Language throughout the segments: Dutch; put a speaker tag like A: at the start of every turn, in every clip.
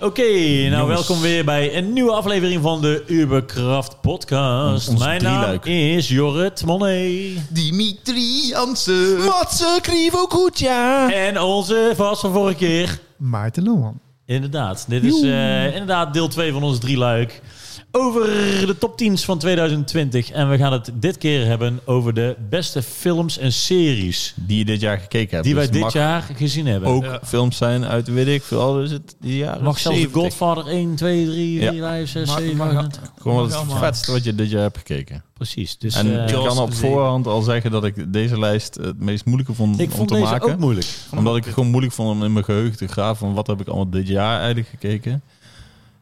A: Oké, nou welkom weer bij een nieuwe aflevering van de Uberkraft podcast.
B: Ons
A: Mijn naam
B: drieluik.
A: is Jorrit Monet.
B: Dimitri Jansen.
C: Matze Krivokoetja.
B: Ah.
A: En onze vast van vorige keer.
C: Maarten Loman.
A: Inderdaad, dit is eh, inderdaad deel 2 van ons drieluik. Over de top 10's van 2020. En we gaan het dit keer hebben over de beste films en series.
B: Die je dit jaar gekeken hebt.
A: Die wij
B: Dus
A: dit
B: mag
A: jaar gezien hebben.
B: ook
C: Ja.
B: films zijn uit, weet ik veel, al is het die jaren
A: Mag zelfs de
B: 70.
A: Godfather 1, 2, 3, 4, 5, 6,
C: Mag-
A: 7,
C: mag-
A: 8.
B: Gewoon wat
C: Mag
B: het
C: allemaal.
B: vetste wat je dit jaar hebt gekeken.
A: Precies. Dus,
B: En
A: eh,
B: ik kan
C: Jaws
B: op
C: zeven.
B: voorhand al zeggen dat ik deze lijst het meest moeilijke vond
A: ik
B: om
A: vond
B: te
A: deze
B: maken.
A: ook moeilijk.
B: omdat ik het gewoon moeilijk vond om in mijn geheugen te graven van wat heb ik allemaal dit jaar eigenlijk gekeken.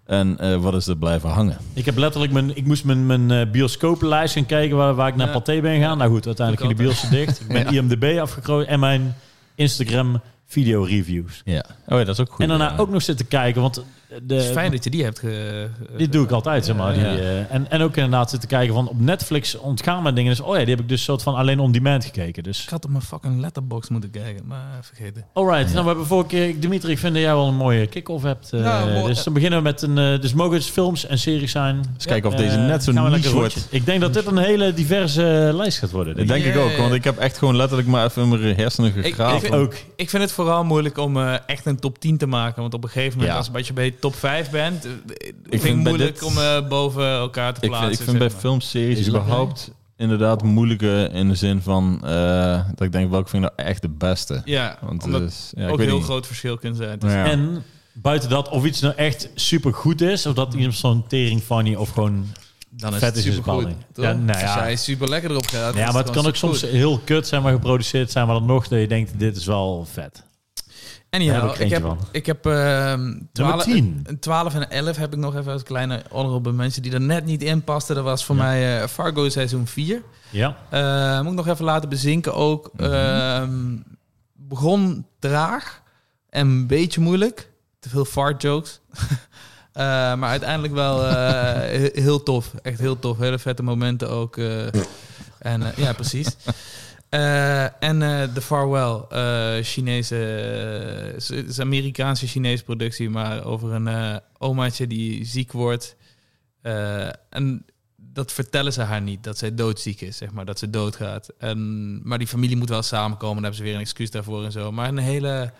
B: En eh, wat is er blijven hangen.
A: Ik heb letterlijk mijn, ik moest mijn, mijn eh, bioscooplijst gaan kijken waar, waar ik naar
C: Ja.
A: Pathé ben gegaan. Nou goed, uiteindelijk
C: Ik
A: ging de bios dicht. Ik ben IMDb afgekroond en mijn Instagram video reviews.
B: Ja. Oh ja, dat is ook goed.
A: en daarna
B: Ja.
A: ook nog zitten kijken, want de,
C: Het is fijn dat je die hebt ge...
A: Eh, dit doe ik altijd, zeg maar. Die,
B: Ja.
A: eh, en, en ook inderdaad zitten kijken van op Netflix ontgaan mijn dingen. Dus oh ja, die heb ik dus soort van alleen on demand gekeken. Dus
C: Ik had op mijn fucking letterbox moeten kijken, maar vergeten.
A: Alright,
B: Ja.
A: nou we hebben vorige keer... Dimitri, ik vind dat jij wel een mooie kick-off hebt. eh,
C: Ja, Nou, mooi.
A: Dus dan beginnen we met een... eh, dus mogen het films en series zijn.
B: Eens kijken Dus of
A: Eh,
B: deze net zo
A: gaan we lekker
B: niche wordt.
A: rondje. Ik denk dat dit een hele diverse eh, lijst gaat worden.
B: Dat
A: denk ik.
B: denk ik ook,
C: Ja.
B: want ik heb echt gewoon letterlijk maar even in mijn hersenen
C: ik
B: gegraven.
C: vind-
A: Ook.
C: Ik vind het vooral moeilijk om eh, echt een top 10 te maken. Want op een gegeven moment,
B: Ja.
C: als als je bij de top 5 bent, eh, vind ik
B: vind bij
C: moeilijk
B: dit-
C: om eh, boven elkaar te
B: Ik
C: plaatsen.
B: vind, ik vind bij
C: zeg maar.
B: filmseries
A: Is het ook
B: überhaupt inderdaad moeilijker in de zin van eh, dat ik denk welke vind ik nou echt de beste.
C: Ja,
B: Want
C: omdat
B: het is, ja, ik
C: ook
B: weet
C: heel
B: niet.
C: groot verschil kan zijn. Dus
B: Ja.
A: En buiten dat, of iets nou echt super goed is, of dat iemand zo'n tering funny of gewoon.
C: Dan
A: Vet is een spanning.
C: toch?
A: Ja, nou ja.
C: Als jij super lekker erop gaat.
A: Ja,
C: is
A: maar het kan
C: gewoon
A: ook soms
C: supergoed.
A: heel kut zijn, maar geproduceerd zijn, maar dan nog dat je denkt: dit is wel vet.
C: Anyhow,
A: Daar heb ik
C: ik
A: eentje van.
C: heb, ik heb ehm, 12,
A: 10.
C: een 12 en een 11 heb ik nog even als kleine honorable mensen die er net niet in pasten. Dat was voor
A: Ja.
C: mij eh, Fargo seizoen 4.
A: Ja,
C: Eh, moet ik nog even laten bezinken ook. Ehm, begon traag en een beetje moeilijk. Te veel fart jokes. Eh, maar uiteindelijk wel eh, he- heel tof. Echt heel tof. Hele vette momenten ook. eh. en eh, ja, precies. Eh, en eh The Farewell, eh, Chinese, eh, is- is Amerikaanse Chinese productie, maar over een eh omaatje die ziek wordt. Eh, en dat vertellen ze haar niet, dat zij doodziek is, zeg maar, dat ze doodgaat. En, maar die familie moet wel samenkomen, dan hebben ze weer een excuus daarvoor en zo. Maar een hele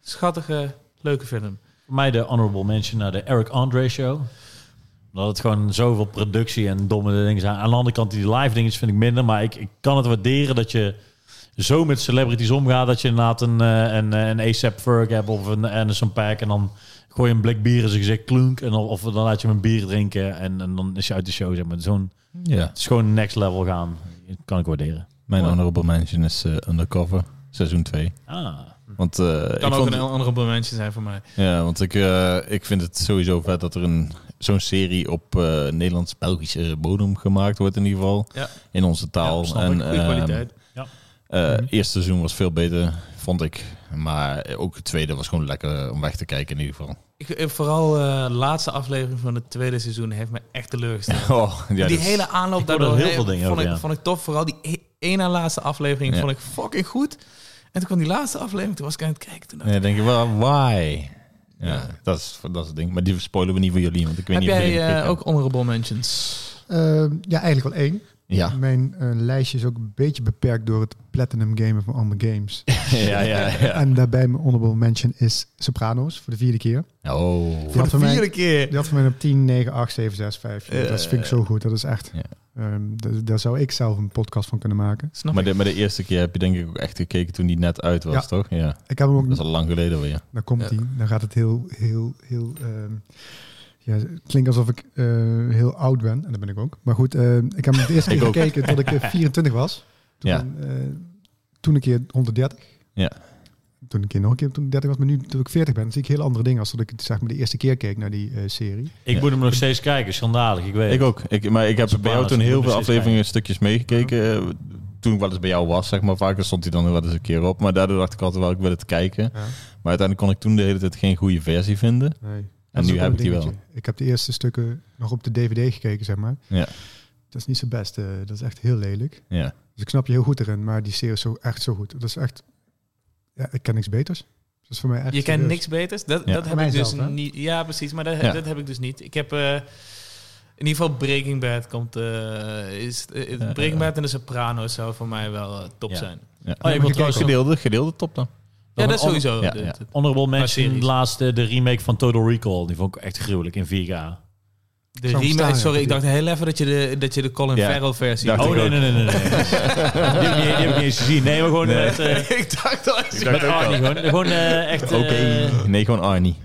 C: schattige, leuke film.
A: voor mij de honorable mention naar de Eric Andre Show. Omdat het gewoon zoveel productie en domme dingen zijn. Aan de andere kant, die live dingetjes vind ik minder, maar ik, ik kan het waarderen dat je zo met celebrities omgaat dat je inderdaad een, eh, een, eh, een ASAP Ferg hebt of een Anderson Pack en dan gooi je een blik bier in zijn gezicht, klunk, en dan, of dan laat je hem een bier drinken en, en dan is je uit de show, zeg maar. Zo'n,
B: Ja.
A: het is gewoon next level gaan. Dat kan ik waarderen.
B: Mijn
C: Mooi.
B: honorable mention is eh, Undercover, seizoen 2.
A: Ah,
B: Want, eh,
C: Hm. Kan
B: ik
C: ook
B: vond,
C: een andere momentje zijn voor mij.
B: ja, want ik, eh, ik vind het sowieso vet dat er een zo'n serie op eh, Nederlands-Belgische bodem gemaakt wordt in ieder geval.
C: Ja.
B: In onze taal.
C: Ja, snap
B: en,
C: ik. Goede
B: ehm,
C: kwaliteit.
B: Eh,
C: Mhm.
B: Eerste seizoen was veel beter, vond ik. Maar ook het tweede was gewoon lekker om weg te kijken in ieder geval.
C: Ik, eh, vooral eh, de laatste aflevering van het tweede seizoen heeft me echt teleurgesteld.
B: Oh, ja,
C: die
B: dat is-
C: hele aanloop
A: Ik hoor
C: daardoor
A: er heel
C: eh,
A: veel dingen
C: vond,
A: over,
C: ik,
A: ja.
C: vond ik tof. Vooral die e- ene laatste aflevering
B: Ja.
C: vond ik fucking goed. En toen kwam die laatste aflevering, toen was ik aan het kijken. Toen dacht
B: Nee, dan denk je, wa- why? Ja,
C: Ja.
B: Dat, is, dat is het ding. Maar die spoilen we niet voor jullie, want ik weet
C: ik, heb
B: niet of
C: jij
B: jullie
C: eh,
B: gekeken
C: ook honorable mentions?
D: Ehm, ja, eigenlijk wel één.
B: hebben.
D: Mijn eh, lijstje is ook een beetje beperkt door het platinum gamen van al mijn games.
B: Ja, ja, ja. ja.
D: En daarbij mijn honorable mention is Sopranos voor de vierde keer.
B: Oh.
D: Voor de vierde
C: keer.
D: Die had voor mij op 10, 9, 8, 7, 6, 5.
C: Eh.
D: dat vind ik zo goed. Dat is echt...
B: Ja.
D: ehm, d- daar zou ik zelf een podcast van kunnen maken.
C: Snap
B: Maar
C: ik.
B: de, maar de eerste keer heb je denk ik ook echt gekeken toen die net uit was,
D: Ja.
B: toch? Ja.
D: Ik heb hem ook...
B: Dat is al lang geleden weer.
D: Dan komt
C: Ja.
D: die. Dan gaat het heel, heel, heel... ehm, ja, het klinkt alsof ik eh, heel oud ben. En dat ben ik ook. Maar goed, ehm, ik heb hem de eerste
B: Ik
D: keer
B: ook.
D: gekeken dat ik eh, 24 was. Toen,
B: Ja.
D: eh, toen een keer 130.
B: Ja.
D: Toen een keer nog een keer toen ik 30 was. Maar nu toen ik 40 ben, zie ik heel andere dingen als dat ik het, zeg maar, de eerste keer keek naar die eh, serie.
A: ik
B: Ja.
A: moet hem nog steeds kijken, schandalig, ik weet
B: Ik
A: het.
B: ook. Ik, maar ik heb
A: Sopranos,
B: bij jou toen
A: moet
B: heel
A: je
B: veel
A: precies
B: afleveringen stukjes meegekeken. eh, toen ik wel eens bij jou was, zeg maar. Vaker stond hij dan wel eens een keer op. Maar daardoor dacht ik altijd wel, ik wil het kijken.
D: Ja.
B: Maar uiteindelijk kon ik toen de hele tijd geen goede versie vinden.
D: Nee.
B: En nu heb ik die wel.
D: Ik heb de eerste stukken nog op de DVD gekeken, zeg maar.
B: Ja.
D: Dat is niet zo best. eh, dat is echt heel lelijk.
B: Ja.
D: Dus ik snap je heel goed erin, maar die serie is zo, echt zo goed. Dat is echt... Ja, ik ken niks beters. Dat is voor mij echt
C: Je kent
D: serieus.
C: niks beters? Dat,
B: Ja.
C: dat heb
D: Voor
C: ik dus
D: mijzelf, hè?
C: niet. Ja, precies. Maar dat,
B: Ja.
C: dat heb ik dus niet. Ik heb... eh, in ieder geval Breaking Bad komt... eh, is, eh,
B: ja,
C: Breaking
B: ja.
C: Bad en de Sopranos zou voor mij wel eh, top
A: Ja.
C: zijn.
B: Ja.
A: Oh, ik wil trouwens
B: gedeelde, gedeelde top dan.
C: Ja,
A: een
C: dat
A: ander-
C: sowieso.
B: Ja,
C: De-
B: ja.
C: de-
A: Honorable mention,
C: series.
A: laatste, de remake van Total Recall. Die vond ik echt gruwelijk in 4K.
C: De
D: Zo'n
C: remake,
D: stadion.
C: sorry, ik dacht heel even dat je de, dat je de Colin
B: Ja.
C: Farrell versie...
B: Dacht
A: Oh,
B: ik
A: nee,
B: ook.
A: nee, nee, nee. nee. die, heb ik niet, die heb ik niet eens gezien. Nee, maar gewoon
B: Nee.
A: met, eh,
C: ik dacht dat
B: Ik
A: met
B: dacht ook
A: Arnie. Gewoon, gewoon eh, echt...
B: Oké.
A: eh,
B: Nee, gewoon Arnie.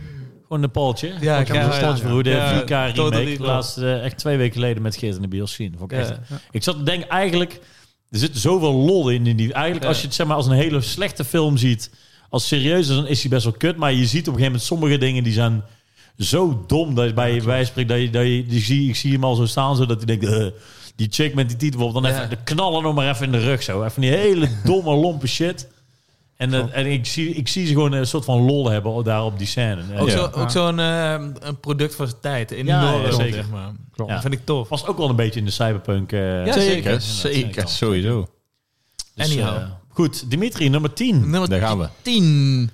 A: gewoon een paltje.
C: Ja,
A: ik heb een
C: ja,
A: paltje
C: ja.
A: voor de
C: Ja,
A: 4K
C: Total
A: remake.
C: Recall.
A: Laatst eh, echt twee weken geleden met Geert in de bios zien. Vond ik, echt,
C: Ja.
A: ik zat te denken, eigenlijk... Er zit zoveel lol in. in die, eigenlijk
C: Ja.
A: als je het zeg maar, als een hele slechte film ziet... Als serieus is, dan is die best wel kut. Maar je ziet op een gegeven moment sommige dingen die zijn... Zo dom dat je bij je wijze spreekt dat je, dat je die zie, ik zie hem al zo staan, zodat hij denkt, eh, die chick met die titel, dan
C: Ja.
A: even de knallen nog maar even in de rug zo. Even die hele domme, lompe shit. En, dat- en ik, zie, ik zie ze gewoon een soort van lol hebben daar op die scène. En-
C: Ook
B: Ja.
C: zo- ook zo'n eh, een product van zijn tijd. Enorm,
A: Ja, ja, zeker.
C: zeg maar.
D: Klopt.
C: Dat vind ik tof.
A: Past ook wel een beetje in de cyberpunk. eh,
C: Ja, zeker.
B: Zeker, sowieso.
A: Dus,
C: Anyhow.
A: eh, goed, Dimitri, nummer 10.
B: Daar
C: Nummer
B: gaan we.
C: 10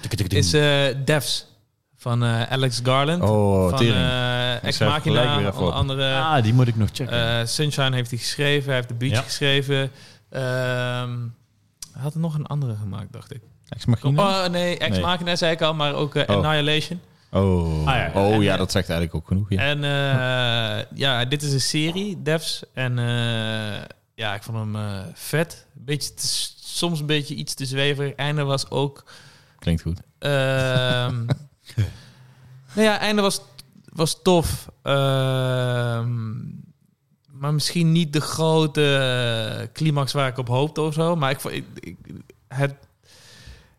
A: Tik, tik, tik.
C: is eh Devs van eh, Alex Garland.
B: Oh,
C: van
B: tering.
C: eh,
B: schrijf
C: Ex
B: gelijk
C: Machina,
B: weer even
C: onder
B: op.
C: andere.
A: ah, die moet ik nog checken.
C: eh, Sunshine heeft hij geschreven, hij heeft The Beach
A: Ja.
C: geschreven. Ehm, hij had er nog een andere gemaakt, dacht ik.
B: Ex Machina?
C: Oh nee, Ex
B: Nee.
C: Machina zei ik al, maar ook eh,
B: Oh.
C: Annihilation.
B: Oh,
A: Ah, ja.
B: oh ja, dat zegt eigenlijk ook genoeg. Ja.
C: En eh, ja, dit is een serie, Devs. En eh, ja, ik vond hem eh, vet. Beetje te- soms een beetje iets te zweverig. Einde was ook...
B: Klinkt goed.
C: ehm, nou ja, einde was, was tof. Ehm, maar misschien niet de grote climax waar ik op hoopte of zo. Maar ik, vond- ik, ik- het,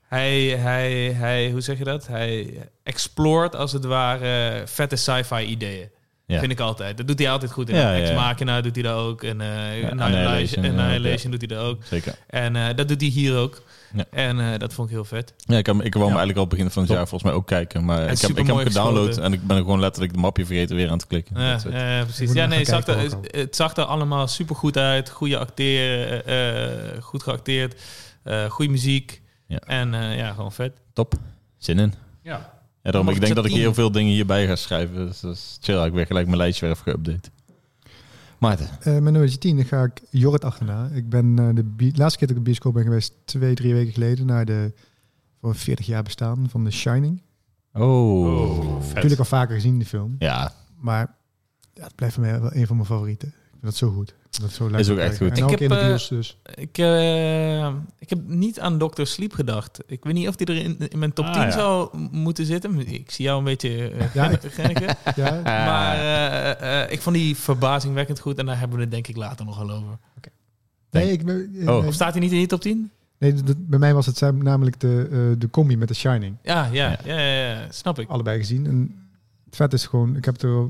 C: hij, hij, hij, hoe zeg je dat? Hij exploort als het ware vette sci-fi ideeën.
B: Ja.
C: Vind ik altijd. Dat doet hij altijd goed. In
B: Ja,
C: Ex
B: ja, ja.
C: Machina doet hij dat ook. En eh, Annihilation,
B: Annihilation, ja,
C: Annihilation doet hij dat ook.
B: Zeker.
C: En eh, dat doet hij hier ook.
B: Ja.
C: En eh, dat vond ik heel vet.
B: Ja, ik, heb, ik wou
A: Ja.
B: hem eigenlijk al begin van het
A: Top.
B: jaar volgens mij ook kijken. Maar ik heb, ik heb
C: supermooi
B: hem gedownload
C: geschoten.
B: en ik ben gewoon letterlijk de mapje vergeten weer aan te klikken.
C: Ja,
B: Dat is het.
C: ja,
D: Ik
C: precies.
D: moet
C: Ja,
D: nog
C: nee, het
D: gaan
C: zag, er,
D: kijken ook al.
C: het- het zag er allemaal super goed uit. Goede acteren, eh, eh, goed geacteerd, eh goede muziek.
B: Ja.
C: En eh, ja, gewoon vet.
B: Top. Zin in.
A: ja.
B: Ja, daarom, ik denk dat ik
C: Tien.
B: heel veel dingen hierbij ga schrijven. Dus dat is chill. Ik ben gelijk mijn lijstje weer even geüpdate. Maarten.
D: Eh, mijn nummer 10 dan ga ik Jorrit achterna. Ik ben eh, de bi- laatste keer dat ik de bioscoop ben geweest, twee, drie weken geleden, naar de voor 40 jaar bestaan van The Shining.
B: Oh.
D: Natuurlijk al vaker gezien die film,
B: Ja,
D: maar ja, het blijft voor mij wel een van mijn favorieten. Ik vind dat zo goed. Ik vind dat zo leuk.
B: Is ook echt
D: kijken.
B: goed.
D: En
C: Ik
D: ook
C: heb,
D: in de
C: eh,
D: bios dus.
C: Ik, eh, ik heb niet aan Dr. Sleep gedacht. Ik weet niet of die er in, in mijn top
A: Ah,
C: 10
A: ja.
C: zou m- moeten zitten. Ik zie jou een beetje eh,
D: Ja, ik-
C: grinniken.
D: Ja,
C: Maar eh, eh, ik vond die verbazingwekkend goed. En daar hebben we het denk ik later nog wel over.
D: nee, ik ben, eh,
B: Oh.
D: nee,
C: Of staat hij niet in je top 10?
D: nee, dat- bij mij was het zijn- namelijk de, eh, de combi met The Shining.
C: Ja, ja, ja, ja, ja, snap ik.
D: Allebei gezien. En het vet is gewoon, ik heb, er,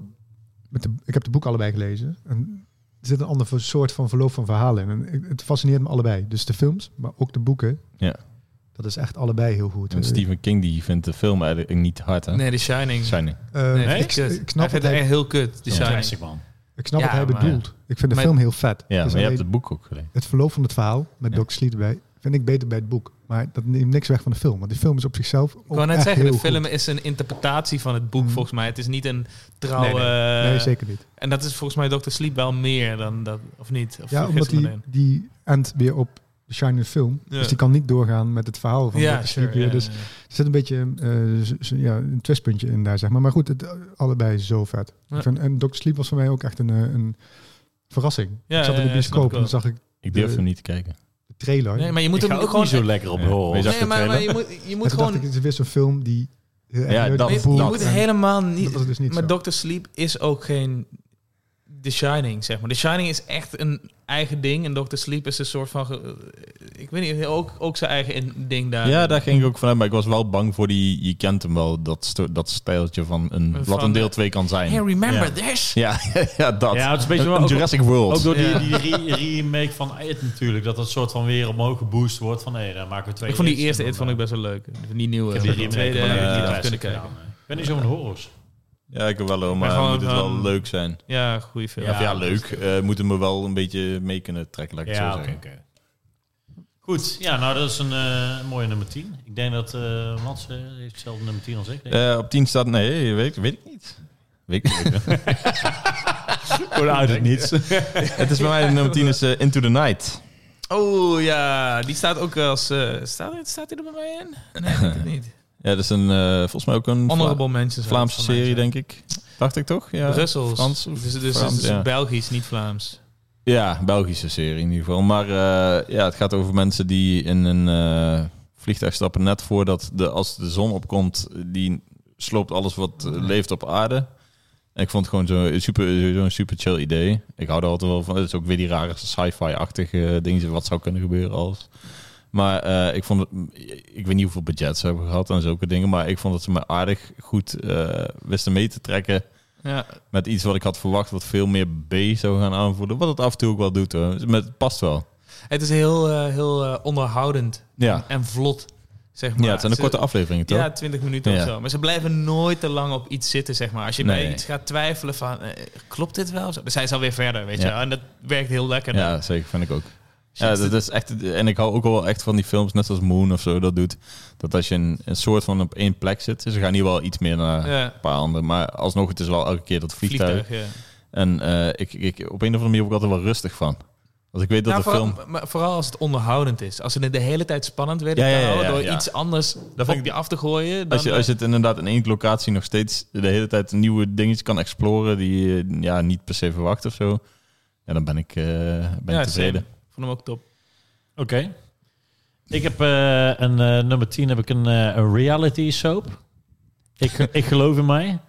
D: met de, ik heb de boek allebei gelezen. En er zit een ander voor- soort van verloop van verhalen in. En ik- het fascineert me allebei. Dus de films, maar ook de boeken.
B: Ja.
D: Dat is echt allebei heel goed.
B: en Stephen King die vindt de film eigenlijk niet hard, hè?
C: Nee, The Shining.
B: Shining.
D: Eh,
C: Nee,
A: Nee?
C: vind
D: ik,
C: kut. Hij
D: ik snap,
C: vindt
D: het
C: het
D: hij,
C: echt heel kut, The
A: Ja.
C: Shining.
A: Classic, man.
D: ik snap
C: Ja,
D: wat hij
C: maar-
D: bedoelt. Ik vind de
C: Maar-
D: film heel vet.
B: Ja,
D: Dus
B: maar je hebt
D: alleen
B: het boek ook gelezen.
D: het verloop van het verhaal met
B: Ja.
D: Doc Sleet erbij vind ik beter bij het boek. Maar dat neemt niks weg van de film. Want die film is op zichzelf ook
C: Ik wou net
D: echt
C: zeggen,
D: heel
C: de
D: goed.
C: film is een interpretatie van het boek
D: Mhm.
C: volgens mij. Het is niet een trouwe... eh,
D: Nee, zeker niet.
C: En dat is volgens mij Dr. Sleep wel meer dan dat, of niet? Of
D: Ja,
C: vergis
D: omdat
C: ik me
D: die,
C: daarin?
D: die end weer op de Shining film.
C: Ja.
D: Dus die kan niet doorgaan met het verhaal van
C: Ja,
D: Dr. Sleep
C: sure,
D: weer.
C: ja,
D: Dus
C: ja,
D: er
C: ja.
D: zit een beetje eh, z- z- ja, een twistpuntje in daar, zeg maar. Maar goed, het, allebei zo vet.
C: Ja.
D: Ik vind- en Dr. Sleep was voor mij ook echt een, eh, een verrassing.
C: Ja,
D: ik zat
C: ja,
D: in de
C: ja, snap ik
D: bioscoop
C: wel.
D: en toen zag ik
B: Ik durf
D: De-
B: hem niet te kijken.
D: de trailer.
C: Nee, maar je
A: Ik
C: moet
A: ga
C: hem
A: ook
C: gewoon...
A: niet zo lekker op
B: Ja.
A: horen.
B: Weet je-
A: Ja.
B: zag
C: nee,
B: de
C: maar, maar je
B: trailer.
C: moet, je
D: En
C: moet
D: toen
C: gewoon...
D: dacht ik, het is weer zo'n film die heel erg
B: Ja,
D: leuk
B: dat-
C: Nee,
D: boeit.
C: je
B: dat.
C: moet helemaal
D: Dat
C: niet...
D: was dus niet
C: maar
D: zo.
C: Dr. Sleep is ook geen The Shining, zeg maar. The Shining is echt een eigen ding. En Dr. Sleep is een soort van... ge- Ik weet niet, ook, ook zijn eigen in- ding daar.
B: Ja, daar ging ik ook vanuit. Maar ik was wel bang voor die... Je kent hem wel, dat, sto- dat stijltje van een...
C: Van-
B: wat een deel 2 kan zijn.
C: Hey, remember
A: Ja.
C: this?
B: Ja, ja, dat.
A: het is een beetje
B: Een-
A: wel
B: een
A: ook,
B: Jurassic World.
A: ook door die,
C: Ja.
A: die re- remake van It natuurlijk. Dat dat soort van weer omhoog geboost wordt. Van hé, daar maken we twee
C: Ik vond die
A: hits
C: eerste
A: en
C: It
A: dan,
C: vond ik best wel leuk. Die
A: eh,
C: nieuwe.
A: ik heb die
C: de
A: remake
C: tweede
A: van
C: heb ik
B: eh,
C: niet
A: It
C: af
A: niet
C: kunnen
A: kunnen
C: kijken.
A: Ik ben niet zo'n horrors.
B: Ja, ik wel hoor,
C: Maar
B: maar
C: gewoon
B: moet het wel
C: van-
B: leuk zijn.
C: Ja, goede film.
A: Ja.
B: Ja, ja leuk. Eh moeten me wel een beetje mee kunnen trekken, laat ik het
A: Ja,
B: zo
A: oké.
B: zeggen.
A: oké. Goed, ja, nou dat is een eh, mooie nummer 10. Ik denk dat eh Mats eh, heeft hetzelfde nummer 10 als ik. denk ik.
B: Eh, op 10 staat... Nee, weet, weet ik niet. Weet ik niet.
A: Gewoon uit het niets.
B: het is bij mij de nummer 10 is eh, Into the Night.
C: Oh ja, die staat ook als... eh, staat, hij- staat hij er bij mij in? Nee, ik denk het niet.
B: Ja, dat is een, eh, volgens mij ook een Vla-
C: Honorable mensen. zijn
B: Vlaamse
C: het van mij,
B: serie,
C: zeg.
B: denk ik. Dacht ik toch? Ja,
C: Brussels.
B: Frans of
C: dus dus- dus
B: Frans,
C: het is
B: ja.
C: Belgisch, niet Vlaams.
B: Ja, Belgische serie in ieder geval. Maar eh, ja, het gaat over mensen die in een eh, vliegtuig stappen net voordat de, als de zon opkomt, die sloopt alles wat eh, leeft op aarde. En ik vond het gewoon zo'n super, sowieso een super chill idee. Ik hou er altijd wel van. Het is ook weer die rare sci-fi-achtige eh, dingen. Wat zou kunnen gebeuren als. Maar eh, ik vond het, ik weet niet hoeveel budget ze hebben gehad en zulke dingen. Maar ik vond dat ze me aardig goed eh, wisten mee te trekken
C: Ja,
B: met iets wat ik had verwacht, wat veel meer B zou gaan aanvoelen. Wat het af en toe ook wel doet hoor. Dus Met, het past wel.
C: het is heel, eh, heel eh, onderhoudend
B: Ja,
C: en vlot, zeg maar.
B: ja het zijn een
C: Ze-
B: korte afleveringen toch?
C: Ja, 20 minuten
B: Ja.
C: of zo. Maar ze blijven nooit te lang op iets zitten, zeg maar. Als je
B: Nee.
C: bij iets gaat twijfelen van, eh, klopt dit wel? Dan zijn ze alweer verder, weet
B: Ja.
C: je wel. En dat werkt heel lekker. dan.
B: Ja, zeker, vind ik ook.
C: Shit,
B: Ja, dat is echt, en ik hou ook wel echt van die films, net als Moon of zo, dat doet. Dat als je een, een soort van op één plek zit, ze gaan hier wel iets meer naar
C: Ja.
B: een paar andere. Maar alsnog, het is wel elke keer dat vliegtuig.
C: Vliegtuig, ja.
B: En eh, ik, ik, op een of andere manier word ik altijd wel rustig van. Als ik weet dat
C: Nou,
B: de
C: vooral,
B: film...
C: maar vooral als het onderhoudend is. Als ze het de hele tijd spannend willen
B: Ja, ja, ja,
C: houden
B: ja,
C: door
B: ja.
C: iets anders
B: vind
C: op
B: ik-
C: je af te gooien. Dan,
B: Als je, als je
A: eh,
B: het inderdaad in één locatie nog steeds de hele tijd nieuwe dingetjes kan exploren die je ja, niet per se verwacht of zo, ja, dan ben ik, eh, ben
C: Ja,
B: ik tevreden.
C: same. vond hem ook top.
A: Oké. Ik heb eh, een eh, nummer 10 heb ik een, eh, een reality soap. Ik, ik geloof in mij.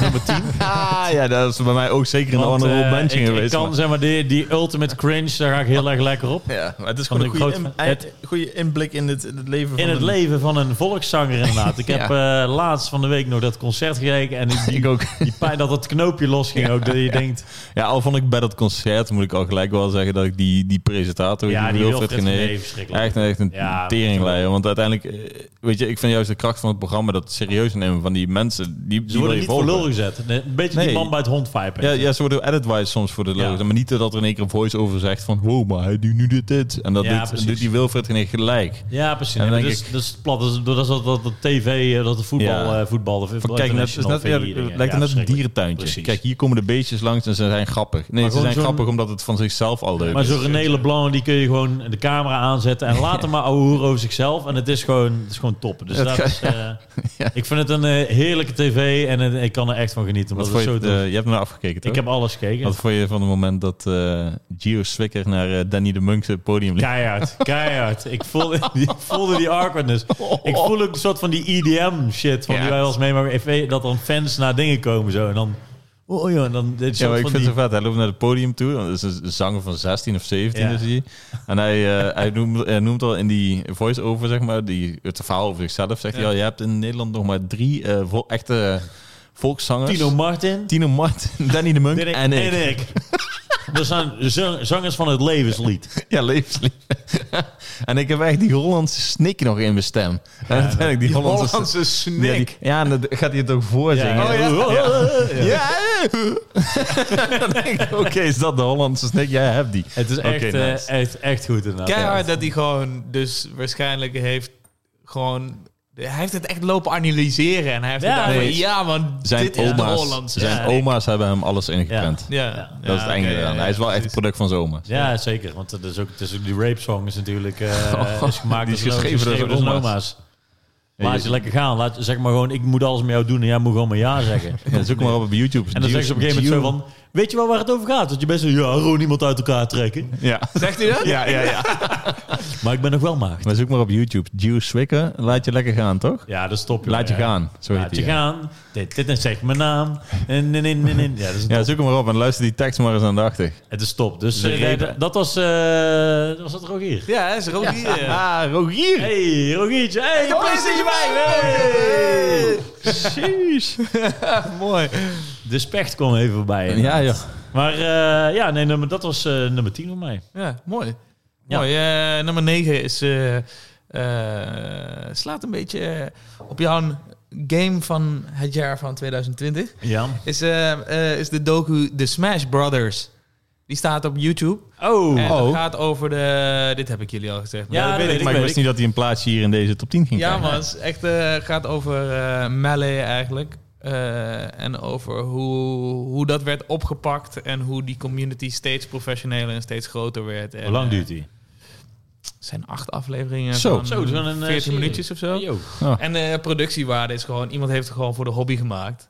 A: Nummer 10.
B: Ah, ja, dat is bij mij ook zeker een
A: Want,
B: andere
A: eh,
B: mention
A: ik,
B: geweest.
A: Ik kan
B: maar-
A: zeg maar die, die ultimate cringe, daar ga ik heel erg lekker op.
B: ja, maar het is
A: Kan
B: gewoon een
A: ik
B: goede,
A: groot-
B: in-
A: het-
B: goede inblik in het, in het leven van
A: In het
B: een-
A: leven van een volkszanger inderdaad. Ik
B: Ja.
A: heb eh, laatst van de week nog dat concert gekeken en die,
B: Ik
A: die,
B: ook.
A: die pijn dat het knoopje losging ook. Dat je denkt,
B: Ja, al vond ik bij dat concert, moet ik al gelijk wel zeggen dat ik die, die presentator,
A: ja, die
B: Wilfred
A: Wilfred
B: Gené,
A: Genee, verschrikkelijk.
B: Echt, echt een
A: Ja,
B: teringleier. Want uiteindelijk, eh, weet je, ik vind juist de kracht van het programma dat serieus nemen van die mensen. Die,
A: Ze
B: die wil
A: worden
B: je
A: niet voor
B: volgen.
A: lul gezet. Nee, Een beetje
B: Nee.
A: die man bij het hond vibe.
B: Ja, ja, ze worden edit-wise soms voor de
A: Ja.
B: logo. Maar niet dat er in één keer een voice-over zegt van... Wow, maar hij doet nu dit, dit. En dat
A: Ja,
B: doet,
A: precies.
B: doet die Wilfred geen gelijk.
A: Ja, precies.
B: En dan
A: Ja,
B: denk
A: dat, is, dat is plat. Dat is, dat is dat, dat, dat tv, eh, dat de voetbal,
B: Ja.
A: eh, voetbal, de
B: Van, kijk, net, het is net, ja, het lijkt er net een dierentuintje.
A: Precies.
B: Kijk, hier komen de beestjes langs en ze zijn grappig. Nee,
A: Maar
B: ze
A: gewoon
B: zijn
A: zo'n-
B: grappig omdat het van zichzelf al leuk
A: Maar
B: is.
A: zo'n René Leblanc, die kun je gewoon de camera aanzetten en laat hem maar ouwe hoeren over zichzelf. En het is gewoon, het is gewoon top. Dus
B: Ja,
A: dat
B: het
A: is, eh, Ik vind het een eh, heerlijke tv en eh, ik kan er echt van genieten.
B: Wat
A: Omdat
B: vond
A: het
B: je,
A: zo
B: het,
A: tof
B: eh, je hebt naar afgekeken, toch?
A: Ik heb alles gekeken.
B: Wat vond je van het moment dat eh, Gio Swicker naar eh, Danny de Munk het podium liep?
A: Keihard, keihard. Ik voelde, die- ik voelde die awkwardness. Ik voel ook een soort van die E EDM-shit van
B: Ja.
A: die wij wel eens meemaken. EV, Dat dan fans naar dingen komen zo. En dan, oh joh, en dan dit
B: Ja,
A: soort
B: maar ik
A: van
B: vind het
A: die...
B: zo vet. Hij loopt naar het podium toe. want Dat is een zanger van 16 of 17
A: Ja.
B: is hij. En hij, eh, hij, noemt, hij noemt al in die voice-over, zeg maar, die, het verhaal over zichzelf, zegt hij al, je hebt in Nederland nog maar drie eh, vo- echte eh, volkszangers.
A: Tino Martin
B: Tino Martin, Danny de Munk
A: Dirk
B: en ik.
A: en ik. Dat zijn zang- zangers van het levenslied.
B: Ja, levenslief. en ik heb echt die Hollandse snik nog in mijn stem. en uiteindelijk die, Hollandse,
C: Hollandse
B: Ja, die-
C: snik.
B: ja, en dan gaat hij het ook voorzingen.
A: Ja.
B: ja.
A: Oh,
B: Ja. Dan denk ik, Oké, is dat de Hollandse snik? Jij hebt die.
A: Het is
B: Oké,
A: echt, eh,
B: nice.
A: echt, echt goed inderdaad.
C: Keihard dat hij gewoon, dus waarschijnlijk heeft gewoon... Hij heeft het echt lopen analyseren. En hij heeft
A: Ja,
C: het
A: nee.
C: van, ja man,
B: Zijn
C: dit is de
B: oma's,
C: Hollandse.
B: zijn
A: Ja.
B: oma's hebben hem alles ingeprent.
C: Ja.
A: Ja.
B: Dat is het enge
C: oké,
B: eraan.
C: ja,
B: Hij is wel echt
C: precies.
B: het product van zijn oma's.
A: Ja, zeker. Want het is ook, het is ook die rape song is natuurlijk eh, is gemaakt door
B: Oh, die is
A: zijn-
B: geschreven door zijn
A: zijn
B: oma's.
A: Laat ze lekker gaan. Laat, zeg maar gewoon, ik moet alles met jou doen en jij moet gewoon maar ja zeggen.
B: Ja, zoek maar op op YouTube.
A: En dan zeggen ze op een gegeven moment zo van... Weet je wel waar het over gaat? Dat je best wel... Ja, gewoon iemand uit elkaar trekken.
B: Ja.
C: Zegt hij dat?
B: Ja, ja, ja.
A: Maar ik ben nog wel maagd.
B: Maar zoek maar op YouTube. Juice Swicker. Laat je lekker gaan, toch?
A: Ja, dat stop je.
B: Laat je
A: Ja.
B: gaan. Zo heet
A: Laat je
B: die, ja.
A: gaan. Dit, dit en zeg mijn naam. En, en, en, en, en. Ja, dat is
B: Ja, zoek hem maar op en luister die tekst maar eens aandachtig.
A: het is top. Dus
B: De
A: eh,
B: repen.
A: dat- dat was... eh, dat was dat Rogier?
C: Ja, hij is Rogier.
B: Ah, Rogier!
A: Hey, Rogiertje. Hey, de
C: Oh,
A: PlayStation
C: is hij
A: 5. Hey.
B: Precies!
C: Mooi.
A: De specht kwam even voorbij.
B: Ja, ja.
A: Maar eh, ja, nee, nummer, dat was eh, nummer 10 voor mij.
C: Ja, mooi.
A: Ja.
C: mooi. eh, nummer 9 is... eh, eh, slaat een beetje eh, op jouw game van het jaar van 2020.
A: Ja.
C: Is, eh, eh, is de docu The Smash Brothers. Die staat op YouTube.
A: Oh,
C: En het
A: oh.
C: gaat over de... Dit heb ik jullie al gezegd. maar
A: Ja,
C: dat
A: dat weet
B: ik, maar ik
A: weet
B: wist
A: ik.
B: niet dat hij een plaatsje hier in deze top 10 ging
C: Ja,
B: krijgen.
C: maar het is echt, eh, gaat over eh melee eigenlijk. Eh, en over hoe, hoe dat werd opgepakt en hoe die community steeds professioneler en steeds groter werd. En,
A: Hoe lang
C: eh,
A: duurt die?
C: Het zijn acht afleveringen
B: Zo. dus
C: van
A: Zo, dat is wel een, eh,
C: 14
A: serie.
C: minuutjes of zo.
A: Yo.
C: En de productiewaarde is gewoon... Iemand heeft het gewoon voor de hobby gemaakt.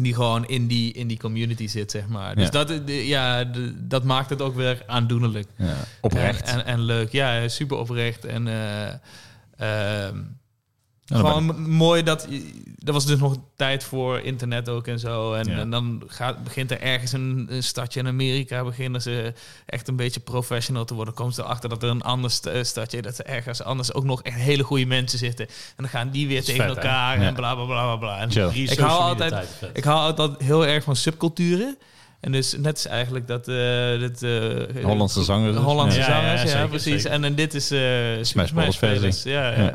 C: Die gewoon in die, in die community zit, zeg maar. Dus
B: Ja.
C: dat, eh, de- ja, de- dat maakt het ook weer aandoenlijk.
B: Ja, oprecht.
C: En, en, en leuk. Ja, super oprecht. En eh, ehm,
B: Nou, dan
C: gewoon m- mooi dat... Er was dus nog tijd voor internet ook en zo. En,
A: Ja.
C: en dan gaat, begint er ergens een, een stadje in Amerika... beginnen ze echt een beetje professional te worden. Komt ze erachter dat er een ander st- eh, stadje... dat er ergens anders ook nog echt hele goede mensen zitten. En dan gaan die weer
A: Dat is
C: tegen
A: vet, hè?
C: elkaar
B: Ja.
C: en bla, bla, bla, bla, bla. En
B: Chill.
A: Drie
C: Ik
A: social
C: hou
A: media
C: altijd-
A: tijd.
C: ik hou altijd heel erg van subculturen. En dus net is eigenlijk dat... eh dat eh,
B: ben- Hollandse zanger.
C: de Hollandse
A: Ja, ja, ja,
C: zangers, ja,
A: zeker,
C: precies.
A: zeker.
C: En, en dit is eh Super
B: Bros. versie.
C: Brothers, Ja, ja.
B: Ja.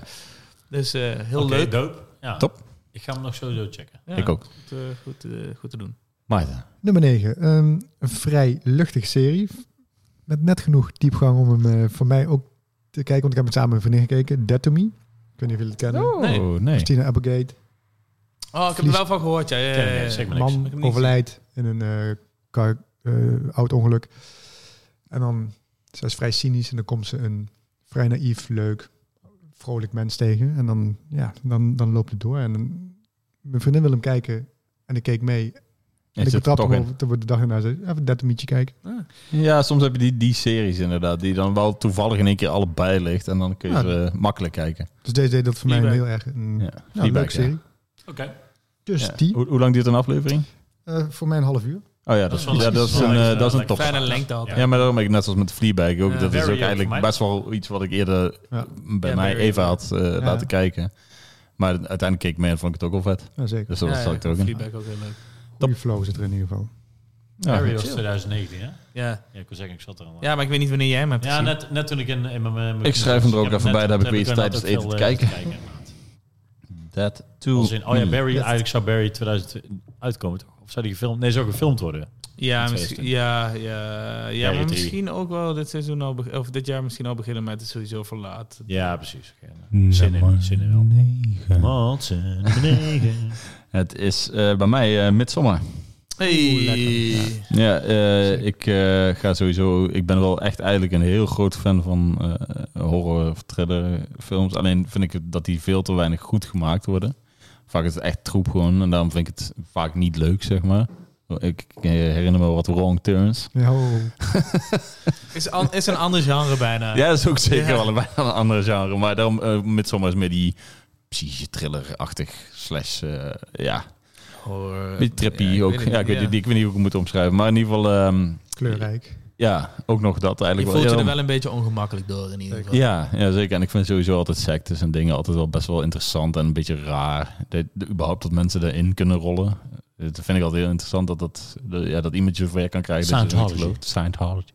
C: Dus eh, heel
A: Oké,
C: leuk.
A: dope. Ja.
B: Top.
A: Ik ga hem nog sowieso checken.
C: Ja,
B: Ik ook.
C: Goed, eh, goed, eh, goed te doen.
B: Maarten.
D: Nummer 9. een vrij luchtige serie. Met net genoeg diepgang om hem eh, voor mij ook te kijken. Want ik heb het samen met een vriendin gekeken. Dead to Me. Ik weet niet of jullie het kennen.
B: Oh, nee.
D: Christina Applegate.
C: Oh, ik heb er wel van gehoord, ja. ja, ja,
A: Ken ik
C: ja.
A: niet, zeg maar niks.
D: Man
C: heb hem niet
D: overlijdt in een eh car, eh, oud ongeluk. En dan, ze is vrij cynisch en dan komt ze een vrij naïef, leuk, vrolijk mens tegen. En dan, ja, dan, dan loopt het door. En dan- mijn vriendin wil hem kijken en ik keek mee. En
B: Ik zit
D: ik
B: er
D: betrap
B: toch
D: hem
B: in.
D: over, toen we de dag erna zei, even dat mietje kijken.
B: Ja, soms heb je die, die series inderdaad, die dan wel toevallig in één keer allebei ligt. En dan kun je
D: Ja.
B: ze eh, makkelijk kijken.
D: Dus deze deed dat voor mij
C: Feedback.
D: heel erg een
B: Ja.
D: nou,
B: Feedback,
D: leuke serie.
A: Oké.
D: Dus
B: Ja.
D: die,
B: Hoe, hoe lang duurt een aflevering?
D: eh, voor mij een half uur.
B: Oh ja, dat is,
A: Dat is wel
B: ja, dat
A: lekker.
B: is een,
A: Ja,
B: eh, dat is een
A: lekker.
B: top.
C: Fijne lengte altijd.
B: Ja, maar daarom ben ik net zoals met Fleabag ook. dat
C: Ja.
B: is ook
A: Barry ook voor
B: eigenlijk
A: mij.
B: best wel iets wat ik eerder
D: Ja.
B: bij
C: Ja,
B: mij
C: Barry
B: even
C: ook.
B: had eh, laten kijken. Maar uiteindelijk keek ik mee en vond ik het ook al vet.
D: Ja, zeker.
B: Dus dat
C: Ja,
B: was
C: ja,
B: zat ik er ook in.
C: Feedback ook heel leuk.
D: Goede flow zit er in ieder geval.
B: Ja,
A: Barry was
B: chill.
A: 2019, hè?
C: Ja.
A: Ja, ik wil zeggen, ik zat er al. aan.
C: ja, maar ik weet niet wanneer jij hem hebt
A: Ja,
C: gezien.
A: net, net toen ik in, in mijn, mijn...
B: Ik schrijf hem er ook
A: heb
B: even
A: net-
B: bij, daar heb ik weer iets
A: toen
B: tijdens het
A: altijd
B: eten
A: veel,
B: te
A: eh, inderdaad.
B: That too.
A: Als in, oh ja,
B: me.
A: Barry, eigenlijk zou Barry 2000 uitkomen, toch? Of zou die gefilmd... Nee, zou gefilmd worden.
C: Ja,
A: Met
C: misschien,
A: twee
C: ja, ja, ja
A: Ja,
C: maar
A: E3.
C: misschien ook wel dit seizoen al, beg- of dit jaar misschien al beginnen, maar het is sowieso verlaat.
A: Ja, precies. Oké, nou, Zin in, zin in wel. Wat zijn nummer negen?
B: Het is eh, bij mij eh midsommer.
C: Hey.
B: Ja, eh, ik eh, ga sowieso. Ik ben wel echt eigenlijk een heel groot fan van eh, horror of thriller films. Alleen vind ik het dat die veel te weinig goed gemaakt worden. Vaak is het echt troep gewoon en daarom vind ik het vaak niet leuk, zeg maar. Ik eh, herinner me wat Wrong Turns.
D: Ja, oh.
C: Is, an- is een ander genre bijna.
B: Ja, dat is ook zeker
C: Ja.
B: wel een, een andere genre. Maar daarom eh, Midsommar is meer die psychische thriller-achtig slash, eh, ja,
C: Horror.
B: beetje trippy
C: Ja, ik
B: ook.
C: weet het
B: ja, ik
C: niet,
B: weet, niet, ik weet niet hoe ik het moet omschrijven. Maar in ieder geval, ehm,
D: kleurrijk.
B: ja, ook nog dat
C: Je
B: eigenlijk
C: voelt je
B: Ja,
C: er wel een beetje ongemakkelijk door in ieder geval.
B: Ja, ja, zeker. En ik vind sowieso altijd sectes en dingen altijd wel best wel interessant en een beetje raar. De, de- überhaupt dat mensen daarin kunnen rollen. Eh, Dat vind ik altijd heel interessant dat, dat, de- ja, dat iemand je ver kan krijgen. dat je er niet
A: Scientology.
B: gelooft. Scientology.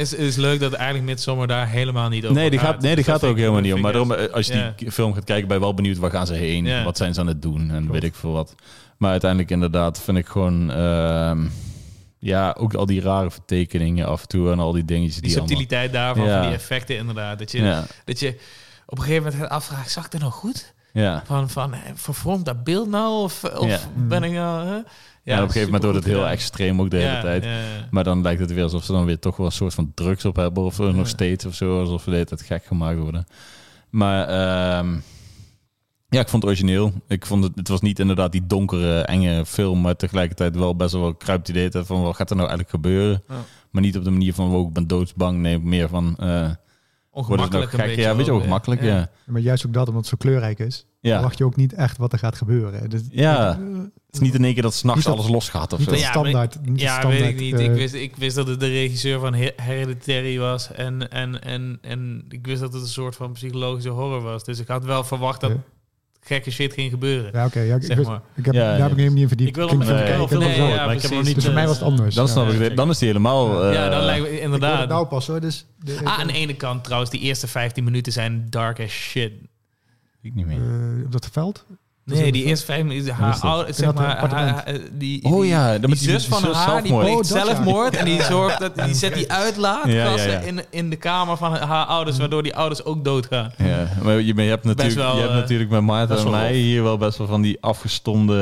C: is, is leuk dat eigenlijk Midsommar daar helemaal niet over
B: Nee, die gaat, nee, die
C: Dus dat
B: gaat er ook
C: vind ik-
B: helemaal niet om. Maar
C: vind ik
B: daarom, eh, als je
C: Ja.
B: die k- film gaat kijken, ben je wel benieuwd waar gaan ze heen?
C: Ja.
B: Wat zijn ze aan het doen? En weet ik veel wat. Maar uiteindelijk inderdaad vind ik gewoon... ehm, ja, ook al die rare vertekeningen af en toe en al die dingetjes
C: Die
B: die, allemaal-
C: subtiliteit daarvan,
B: Ja.
C: van die effecten inderdaad. Dat je,
B: Ja,
C: dat je op een gegeven moment gaat afvragen, zag ik dat nou goed?
B: ja.
C: Van, van eh, vervormt dat beeld nou? Of, of
B: Ja.
C: ben ik nou... hè? Ja,
B: en op een gegeven moment wordt het heel extreem ook de hele tijd.
C: Ja,
B: Maar dan lijkt het weer alsof ze dan weer toch wel een soort van drugs op hebben. Of eh, nog
C: Ja.
B: steeds of zo. Alsof ze de hele tijd gek gemaakt worden. Maar ehm, ja, ik vond het origineel. Ik vond het, het was niet inderdaad die donkere, enge film. Maar tegelijkertijd wel best wel kruipt idee tijd van wat gaat er nou eigenlijk gebeuren.
C: Ja.
B: Maar niet op de manier van, wow, ik ben doodsbang. Nee, meer van, eh wordt het nou
C: ongemakkelijk
B: gek? Ja, weet je, ook makkelijk, ja. ja.
D: Maar juist ook dat, omdat het zo kleurrijk is.
B: ja.
D: verwacht je ook niet echt wat er gaat gebeuren. Dus,
B: Ja.
D: eh,
B: Het is niet in één keer dat
D: Niet
B: s'nachts
D: dat-
B: alles los gaat of
D: niet
B: zo.
D: als
C: Ja,
D: standaard. niet als
C: Ja,
D: standaard,
C: weet ik niet.
D: eh,
C: ik, wist, ik wist dat het de regisseur van Her- Hereditary was. En, en, en, en ik wist dat het een soort van psychologische horror was. Dus ik had wel verwacht dat
D: Ja.
C: gekke shit ging gebeuren.
D: Ja, oké. ja, ik,
C: zeg
D: wist-
C: maar.
D: ik heb,
B: Ja,
D: daar
B: ja.
D: heb ik helemaal niet in verdiept.
A: Ik wil hem
D: Ging
B: met-
A: even
D: van
B: Nee.
A: kijken,
D: kijken,
A: ik wil hem
C: Nee,
A: zo,
C: ja,
A: maar ik heb hem nog
C: precies.
A: niet...
D: Dus voor mij
A: eh,
D: was het anders.
B: Dan snap
A: Ja,
B: ik dit.
A: zeker.
B: Dan is die helemaal... eh,
C: ja, dan lijkt me
D: Ik hoorde het
C: inderdaad.
D: nou pas hoor. Dus de-
C: Ah, aan de ene kant trouwens, die eerste 15 minuten zijn dark as shit.
B: ik niet meer.
D: eh, op dat veld?
C: Nee, die eerste vijf minuten. Haar
A: is dat?
C: oude, zeg
D: dat een
C: maar,
D: appartement?
C: haar- eh, die,
B: Oh
C: die-
B: ja, dan
C: die
B: met die-
C: zus
B: die
C: van
B: zus
C: haar die
B: zelfmoord.
C: pleegt
D: Oh, dat ja.
C: zelfmoord en die zorgt dat die zet die
B: Ja,
C: uitlaatkassen
B: ja, ja.
C: In, in de kamer van haar
D: Mm.
C: ouders, waardoor die ouders ook doodgaan.
B: Ja, maar je, maar je hebt natuurlijk,
C: wel,
B: je hebt
C: eh,
B: natuurlijk met Maarten
A: best
B: en
A: wel
B: mij
A: rof.
B: hier wel best wel van die afgestomde.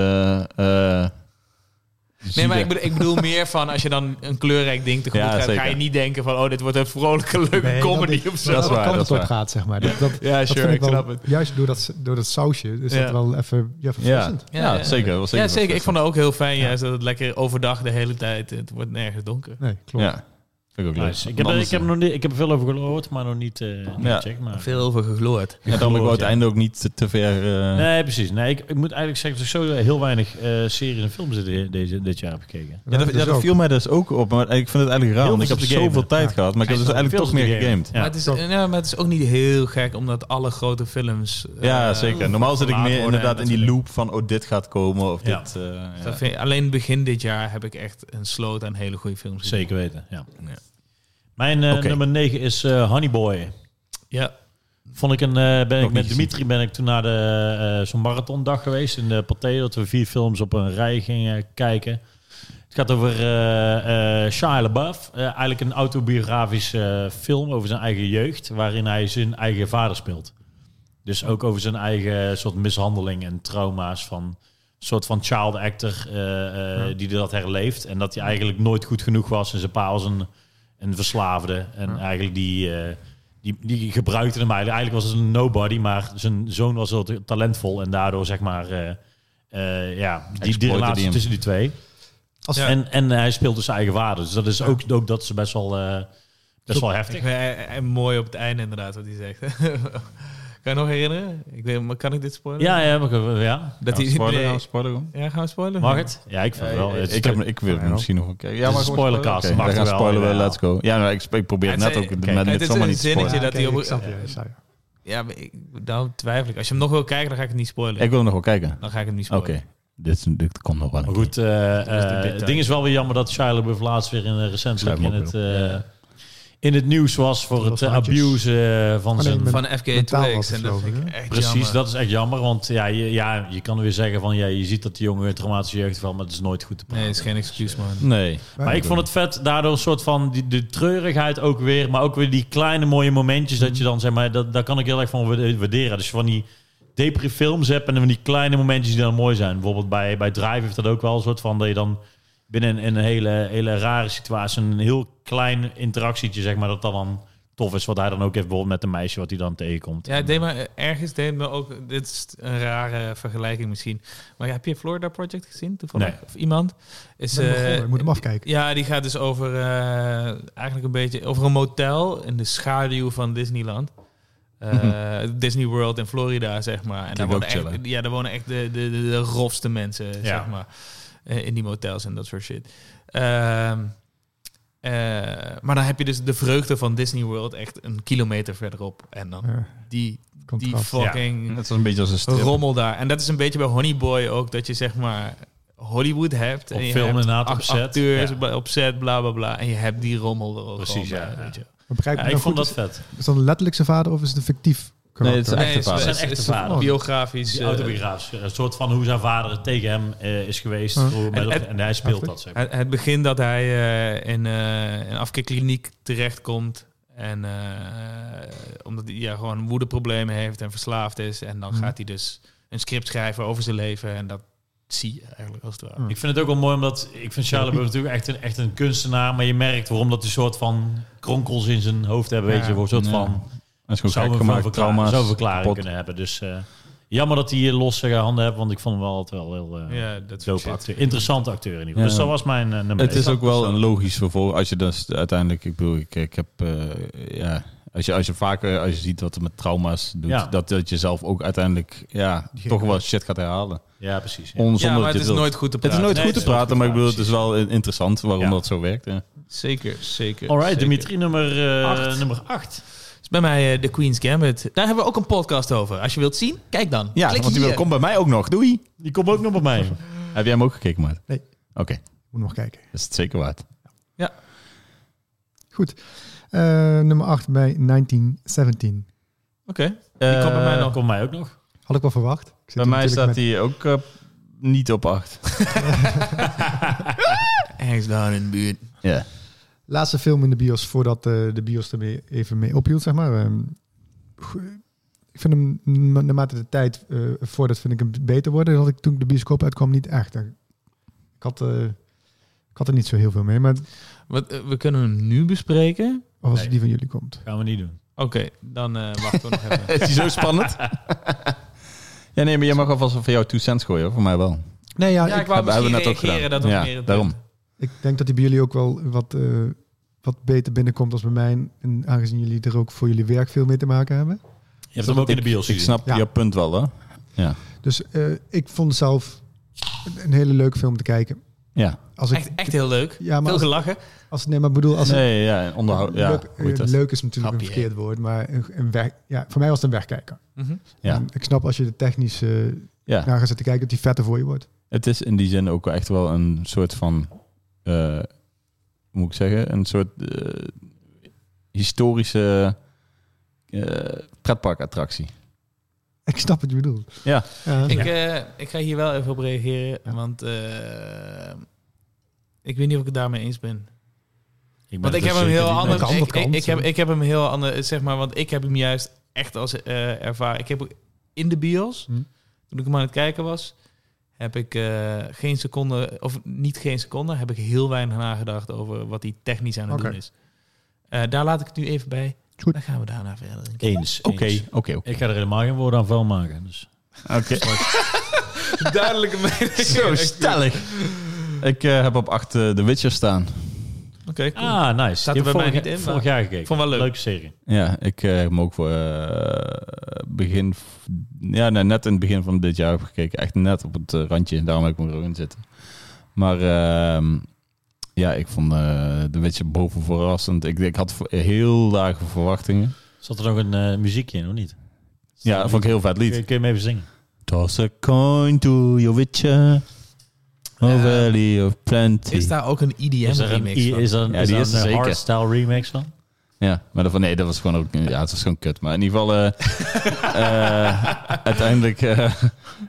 B: eh
C: Nee, maar
B: zielen.
C: ik bedoel, ik bedoel meer van als je dan een kleurrijk ding tegemoet
B: Ja,
C: gaat, ga
B: zeker.
C: je niet denken van oh, dit wordt een vrolijke, leuke
D: Nee, dat
C: comedy
D: niet.
C: of zo.
B: Dat is
D: Dat
B: waar,
D: kan
B: dat
D: het
B: is waar.
D: gaat, zeg maar. Dat, dat,
C: Ja,
D: dat
C: sure,
D: vind
C: ik
D: wel-
C: snap het.
D: Juist door dat, door dat sausje is
C: Ja.
D: dat wel even ja,
B: Ja,
D: verfrissend.
B: ja,
C: Ja, ja.
B: zeker. dat was
C: Ja, zeker. Ik
B: verfrissend.
C: vond het ook heel fijn, juist dat het lekker overdag de hele tijd, het wordt nergens donker.
D: Nee, klopt.
B: Ja, vind ik ook leuk.
A: Nice. Ik, heb,
B: Want
A: ik, heb
B: anders- eh,
A: nog niet, ik heb er veel over gehoord, maar nog niet, eh niet
B: Ja.
A: gecheckt, Maar...
C: Veel over gegloord.
B: ja, daarom ik wou het
A: Ja.
B: einde ook niet te, te ver. eh,
A: Nee, precies. Nee, ik, ik moet eigenlijk zeggen dat ik zo heel weinig eh, series en films dit, deze, dit jaar heb gekeken.
B: Ja, dat,
D: hebben
B: ja,
D: dus
B: dat
D: ook.
B: viel mij dus ook op. Maar ik vind het eigenlijk raar.
A: Heel
B: want
A: niks
B: ik heb
A: op te
B: zoveel
A: gamen.
B: tijd gehad. Maar ik heb dus eigenlijk toch meer gegamed.
A: Ja.
C: maar, het is,
D: toch.
C: eh, ja, maar het is ook niet heel gek, omdat alle grote films... eh,
B: Ja, zeker. Normaal zit ik
A: verlaat
B: meer
A: worden,
B: inderdaad in die
A: natuurlijk.
B: loop van... oh, dit gaat komen of
A: Ja.
B: dit... eh, ja.
C: dat vind ik- alleen begin dit jaar heb ik echt een sloot aan hele goede films. gezien.
A: Zeker weten, ja.
B: Ja.
A: Mijn eh,
B: Oké.
A: nummer 9 is eh Honeyboy.
C: Ja,
A: Vond ik een, eh, ben
B: Nog
A: ik met
B: niet gezien.
A: Dimitri ben ik toen naar de, eh, zo'n marathondag geweest in de Pathé. Dat we vier films op een rij gingen kijken. Het gaat over eh eh Shia LaBeouf. Eh, eigenlijk een autobiografische eh, film over zijn eigen jeugd. Waarin hij zijn eigen vader speelt. Dus ook over zijn eigen eh, soort mishandeling en trauma's van soort van child actor eh, eh, die dat herleeft. En dat hij eigenlijk nooit goed genoeg was. En zijn pa was een, een verslaafde. En eigenlijk die, eh, die, die gebruikte hem eigenlijk. Eigenlijk was het een nobody, maar zijn zoon was heel talentvol. En daardoor zeg maar, eh, eh, ja, die, die
B: Exploited
A: relatie
B: die hem.
A: tussen die twee.
D: Als-
C: Ja.
A: En, en hij speelt dus zijn eigen vader. Dus dat is ook, ook dat is best wel, eh, best wel heftig.
C: ik, eh, eh, mooi op het einde inderdaad wat hij zegt. kan je nog herinneren? Ik weet, maar kan ik dit spoilen?
A: Ja, ja, maar- ja.
C: Dat hij,
B: Spoiler,
C: nee.
B: ja, spoiler gewoon.
C: Ja, gaan we spoilen?
A: Mag het? Ja, ik vind
B: Ja,
A: het wel.
B: ik,
A: Het is
B: ik, heb, ik wil hem misschien nog een keer. Ja,
A: is
B: maar
A: een
B: gewoon
A: spoilercast,
B: Oké,
A: mag
B: we gaan
A: wel,
B: spoilen,
A: ja.
B: let's go. Ja, nou, ik, ik probeer
C: Ja,
B: het
C: het
B: net
C: zijn-
B: ook
C: kijk,
B: met
C: het
B: dit
C: is
B: zomaar
C: een
B: niet te spoilen.
C: zinnetje dat
D: oké,
C: hij op-
D: ik snap je, ik snap je.
C: Ja, maar ik, daarom twijfel ik. Als je hem nog wil kijken, dan ga ik het niet spoilen.
B: Ik wil hem nog wel kijken.
C: Dan ga ik het niet
B: Oké,
C: spoilen.
B: dit, is- dit komt nog wel een
A: Maar
B: keer.
A: goed, eh, eh,
C: is de detail.
A: het ding is wel weer jammer dat Shia LaBeouf laatst weer in, eh, recentelijk
B: Schrijf
A: in
B: hem op,
A: het, eh, in het nieuws was voor
D: Dat
A: het
D: was
A: eh,
D: handjes.
A: abuse eh, van
D: nee,
A: zijn...
D: met-
C: Van FK
D: mentaal was
C: Twigs.
D: het,
C: En dat
D: geloof
C: vind
D: ik,
C: ik
D: hè?
C: echt
A: Precies,
C: jammer.
A: dat is echt jammer, want ja, je, ja, je kan weer zeggen van ja, je ziet dat die jongen een traumatische jeugd heeft, maar het is nooit goed te praten.
C: Nee, is geen excuus, man.
B: Nee.
A: Maar ik vond het vet, daardoor een soort van die, de treurigheid ook weer. Maar ook weer die kleine mooie momentjes dat je dan, zeg maar, dat, daar kan ik heel erg van waarde- waarderen. Dus van die depri films hebt en van die kleine momentjes die dan mooi zijn. Bijvoorbeeld bij, bij Drive heeft dat ook wel een soort van, dat je dan binnen een, een hele, hele rare situatie, een heel klein interactietje, zeg maar, dat dat dan tof is. Wat hij dan ook heeft bijvoorbeeld met een meisje wat hij dan tegenkomt.
C: Ja, het deed me, ergens deed me ook... Dit is een rare vergelijking misschien. Maar heb je Florida Project gezien toevallig?
A: Nee.
C: Of iemand? Is,
D: Ik ben
C: eh,
D: begonnen, ik moet hem afkijken.
C: ja, die gaat dus over eh, eigenlijk een beetje over een motel in de schaduw van Disneyland. Eh, Disney World in Florida, zeg maar. En daar
B: Klinkt
C: wonen,
B: ook
C: echt,
B: chill,
C: ja, daar wonen echt de, de, de, de rofste mensen, zeg maar. eh, in die motels en dat soort shit. Ehm, eh, maar dan heb je dus de vreugde van Disney World echt een kilometer verderop. En dan
D: Ja,
C: die, die
D: contrast.
C: fucking
B: Het is een beetje als een strip.
C: rommel daar. En dat is een beetje bij Honeyboy ook, dat je zeg maar Hollywood hebt.
A: Op
C: en je
A: film
C: hebt
A: inderdaad,
C: act-
A: op set.
C: Acteurs
A: Ja.
C: ba- op set, bla bla bla. En je hebt die rommel er ook
A: Precies,
C: gewoon
A: ja,
C: bij,
A: ja.
C: weet je.
D: Maar begrijp
A: Ja,
D: ik
A: ik
D: nou
A: vond
D: goed,
A: dat vet.
D: Is dat een letterlijk zijn vader of is het een fictief karakter?
B: het is echt-
C: Nee, het is-
B: vader.
C: het is
A: Zijn echte
C: het is
A: vader.
C: Biografisch.
A: Die
C: eh,
A: autobiografisch. Een soort van hoe zijn vader tegen hem eh, is geweest.
D: Huh.
A: hoe-
C: En- en-
A: en hij speelt dat, zeg maar.
C: eh, Het, het begin dat hij eh, in eh, een afkeerkliniek terechtkomt. En eh, omdat hij ja, gewoon woedeproblemen heeft en verslaafd is. En dan
D: Mhm.
C: gaat hij dus een script schrijven over zijn leven. En dat zie je eigenlijk als het ware.
B: Hm. Hmm.
D: Mhm.
A: Ik vind het ook wel mooi, omdat ik vind Charles Burger natuurlijk echt een, echt een kunstenaar. Maar je merkt waarom dat die soort van kronkels in zijn hoofd hebben. Weet
D: Ja.
A: je, voor een soort
B: Ja.
A: van
B: Dat is gewoon
A: zou
B: gek
A: een
B: gemaakt,
A: verklaring,
B: trauma's.
A: zou verklaring
B: kapot.
A: kunnen hebben. Dus eh, jammer dat hij hier losse handen heeft, want ik vond hem wel altijd wel heel eh
C: Ja, dat soort
A: dope
C: shit.
A: acteur. Interessante acteur in ieder geval.
B: Ja.
A: Dus dat was mijn eh, nummer
B: Het
A: één.
B: is ook wel een logisch vervolg. Als je dus uiteindelijk, ik bedoel, ik, ik heb, eh, ja, als je, als je vaker, als je ziet wat er met trauma's doet,
A: Ja.
B: dat, dat je zelf ook uiteindelijk, ja, toch wel shit gaat herhalen.
A: Ja, precies. ja.
B: On,
C: Ja,
B: zonder dat
C: maar
B: je
C: het is
B: wilt.
C: nooit goed te
B: Het is
C: praten.
B: nooit
A: Nee,
B: goed te
A: het is nooit
B: praten, maar ik
A: goed
B: bedoel,
A: te
B: het is wel in- interessant waarom
A: Ja.
B: dat zo werkt. Ja.
C: Zeker, zeker.
A: Alright,
C: zeker.
A: Dimitri, nummer eh,
C: Acht.
A: nummer 8.
C: Het is bij mij eh, The Queen's Gambit. Daar hebben we ook een podcast over. Als je wilt zien, kijk dan.
B: Ja,
C: Klik
B: want die
C: hier.
B: wil- komt bij mij ook nog. Doei.
A: Die komt ook nog bij mij.
B: Heb jij hem ook gekeken, Maarten?
D: Nee.
B: Oké,
D: Moet nog kijken.
B: dat is het zeker waard.
D: Goed. Eh, nummer 8 bij 1917.
C: Oké, die komt bij mij nog.
A: Eh, Komt bij mij ook nog.
D: Had ik wel verwacht. Ik zit
B: Eh, Bij
D: hier
B: mij
D: natuurlijk
B: staat
D: met-
B: die ook eh, niet op acht.
C: Ergens daar in de buurt.
B: Ja.
D: Laatste film in de bios voordat eh, de bios er weer even mee ophield, zeg maar. Ehm, go- ik vind hem na- naarmate de tijd eh, voordat vind ik hem beter worden. Dat had ik toen de bioscoop uitkwam niet echt. Ik had, eh, ik had er niet zo heel veel mee, maar
C: Wat, eh, we kunnen hem nu bespreken.
D: of als
A: Nee.
D: die van jullie komt.
A: Gaan we niet doen.
C: Oké, dan eh wachten we nog even.
B: Is die zo spannend? ja, nee, maar je mag alvast van jou 2 cents gooien, hoor. voor mij wel.
D: Nee, ja,
C: Ja,
D: ik,
C: ik wou
B: Hebben we
C: misschien
B: net ook
C: reageren.
B: gedaan.
C: Dat was
B: Ja,
C: meer het
B: daarom.
C: punt.
D: ik denk dat die bij jullie ook wel wat, eh, wat beter binnenkomt als bij mij. En aangezien jullie er ook voor jullie werk veel mee te maken hebben.
A: Je hebt hem ook in de bios
B: Ik
A: gezien.
B: snap
D: Ja.
B: je punt wel, hè?
D: Dus eh, ik vond zelf een hele leuke film te kijken.
B: Ja.
D: Als ik,
C: Echt, echt heel leuk.
D: ja, maar
C: Veel
D: als,
C: gelachen.
D: als, nee, maar ik bedoel, als,
B: Nee, ja, onderhoud. Ja,
D: Nou, leuk,
B: hoe heet dat?
D: leuk is natuurlijk
C: Grapje,
D: een verkeerd woord, maar een, een weg, ja, voor mij was het een wegkijker.
C: Mhm.
B: Ja.
D: En ik snap als je de technische
B: ja.
D: naar gaat zitten kijken, dat die vetter voor je wordt.
B: Het is in die zin ook echt wel een soort van, eh, hoe moet ik zeggen, een soort eh, historische eh pretparkattractie.
D: Ik snap wat je bedoelt.
B: Ja.
D: Ja.
C: Ik, eh, ik ga hier wel even op reageren, want eh, ik weet niet of ik het daarmee eens ben.
A: ben
C: Want
A: het
C: ik heb
A: dus
C: hem heel
A: zeker niet
C: anders.
A: mee.
D: Kan, dat
C: Ik, ik,
D: kan.
C: ik heb, ik heb hem heel anders, zeg maar, want ik heb hem juist echt als eh ervaren. Ik heb ook in de bios,
D: Hm.
C: toen ik hem aan het kijken was, heb ik eh, geen seconde, of niet geen seconde, heb ik heel weinig nagedacht over wat hij technisch aan het
D: Oké.
C: doen is. Eh, daar laat ik het nu even bij.
D: Goed.
C: Dan gaan we daarna verder.
A: Eens.
B: Oké,
A: eens.
B: oké. oké.
A: Ik ga er helemaal geen woord aan vuil maken. Dus.
C: Duidelijke mening.
B: Zo stellig. Ik eh, heb op acht eh, The Witcher staan.
C: Oké, cool.
A: Ah, nice.
C: Staat
A: Die
C: er bij
A: heb vorig,
C: mij niet in,
A: vorig
C: maar-
A: jaar gekeken.
C: Vond wel leuk.
A: Leuke serie.
B: Ja, ik eh, heb hem ook voor eh, begin, ja, nee, net in het begin van dit jaar heb gekeken. Echt net op het eh, randje, daarom heb ik hem er ook in zitten. Maar ehm, ja, ik vond eh de beetje boven verrassend. Ik, ik had v- heel lage verwachtingen.
A: Zat er nog een eh, muziekje in, of niet?
B: Ja, dat vond ik een heel vet
A: Kun je-
B: lied.
A: kun je hem even zingen?
B: Toss a coin to your witcher, O
C: Ja.
B: valley of plenty.
C: Is daar ook een IDM
A: Is er een,
C: remix van?
A: is er een,
B: Ja,
A: is
B: die
A: er
B: is er
A: een eh,
B: zeker.
A: hardstyle remix van?
B: Ja, maar dat, van- nee, dat was gewoon ook. Ja, het was gewoon kut. Maar in ieder geval, eh, eh, uiteindelijk. eh,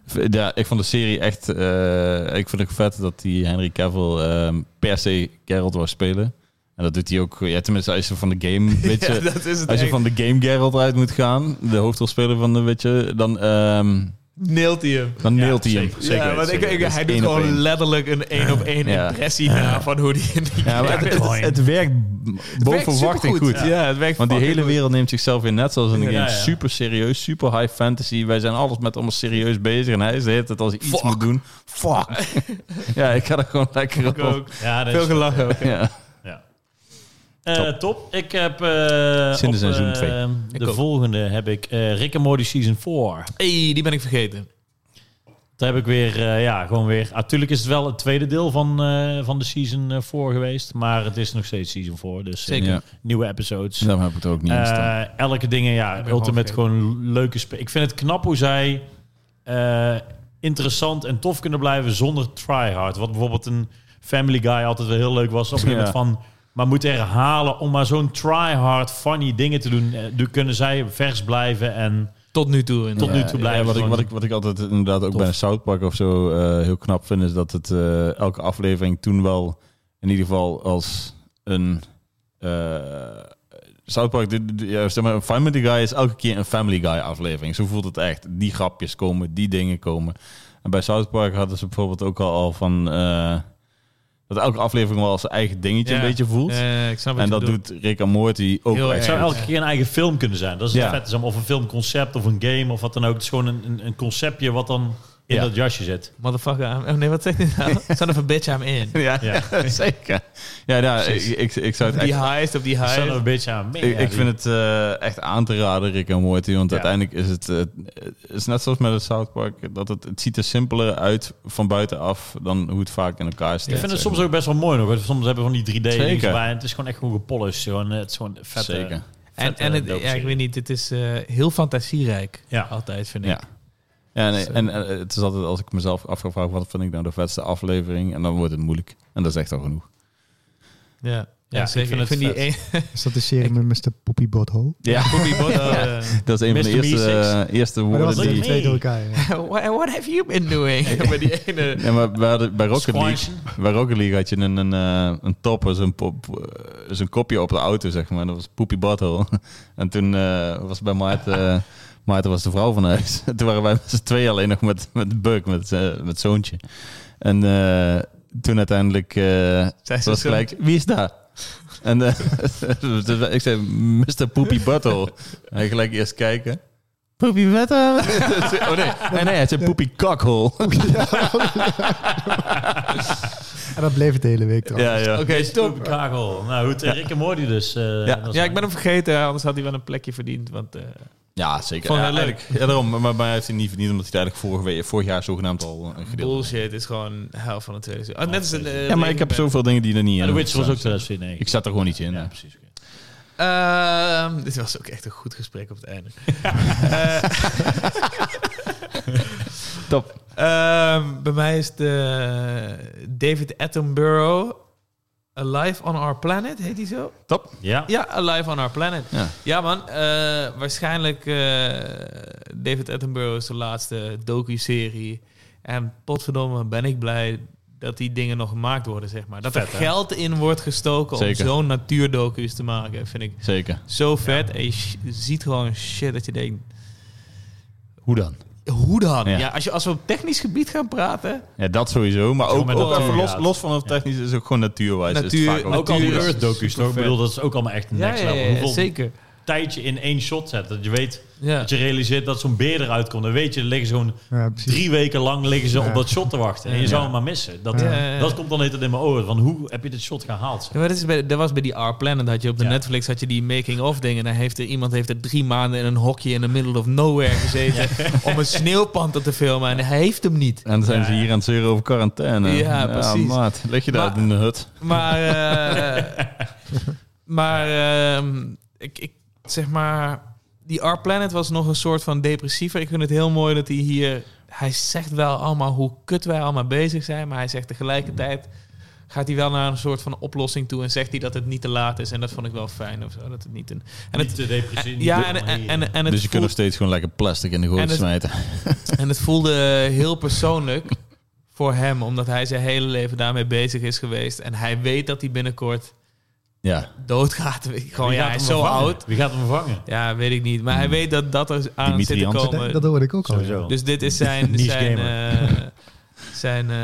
B: v- ja, ik vond de serie echt. eh, ik vond het vet dat die Henry Cavill ehm, per se Geralt wou spelen. En dat doet hij ook. Ja, tenminste, als je van de game. Weet je,
C: Ja, dat is het
B: als je
C: echt.
B: van de game Geralt uit moet gaan, de hoofdrolspeler van de. Weet je, dan. ehm
C: Neelt hij hem.
B: dan mailt hij hem.
A: zeker.
B: Zeker
C: ja,
B: weten,
C: want ik,
B: zeker
C: ik-
B: weten.
C: hij
B: Dat
C: doet
B: is één op
C: gewoon
B: één.
C: letterlijk een één op één
B: Ja.
C: impressie na van hoe die in die
B: Ja, maar het, het, het werkt boven
C: werkt
B: verwachting goed.
C: supergoed. Ja, het werkt
B: Want die
C: fucking
B: hele
C: goed.
B: wereld neemt zichzelf weer net zoals in de
A: Ja,
B: game.
A: ja.
B: Super serieus, super high fantasy. Wij zijn alles met allemaal serieus bezig. En hij is de hele tijd als hij iets
C: Fuck.
B: moet doen. Fuck. ja, ik ga er gewoon lekker op.
C: Ik ook.
A: Ja, dat
C: Veel
A: is-
C: gelachen ook.
B: Ja.
A: Ja. Eh, top. Ik heb eh
B: Zin in
A: op,
B: seizoen
A: eh,
B: twee.
A: de
C: Ik ook.
A: volgende heb ik eh Rick and Morty Season 4.
C: hey, die ben ik vergeten.
A: Daar heb ik weer, eh, ja, gewoon weer... Natuurlijk is het wel het tweede deel van, eh, van de Season eh, 4 geweest. Maar het is nog steeds Season 4. Dus eh,
C: Zeker.
B: Ja.
A: nieuwe episodes.
B: Daarom heb ik het ook niet in staan.
A: Eh, elke dingen,
C: Ik
A: ja,
C: ben
A: ultimate
C: gewoon
A: gewoon leuke spe- Ik vind het knap hoe zij eh, interessant en tof kunnen blijven zonder tryhard. Wat bijvoorbeeld een Family Guy altijd wel heel leuk was. Op een gegeven
B: Ja.
A: moment van, maar moet herhalen om maar zo'n tryhard funny dingen te doen. eh, doen kunnen zij vers blijven en
C: Tot nu toe.
A: tot
C: inderdaad.
A: nu toe blijven.
B: wat, ik,
A: gewoon-
B: wat, ik, wat ik altijd inderdaad ook bij een South Park of zo eh, heel knap vind... is dat het eh, elke aflevering toen wel in ieder geval als een... eh South Park, dit- dit- ja, zeg maar, Family Guy is elke keer een Family Guy aflevering. Zo voelt het echt. Die grapjes komen, die dingen komen. En bij South Park hadden ze bijvoorbeeld ook al, al van... eh, dat elke aflevering wel zijn eigen dingetje
C: Ja.
B: een beetje voelt.
C: Eh, ik snap wat
B: en
C: je
B: dat
C: bedoelt.
B: doet Rick en Morty ook
C: Heel
B: echt.
A: het zou
C: erg.
A: elke keer een eigen film kunnen zijn. Dat is
B: Ja.
A: het vet. Of een filmconcept of een game of wat dan ook. Het is gewoon een, een, een conceptje wat dan in
B: Ja.
A: dat jasje zit.
C: Motherfucker. I'm- oh, nee, wat zegt hij nou? Son of a bitch, I'm in.
B: Ja,
A: Ja.
B: zeker. Ja, ja ik, ik, ik zou het echt
C: Die heist op die
A: Son of
C: heist.
A: a bitch, ja, man,
B: Ik,
A: ja,
B: ik
A: die-
B: vind het eh, echt aan te raden, Rick en Morty. Want
A: Ja.
B: uiteindelijk is het, eh, het is net zoals met het South Park, dat het, het ziet er simpeler uit van buitenaf dan hoe het vaak in elkaar
A: Ik
B: steekt.
A: vind het
B: zeg
A: soms ook best wel mooi nog. want Soms hebben we van die 3D dingen
B: Zeker.
A: erbij. En het is gewoon echt gewoon gepolished. Gewoon, eh, het is gewoon
B: maar.
A: vet.
B: Zeker.
C: En, en het, ja, ik weet niet, het is eh, heel fantasierijk.
A: Ja.
C: Altijd, vind ik.
B: Ja. Ja, en, en, en het is altijd als ik mezelf af ga vragen, wat vind ik nou de vetste aflevering? En dan wordt het moeilijk. En dat is echt al genoeg.
C: Ja.
A: Ja, ik vind het
C: die
A: vet.
C: een-
D: Is dat de serie met Mr. Poppy Butthole?
B: Ja,
A: Poppy Bottle.
B: dat is een van de
A: Mr.
B: eerste,
A: Meeseeks.
B: eh, eerste
D: Maar dat
B: woorden
D: was
A: dat
D: de
B: die...
A: niet-
D: twee door elkaar. ja.
C: what, what have you been doing? Bij die ene...
B: Ja, maar bij, de- bij Rocket League,
A: Squanchen.
B: bij Rocket League had je een, een, eh, een topper, zo'n pop, eh, zo'n kopje op de auto, zeg maar. Dat was Poepie Butthole. En toen eh, was bij Maarten, eh, Maarten was de vrouw van huis. toen waren wij met z'n tweeën alleen nog met, met Buck, met, eh, met zoontje. En eh, toen uiteindelijk eh,
C: Zei ze
B: was
C: zo.
B: gelijk, wie is daar? En eh, dus ik zei, Mr. Poepie Butthole. Hij gelijk eerst kijken. Poepie Butthole? oh nee, nee, nee, hij zei Poepie Cockhole.
D: En dat bleef het de hele week trouwens.
B: ja, ja.
C: Oké, stop.
A: Kagel. Nou, goed. eh, Rick en Morty dus. eh, dat is
C: Ja, ik ben hem vergeten, anders had hij wel een plekje verdiend. Want, eh,
B: Ja, zeker.
C: Vond
B: ja,
C: hij leuk.
B: eigenlijk- Ja, daarom. Maar, maar hij heeft hij niet verdiend omdat hij eigenlijk vorige week, vorig jaar zogenaamd al eh, een gedeelte.
C: bullshit is gewoon hel van het tweede seizoen. Oh, net als een, eh,
B: Ja, maar ik heb zoveel dingen die er niet
A: Ja,
B: in.
A: The Witcher was ook
B: staan.
A: 2009.
B: Ik zat er gewoon niet in.
A: Ja,
B: hè.
A: precies. oké.
C: Ehm, dit was ook echt een goed gesprek op het einde. Eh,
B: Top.
C: Ehm, bij mij is de David Attenborough. Alive on Our Planet, heet hij zo?
B: Top.
A: Ja.
C: Ja, Alive on Our Planet.
B: Ja.
C: Ja, man. eh, waarschijnlijk eh, David Attenborough is de laatste docu-serie. En potverdomme ben ik blij dat die dingen nog gemaakt worden, zeg maar. Dat er
A: Vet, hè?
C: geld in wordt gestoken
B: Zeker.
C: om zo'n natuurdocu's te maken, vind ik
B: Zeker.
C: zo vet. En je sh- ziet gewoon shit dat je denkt,
B: Hoe dan?
C: hoe dan?
B: Ja.
C: Ja, als, je, als we op technisch gebied gaan praten...
B: Ja, dat sowieso. Maar
A: Zo
B: ook,
A: met
B: ook
A: natuur,
B: even los,
A: ja.
B: los van het technisch is ook gewoon natuurwijs.
C: Natuur-
B: is het vaak ook.
A: Ook al die
C: Natuurlijk.
A: Earth docu's, toch? Ik
C: Supervet.
A: bedoel, dat is ook allemaal echt next level. Hoeveel
C: zeker.
A: tijd je in één shot zet. Dat je weet,
C: Ja.
A: dat je realiseert dat zo'n beer eruit komt. Dan weet je, er liggen zo'n
D: Ja, precies.
A: drie weken lang liggen ze
D: Ja.
A: op dat shot te wachten. En je
C: Ja.
A: zou hem maar missen. Dat,
D: Ja.
C: Ja, ja, ja.
A: dat komt dan net in mijn oren. Van hoe heb je dit shot gehaald? zeg.
C: Ja, maar dat, is bij, dat was bij die Our Planet, had je op de
A: Ja.
C: Netflix had je die making-of dingen. Daar heeft er, iemand heeft er drie maanden in een hokje in the middle of nowhere gezeten om een sneeuwpanda te filmen en hij heeft hem niet.
B: En dan zijn ze hier aan het zeuren over quarantaine.
C: Ja, precies.
B: maat. Leg je daar
C: Maar-
B: in de hut.
C: Maar, eh, maar ehm, ik, ik zeg maar, die Our Planet was nog een soort van depressiever. Ik vind het heel mooi dat hij hier, hij zegt wel allemaal hoe kut wij allemaal bezig zijn, maar hij zegt tegelijkertijd gaat hij wel naar een soort van oplossing toe en zegt hij dat het niet te laat is. En dat vond ik wel fijn of zo, dat het niet een. En het,
A: Niet te depressief. niet
C: ja,
A: te-
C: en,
A: maar
C: en,
A: hier.
C: en, en het
B: Dus je kunt nog
C: voelt-
B: steeds gewoon lekker plastic in de
C: En
B: goot
C: het-
B: smijten.
C: en het voelde heel persoonlijk voor hem, omdat hij zijn hele leven daarmee bezig is geweest. En hij weet dat hij binnenkort
B: Ja.
C: doodgaat. Gewoon,
A: Wie
C: ja,
A: gaat
C: hij is
A: hem
C: zo
A: vervangen?
C: oud.
A: Wie gaat hem vangen?
C: Ja, weet ik niet. Maar hij weet dat dat er aan
B: Hmm. Dimitri
C: zit te
B: Jansen.
D: Dat-
C: komen.
D: dat hoorde ik ook al.
A: Sowieso.
C: Dus dit is zijn...
A: Niche
C: zijn, eh, zijn, eh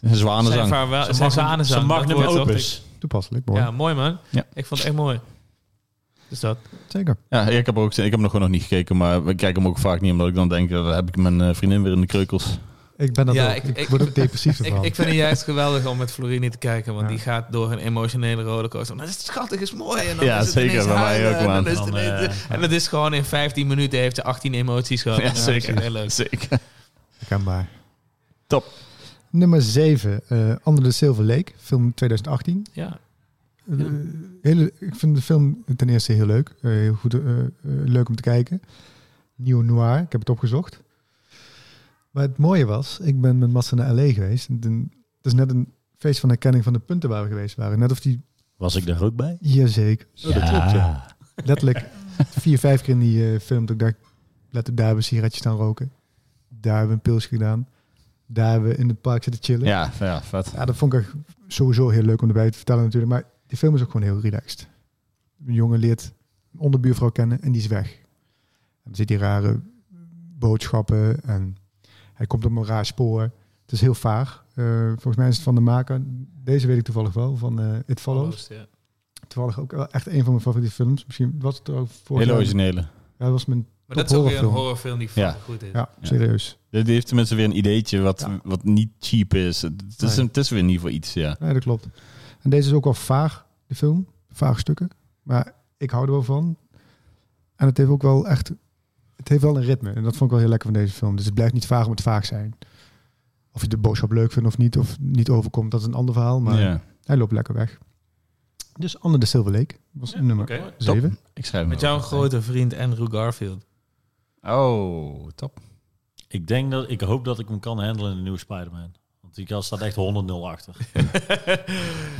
C: zijn
B: Zwanenzang.
C: vaarwel, zijn,
A: Zijn magnum-
C: zanenzang.
A: zijn
C: Dat
A: magnum
C: wordt toch-
A: opus.
D: Toepasselijk, mooi.
C: Ja, mooi man.
B: Ja.
C: Ik vond het echt mooi. Dus dat.
D: Zeker.
B: Ja, ik heb, er ook, ik heb hem nog gewoon nog niet gekeken, maar ik kijk hem ook vaak niet, omdat ik dan denk, eh, heb ik mijn eh, vriendin weer in de kreukels.
D: Ik ben dat
C: Ja,
D: ook.
C: ik-
D: Ik,
C: ik-
D: word ook depressief
C: Ik,
D: ervan.
C: ik vind het juist geweldig om met Florine te kijken, want
D: Ja.
C: die gaat door een emotionele rollercoaster. Maar dat is schattig, is mooi. En dan
B: Ja,
C: is het
B: zeker,
C: ineens
B: bij mij
C: huilen,
B: ook,
C: en dan
B: man.
C: is het
A: Dan,
C: ineens-
A: eh,
C: En dat is gewoon in 15 minuten heeft ze 18 emoties gehad.
B: Ja,
C: En dat is
B: zeker.
C: Heel leuk.
B: Zeker.
D: Herkenbaar.
B: Top.
D: Nummer 7, eh Under the Silver Lake, film 2018.
C: Ja.
D: Eh,
C: Ja.
D: hele, ik vind de film ten eerste heel leuk. Eh, heel goed, eh, eh, leuk om te kijken. Nieuw noir, ik heb het opgezocht. Maar het mooie was, ik ben met Massa naar L.A. geweest. En toen- Het is net een feest van herkenning van de punten waar we geweest waren. Net of die
A: Was ik daar ook bij?
D: hier zeker.
A: Ja. dat klopt, ja.
D: Letterlijk vier, vijf keer in die eh, film. Dat ik dacht, laten we daar een sigaretje staan roken. Daar hebben we een pilsje gedaan. Daar hebben we in het park zitten chillen.
B: Ja, ja, vet.
D: Ja, dat vond ik echt sowieso heel leuk om erbij te vertellen natuurlijk. Maar die film is ook gewoon heel relaxed. Een jongen leert een onderbuurvrouw kennen en die is weg. En dan zit die rare boodschappen en hij komt op een raar spoor. Het is heel vaag. Eh, volgens mij is het van de maker. Deze weet ik toevallig wel, van eh It Follows.
C: Ja.
D: Toevallig ook wel echt een van mijn favoriete films. Misschien was het er ook voor.
B: Hele originele.
D: Ja, dat was mijn...
C: Maar
D: Top
C: dat is ook weer een horrorfilm
D: horrorfilm.
C: die
B: Ja.
C: fucking goed is.
D: Ja,
B: Ja.
D: serieus.
B: Dit heeft tenminste weer een ideetje wat,
D: Ja.
B: wat niet cheap is. Het het is,
D: Nee.
B: het is weer niet voor iets, ja.
D: Nee, dat klopt. En deze is ook wel vaag, de film. Vaag stukken. Maar ik hou er wel van. En het heeft ook wel echt... Het heeft wel een ritme. En dat vond ik wel heel lekker van deze film. Dus het blijft niet vaag om het vaag zijn. Of je de boodschap leuk vindt of niet. Of niet overkomt, dat is een ander verhaal. Maar
B: ja.
D: hij loopt lekker weg. Dus Anne de Silver Lake was nummer
A: Oké.
B: Top.
D: 7.
B: Ik schrijf hem
C: Met jouw
B: wel.
C: grote vriend Andrew Garfield.
B: Oh, top. Oh,
A: Ik denk dat ik hoop dat ik hem kan handelen in de nieuwe Spider-Man. Want Want die gast staat echt 100-0 achter.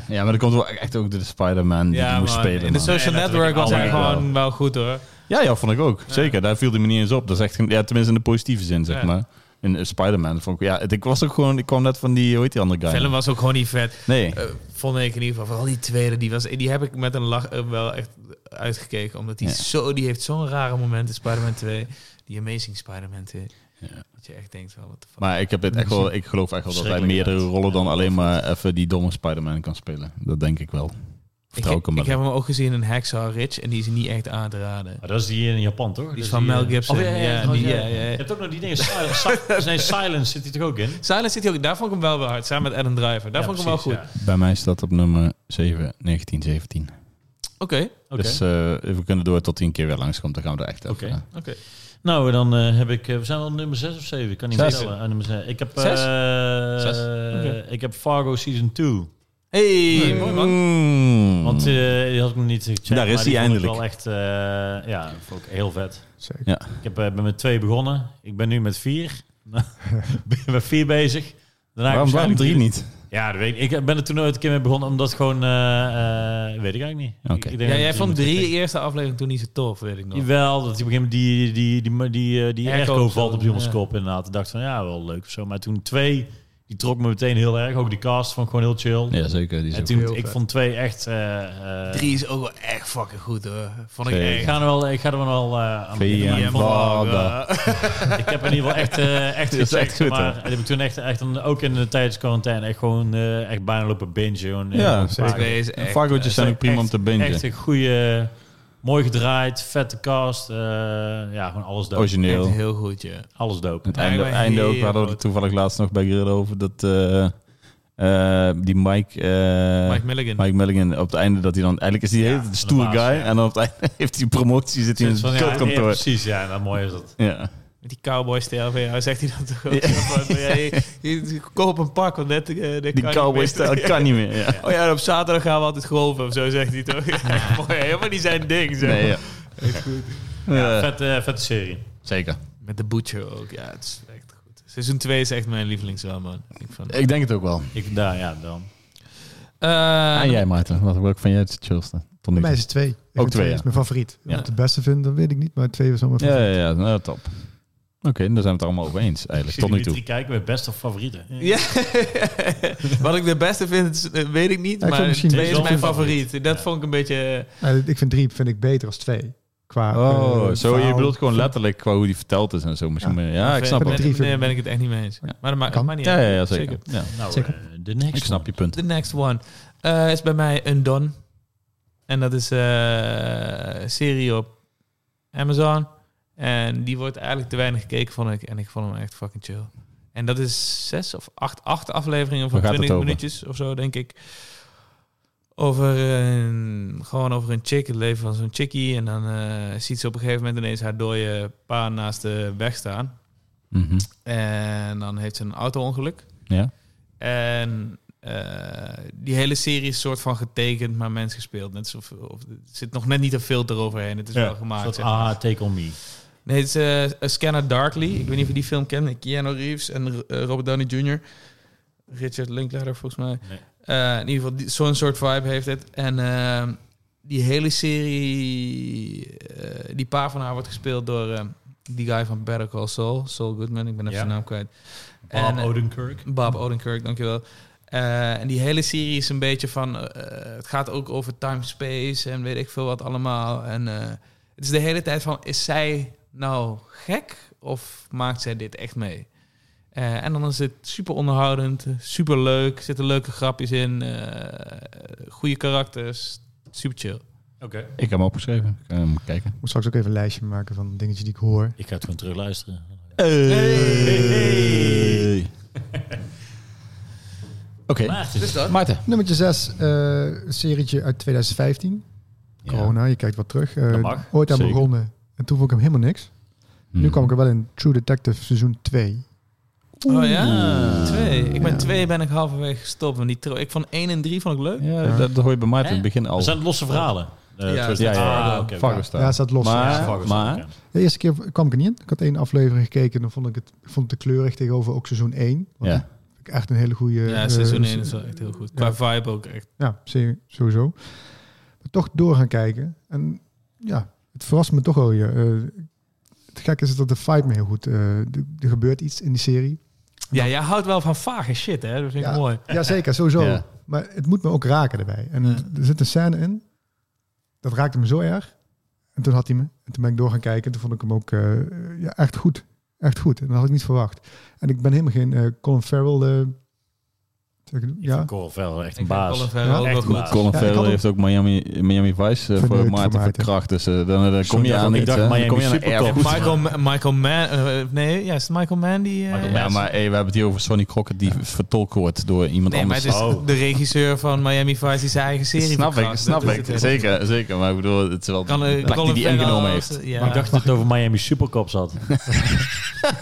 B: Ja, maar dat komt wel echt ook door de Spider-Man die die moest
C: maar
B: spelen.
C: in de
B: man.
C: social
A: Nee,
C: network was hij
A: natuurlijk wel.
C: gewoon wel goed hoor.
B: Ja, ja, vond ik ook. Zeker, daar viel hij me niet eens op. Dat is echt, geen- ja, tenminste in de positieve zin, zeg
C: Ja.
B: maar. In eh, Spider-Man vond ik, ja, het- ik was ook gewoon, ik kwam net van die, hoe heet die andere
C: De
B: guy?
C: film was ook gewoon niet vet.
B: Nee.
C: Eh, vond ik in ieder geval. Vooral die tweede, die, was, die heb ik met een lach eh, wel echt uitgekeken. Omdat die,
B: Ja.
C: zo, die heeft zo'n rare moment in Spider-Man 2. Die Amazing Spider-Man 2.
B: Ja.
C: Dat je echt denkt, wel wat de fuck.
B: Maar ik, heb dit echt wel, ik geloof echt wel dat hij
A: Verschrikkelijk,
B: meerdere
A: ja.
B: rollen dan
A: Ja,
B: alleen maar even die domme Spider-Man kan spelen. Dat denk ik wel.
C: ik,
B: Vertrouw ik hem
C: ik
B: wel.
C: heb hem ook gezien in Hacksaw Ridge en die is niet echt aan te raden.
A: Maar dat is die in Japan, toch?
C: Die
A: Dat
C: is van Mel
A: eh,
C: Gibson.
A: oh, ja, ja, ja,
C: die-
A: ja,
C: ja, ja, ja.
A: Je hebt ook nog die dingen. Silence, Si- nee, Silence zit hij toch ook in?
C: Silent City ook, daar vond ik hem wel wel hard. Samen met Adam Driver. Daar
A: Ja,
C: vond ik hem wel goed.
A: precies,
B: Bij mij staat op nummer 7, 19, 17.
C: Oké.
A: ja. Oké.
B: Dus eh, we kunnen door tot tien keer weer langskomt. Dan gaan we er echt
A: Oké.
B: over. eh.
A: Nou, dan eh, heb ik... eh, we zijn al nummer 6 of 7. Ik kan niet meer
B: Zes.
A: tellen. Ah, nummer zes. Ik heb... eh,
C: Zes? Zes.
A: eh, Ik heb Fargo Season 2.
C: Hey, mooi man.
B: Mm.
A: Want eh, die had ik nog niet gecheckt.
B: Daar is
A: maar die
B: die
A: vond ik
B: eindelijk.
A: wel echt... eh, ja, vond ik heel vet.
D: Zeker.
A: Ik heb, eh, ben met twee begonnen. Ik ben nu met vier. ben met vier bezig. Daarna
B: waarom, waarom
A: waarschijnlijk
B: drie niet?
A: Ja, dat weet ik. Ik ben er toen ooit een keer mee begonnen, omdat gewoon... eh, eh, weet ik eigenlijk niet.
B: Oké.
A: Ik- ik denk
C: Ja,
A: dat
C: jij
A: ik
C: vond
A: moet
C: drie
A: checken.
C: eerste aflevering toen niet zo tof, weet ik nog.
A: Jawel, dat op een gegeven moment die, die, die, die, die, eh, die
C: Airco
A: airco
C: of zo,
A: valt op iemands
C: ja.
A: kop inderdaad. Ik dacht van, ja, wel leuk of zo. Maar toen twee, die trok me meteen heel erg. Ook die cast vond ik gewoon heel chill.
B: Ja, zeker. Die is
A: en
B: ook-
A: toen,
D: heel
A: ik
D: vet.
A: vond twee echt... eh, eh,
C: Drie is ook wel echt fucking goed hoor. Vond ik
B: Zeker.
A: Ik
C: echt.
A: ga er wel, ik ga er wel eh, aan
B: Via
A: beginnen.
B: en
A: Maar ik vond-
B: Vlaanderen.
A: Ik heb in ieder geval echt, eh echt
B: Dat is
A: gecheckt,
B: echt goed,
A: maar
B: hè?
A: en ik heb toen echt, echt een, ook in de tijdens quarantaine echt gewoon eh, echt bijna lopen bingen. Gewoon, eh,
B: Ja,
A: op
D: zeker.
A: Fargo.
C: Deze
B: En
C: echt,
B: Fargootjes
A: eh,
B: zijn ook prima
A: echt-
B: om te bingen.
A: Echt een goede, mooi gedraaid, vette cast. eh, ja, gewoon alles dope.
B: Origineel.
C: echt heel goed, ja.
A: Alles dope.
B: Oh, Het einde,
C: Eigenlijk
B: einde ook,
C: heel
B: we hadden we
C: goed.
B: het toevallig laatst nog bij Guerrilla over dat eh, eh, die Mike, eh,
C: Mike Milligan.
B: Mike Milligan op het einde dat hij dan eigenlijk is die hele tijd de
A: de
B: stoere
A: baas,
B: guy
A: ja.
B: en dan op het einde heeft hij promotie zit hij in
A: Sinds
B: zijn
A: van, ja, ja,
B: kutkantoor.
A: precies, ja, nou, mooi is dat.
B: Ja,
C: Met die cowboy-stijl van jou, zegt hij dat toch ook?
B: Ja.
C: Van, ja, je, je- koop een pak, want net, eh, dat kan
B: die
C: niet
B: cowboy
C: meer.
B: stijl kan niet meer. Ja.
C: Oh ja, op zaterdag gaan we altijd golven of zo, zegt hij toch? Ja, mooi, helemaal niet zijn ding. Zo.
B: Nee, ja. Eh,
A: Vette, vette serie.
B: zeker.
C: Met de butcher ook, ja, het is echt goed. Seizoen 2 is echt mijn lievelingswel, man. Ik van.
B: Ik denk het ook wel.
A: Ik, daar, ja, dan.
C: Eh,
B: en Ah, jij Maarten, wat welk van jij het chillste? Tot nu
D: Bij mij
B: toe.
D: is het twee. Ik vind
B: twee,
D: twee
B: ja.
D: is mijn favoriet.
B: Ja.
D: Of ik het beste vind, dat weet ik niet, maar twee is wel mijn
B: Ja,
D: favoriet.
B: ja, ja, nou, top. Oké, dan zijn we het er allemaal over eens
A: Ik
B: eigenlijk,
A: zie
B: tot nu
A: jullie
B: toe.
A: drie kijken met best of favorieten.
C: Ja. Wat ik de beste vind, is, eh, weet ik niet.
D: Ja, ik
C: maar
D: zou misschien
C: twee
A: Dit
C: is
A: is wel
C: mijn
A: mijn
C: favoriet. Dat
A: Ja.
C: vond ik een beetje...
D: Eh, ik vind drie vind ik beter als twee. Qua,
B: Oh,
D: eh,
B: zo je
D: verhaal.
B: bedoelt gewoon letterlijk qua hoe die verteld is en zo misschien.
D: Ja.
B: meer. Ja, Ah, ik snap
D: Ben-
B: hem.
D: Drie
C: Nee,
D: vind-
C: ben ik het echt niet mee eens.
D: Ja.
C: Maar dat maakt
D: Kan.
C: maakt niet
B: Ja,
C: uit.
B: ja, ja, zeker. Ja.
A: Nou,
D: Zeker.
A: eh, de next
B: Ik snap je punt.
C: The next one eh, is bij mij een Don. En dat is eh, een serie op Amazon. En die wordt eigenlijk te weinig gekeken, vond ik. En ik vond hem echt fucking chill. En dat is zes of acht, acht afleveringen van
B: Waar gaat het
C: 20
B: over?
C: minuutjes of zo, denk ik. Over een, gewoon over een chick, het leven van zo'n chickie. En dan eh, ziet ze op een gegeven moment ineens haar dode pa naast de weg staan.
B: Mhm.
C: En dan heeft ze een auto-ongeluk.
B: Ja.
C: En eh, die hele serie is soort van getekend, maar mens gespeeld. Net alsof, of, er zit nog net niet een filter overheen. Het is wel gemaakt.
A: Dat
C: zeg maar.
A: ah, take on me.
C: Nee, het is eh, A Scanner Darkly. Ik weet niet of je die film kent. Keanu Reeves en eh, Robert Downey Jr. Richard Linklater, volgens mij.
A: Nee.
C: Eh, in ieder geval, die- zo'n soort vibe heeft het. En ehm, die hele serie... eh, die paar van haar wordt gespeeld door ehm, die guy van Better Call Saul. Saul Goodman, ik ben even
A: Ja.
C: zijn naam kwijt.
A: Bob
C: eh,
A: Odenkirk.
C: Bob Odenkirk, dankjewel. Eh, en die hele serie is een beetje van... eh, het gaat ook over time, space en weet ik veel wat allemaal. En eh, het is de hele tijd van... Is zij nou gek of maakt zij dit echt mee? Eh, en dan is het super onderhoudend, super leuk. Zitten leuke grapjes in, eh, goede karakters, super chill.
A: Oké.
B: Ik heb hem opgeschreven. Ik ga hem kijken.
D: Ik moet straks ook even een lijstje maken van dingetjes die ik hoor.
A: Ik ga het gewoon terugluisteren.
B: Hey. Oké.
A: Maarten.
C: Dus dat.
B: Maarten.
D: Nummertje 6, een serietje uit 2015. Corona, je kijkt wat terug. Eh,
A: Dat mag,
D: ooit aan
B: zeker.
D: begonnen. En toen vond ik hem helemaal niks.
B: Mhm.
D: Nu kwam ik er wel in True Detective seizoen 2.
C: Oh ja, twee. Ik ben
D: Ja.
C: twee ben ik halverwege gestopt. Want die tro- ik vond één en drie vond ik leuk.
B: Ja, dat hoor je bij Maarten in het begin al.
A: Dat zijn het losse verhalen. Eh,
C: Ja,
A: Trust-
B: Oh. ja, ja.
A: Ah, oké, oké.
B: Fargo
D: Ja, het
B: staat.
D: staat los.
B: Maar-
D: Ja.
A: Fargo staat
B: maar-
A: ook, ja.
D: De eerste keer kwam ik er niet in. Ik had één aflevering gekeken en dan vond ik het, vond het te kleurig tegenover ook seizoen 1.
B: Ja.
D: ik echt een hele goede...
C: ja,
D: eh,
C: seizoen
D: s-
C: 1 is wel echt heel goed.
D: ja.
C: Qua vibe ook echt.
D: Ja, zeker, sowieso. Maar toch door gaan kijken. En ja, het verrast me toch wel je. het gekke is dat de fight me heel goed... eh, d- er gebeurt iets in die serie.
C: Ja, jij houdt wel van vage shit, hè? Dat vind ik
D: Ja.
C: mooi.
D: Jazeker, sowieso.
B: Ja.
D: Maar het moet me ook raken daarbij. En eh,
C: Ja.
D: er zit een scène in. Dat raakte me zo erg. En toen had hij me. En toen ben ik door gaan kijken. En toen vond ik hem ook eh, ja, echt goed. Echt goed. En dat had ik niet verwacht. En ik ben helemaal geen eh, Colin Farrell... eh, zeg ik-
A: Ja.
D: ja,
A: Cole Farrell, echt een
C: Ik
A: baas.
C: vind Colin Farrell
D: Ja,
A: echt
C: ook wel
A: een
C: goed.
A: baas.
B: Colin
D: Ja, ik
B: Farrell
D: had hem-
B: heeft ook Miami, Miami Vice eh, voor
D: Verneukt,
B: Maarten
D: Maarten.
B: verkracht. Dus eh, dan, dan kom je
A: dacht
B: aan
A: ik
B: iets,
A: dacht
B: hè. Dan
A: Miami
B: kom je aan een
A: Supercop.
B: erfgoed.
C: Michael, Ma- Michael Mann, eh, nee, ja, is het Michael Mann die... eh,
A: Michael
C: ja,
B: Ja, maar hey, we hebben het hier over Sonny Crockett die vertolkt wordt door iemand
C: Nee, maar
B: anders.
C: het is
A: Oh.
C: de regisseur van Miami Vice die zijn eigen serie
B: snap ik,
C: verkracht.
B: snap
C: Dat is
B: ik.
C: het.
B: Zeker, zeker. Maar ik bedoel, het is wel
C: Kan, eh,
B: de plek die
C: Colin
B: die
C: Farrell
B: ingenomen
C: als-
B: heeft.
C: Ja.
A: Maar ik dacht dat het over Miami Supercop zat.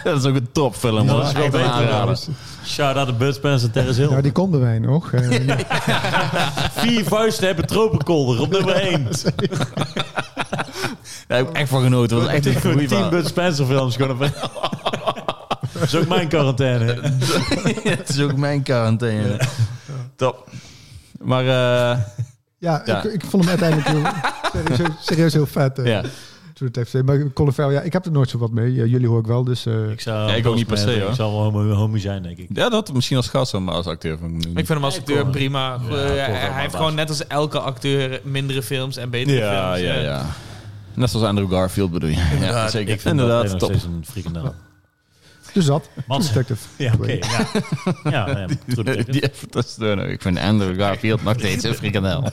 B: dat is ook een topfilm.
A: Ja,
B: hoor.
A: dat is wel
B: Echt een
A: beter,
B: aanrader.
A: ja. Shout out to Bud Spencer en Terrence Hill.
D: ja, die konden wij nog. Eh,
A: Vier vuisten hebben tropenkolder op nummer 1.
B: Daar heb ik echt van genoten. Dat was echt een goede
A: Tien
B: film.
A: Bud Spencer films. Gewoon op... Dat is ook mijn quarantaine.
B: Het is ook mijn quarantaine. Top. Maar eh,
D: Ja,
B: Ja.
D: Ik, ik vond hem uiteindelijk heel, serieus, serieus heel vet. eh,
B: ja.
D: toen het heeft- Maar Colin Farrell, ja, ik heb er nooit zo wat mee. Ja, jullie hoor ik wel, dus... eh,
A: Ik, zou
B: Ja, ik ook niet per se, hoor.
A: Ik zou wel homo, homo zijn, denk ik.
B: ja, dat had misschien als gast, maar als acteur van
C: Ik vind hem als
A: Nee,
C: acteur
A: Colin.
C: prima. Goh,
A: Colin
C: eh,
A: Farrell,
C: hij
A: maar
C: heeft
A: baas.
C: gewoon net als elke acteur mindere films en betere
B: Ja,
C: films.
B: ja,
C: eh.
B: ja. Net zoals Andrew Garfield bedoel je. Ja, zeker.
A: Ik vind Inderdaad,
B: Inderdaad,
A: dat
B: top.
A: nog steeds een frikandel.
D: dus dat, True
A: Mats.
D: Detective.
A: Ja, oké. ja. Ja, nou ja, True Detective.
B: Die even tussendoor. Ik vind Andrew Garfield nog steeds een frikandel.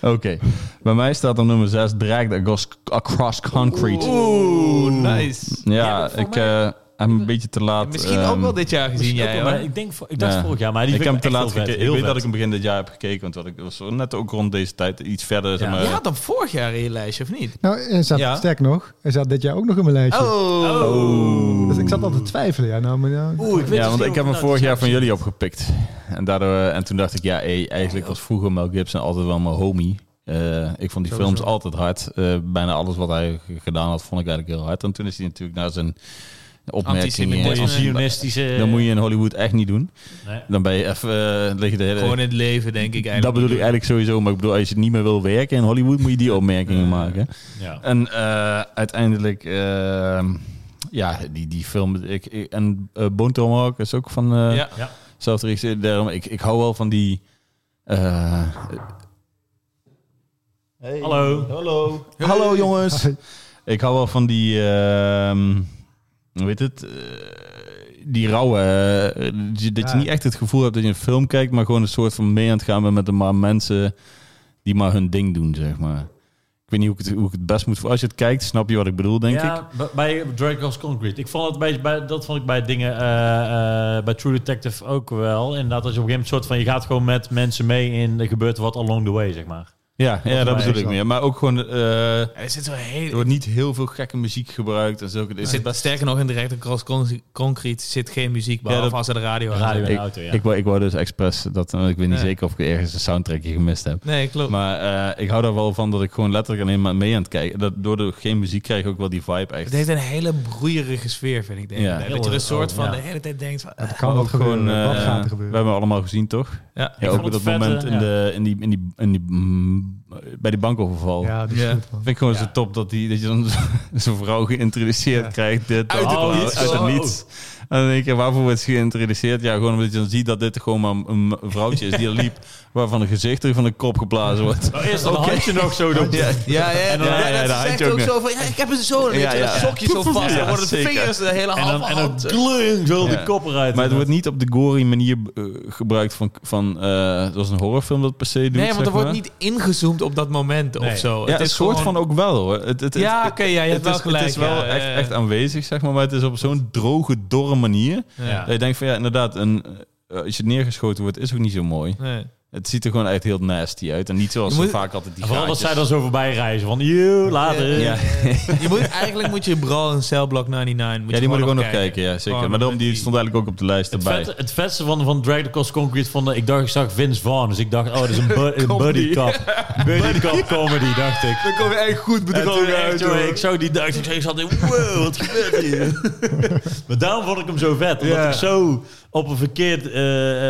B: Oké. Bij mij staat op nummer 6 Dragged Across- Across Concrete.
C: Oeh, nice.
B: Ja,
C: voor
B: ik
C: mij.
B: eh, heb hem een beetje te laat.
C: Misschien ook
B: ehm,
C: wel dit jaar gezien,
A: Misschien ook
C: jij
A: wel, maar
C: hoor.
A: ik, denk, vo- ik dacht
B: Ja.
A: vorig jaar, maar die
B: Ik heb
A: vind
B: hem te
A: echt
B: laat
A: heel vet,
B: gekeken. Ik
A: heel
B: weet
A: vet.
B: dat ik hem begin dit jaar heb gekeken. Want dat ik was zo net ook rond deze tijd iets verder. Zeg
A: Ja.
B: maar,
C: Je had hem vorig jaar in je lijstje, of niet?
D: Nou, hij staat
C: Ja.
D: sterk nog. Hij staat dit jaar ook nog in mijn lijstje.
C: Oh.
D: Dus ik zat altijd te twijfelen. Ja, nou, maar ja,
A: Oeh, ik weet
B: ja,
A: dus
B: want
A: niet
B: ik
A: of
B: heb hem
A: nou
B: vorig
A: dit
B: jaar van jullie opgepikt. En, daardoor, eh, en toen dacht ik, ja, hey, eigenlijk was vroeger Mel Gibson altijd wel mijn homie. Eh, ik vond die films altijd hard. Eh, bijna alles wat hij g- gedaan had, vond ik eigenlijk heel hard. En toen is hij natuurlijk naar zijn opmerkingen.
C: Antisemitisme.
A: Mooie
B: eh,
A: zionistische...
B: Dat moet je in Hollywood echt niet doen.
A: Nee.
B: Dan ben je even eh, lig je de hele...
C: Gewoon in het leven, denk ik
B: dat
C: eigenlijk.
B: bedoel ik eigenlijk sowieso. Maar ik bedoel, als je niet meer wil werken in Hollywood, moet je die opmerkingen maken.
A: Ja.
B: En eh, uiteindelijk, eh, ja, die, die film. Ik, ik- en eh Bone Tomahawk is ook van eh
C: Ja.
A: Ja.
B: zelfde regisseur. Daarom, ik, ik hou wel van die. eh,
A: Hallo.
B: Hallo. Hallo jongens.
D: Hi.
B: Ik hou wel van die. ehm, hoe heet het? Eh, die rauwe. eh, die- dat je
D: Ja.
B: niet echt het gevoel hebt dat je een film kijkt, maar gewoon een soort van mee aan het gaan bent met een paar mensen die maar hun ding doen, zeg maar. Ik weet niet hoe ik het, hoe ik het best moet. Als je het kijkt, snap je wat ik bedoel, denk ik.
A: ja, b- bij Dragon's Concrete. Ik vond het bij, bij, dat vond ik bij dingen, eh, eh, bij True Detective ook wel. Inderdaad, als je op een gegeven moment soort van, je gaat gewoon met mensen mee in, er gebeurt wat along the way, zeg maar.
B: Ja, ja
A: is
B: dat
A: mij
B: bedoel
A: ook
B: ik
D: zo.
B: meer. Maar ook gewoon. eh,
C: Er zit zo
B: er
C: heel...
B: wordt niet heel veel gekke muziek gebruikt en zulke
C: Er
B: dingen.
C: zit, sterker nog, in direct across con- concrete zit geen muziek, behalve
B: Ja, dat-
C: als er de radio aan
A: Radio
C: zit.
A: en auto, ja.
B: Ik, wou, ik wou dus expres dat. eh, Ik weet niet
C: Ja.
B: zeker of ik ergens een soundtrackje gemist heb.
C: Nee, klopt.
B: Maar eh, ik hou er wel van dat ik gewoon letterlijk alleen maar mee aan het kijken. Dat door de, geen muziek krijg ik ook wel die vibe echt.
C: het heeft een hele broeierige sfeer, vind ik. Denk.
B: Ja.
C: ik. Dat je er een soort van
A: Ja.
C: de hele tijd denkt van...
D: dat
C: eh,
D: kan
B: Maar
D: ook
B: ook
D: gewoon. wat
B: eh,
D: gaat er
B: We
D: gebeuren?
B: hebben allemaal gezien, toch?
C: ja.
B: Ja,
A: vond
B: ook
A: het
B: op dat
A: vet,
B: moment
A: eh,
B: in
A: ja.
B: de, in die, in die, in die, mm, bij die bankoverval.
D: Ja, dat is
C: Ja.
D: goed. man.
B: Vind ik gewoon
A: Ja.
B: zo top dat, die, dat je dan zo- zo'n vrouw geïntroduceerd
D: Ja.
B: krijgt. Dit,
C: Uit het
B: dat,
A: niets.
B: uit het
A: Oh.
B: niets. En dan denk je, waarvoor wordt ze geïntroduceerd? Ja, gewoon omdat je dan ziet dat dit gewoon maar een een vrouwtje is die er liep. Waarvan een gezicht er van de kop geblazen wordt.
A: Nou, eerst dat handje nog zo doen.
B: Ja,
C: Ja, ja,
A: En dan-
B: ja, ja,
C: dat
B: daar
C: ze
B: had je
C: zegt
B: ook
C: ook
B: nog.
C: zo van, ja, ik heb een zoon, weet
B: Ja,
C: je, dat
B: ja.
C: sokje zo vast,
B: Ja,
C: dan worden de
B: zeker.
C: vingers de hele
A: En
C: halve
A: dan, en dan
C: hand.
A: kling, zo
B: Ja.
A: de kop eruit.
B: Maar het wordt niet op de gory manier eh, gebruikt van, van eh, zoals een horrorfilm dat per se doet.
C: Nee, want
B: zeg
C: er wordt
B: maar.
C: niet ingezoomd op dat moment
A: Nee.
C: of zo.
B: Ja, het is soort van ook wel hoor. Het, het, het-
C: Ja, oké, ja, je hebt
B: het
C: wel
B: is,
C: gelijk.
B: Het is wel
C: ja,
B: echt,
C: eh,
B: echt aanwezig, zeg maar. Maar het is op zo'n droge, dorre manier.
A: Ja.
B: Dat je denkt van ja, inderdaad, een, eh, als je neergeschoten wordt, is ook niet zo mooi.
C: Nee.
B: Het ziet er gewoon echt heel nasty uit. En niet zoals
C: Je
B: ze
C: moet-
B: vaak altijd die
A: En vooral dat zij
B: gaatjes-
A: dan zo voorbij reizen. Van, joe, later.
B: Ja.
C: Je moet, eigenlijk moet je Brawl en Cellblock 99... Moet
B: ja,
C: je
B: die moet ik ook nog
C: nog
B: kijken. Ja,
C: Gewoon
B: zeker. Maar daarom,
C: met
B: die
C: die-
B: stond eigenlijk ook op de lijst
A: Het,
B: erbij.
A: vet, het vetste van, van Drag the Cost Concrete vond ik, ik dacht, ik zag Vince Vaughn. Dus ik dacht, oh, dat is een, bu- een buddy cop. Buddy cop comedy, dacht ik.
B: Dan kom je echt goed
A: En toen echt, joh, ik zou die duik, ik zat in, wow, wat gebeurt hier? maar daarom vond ik hem zo vet, omdat
B: Ja.
A: ik zo op een verkeerd, eh,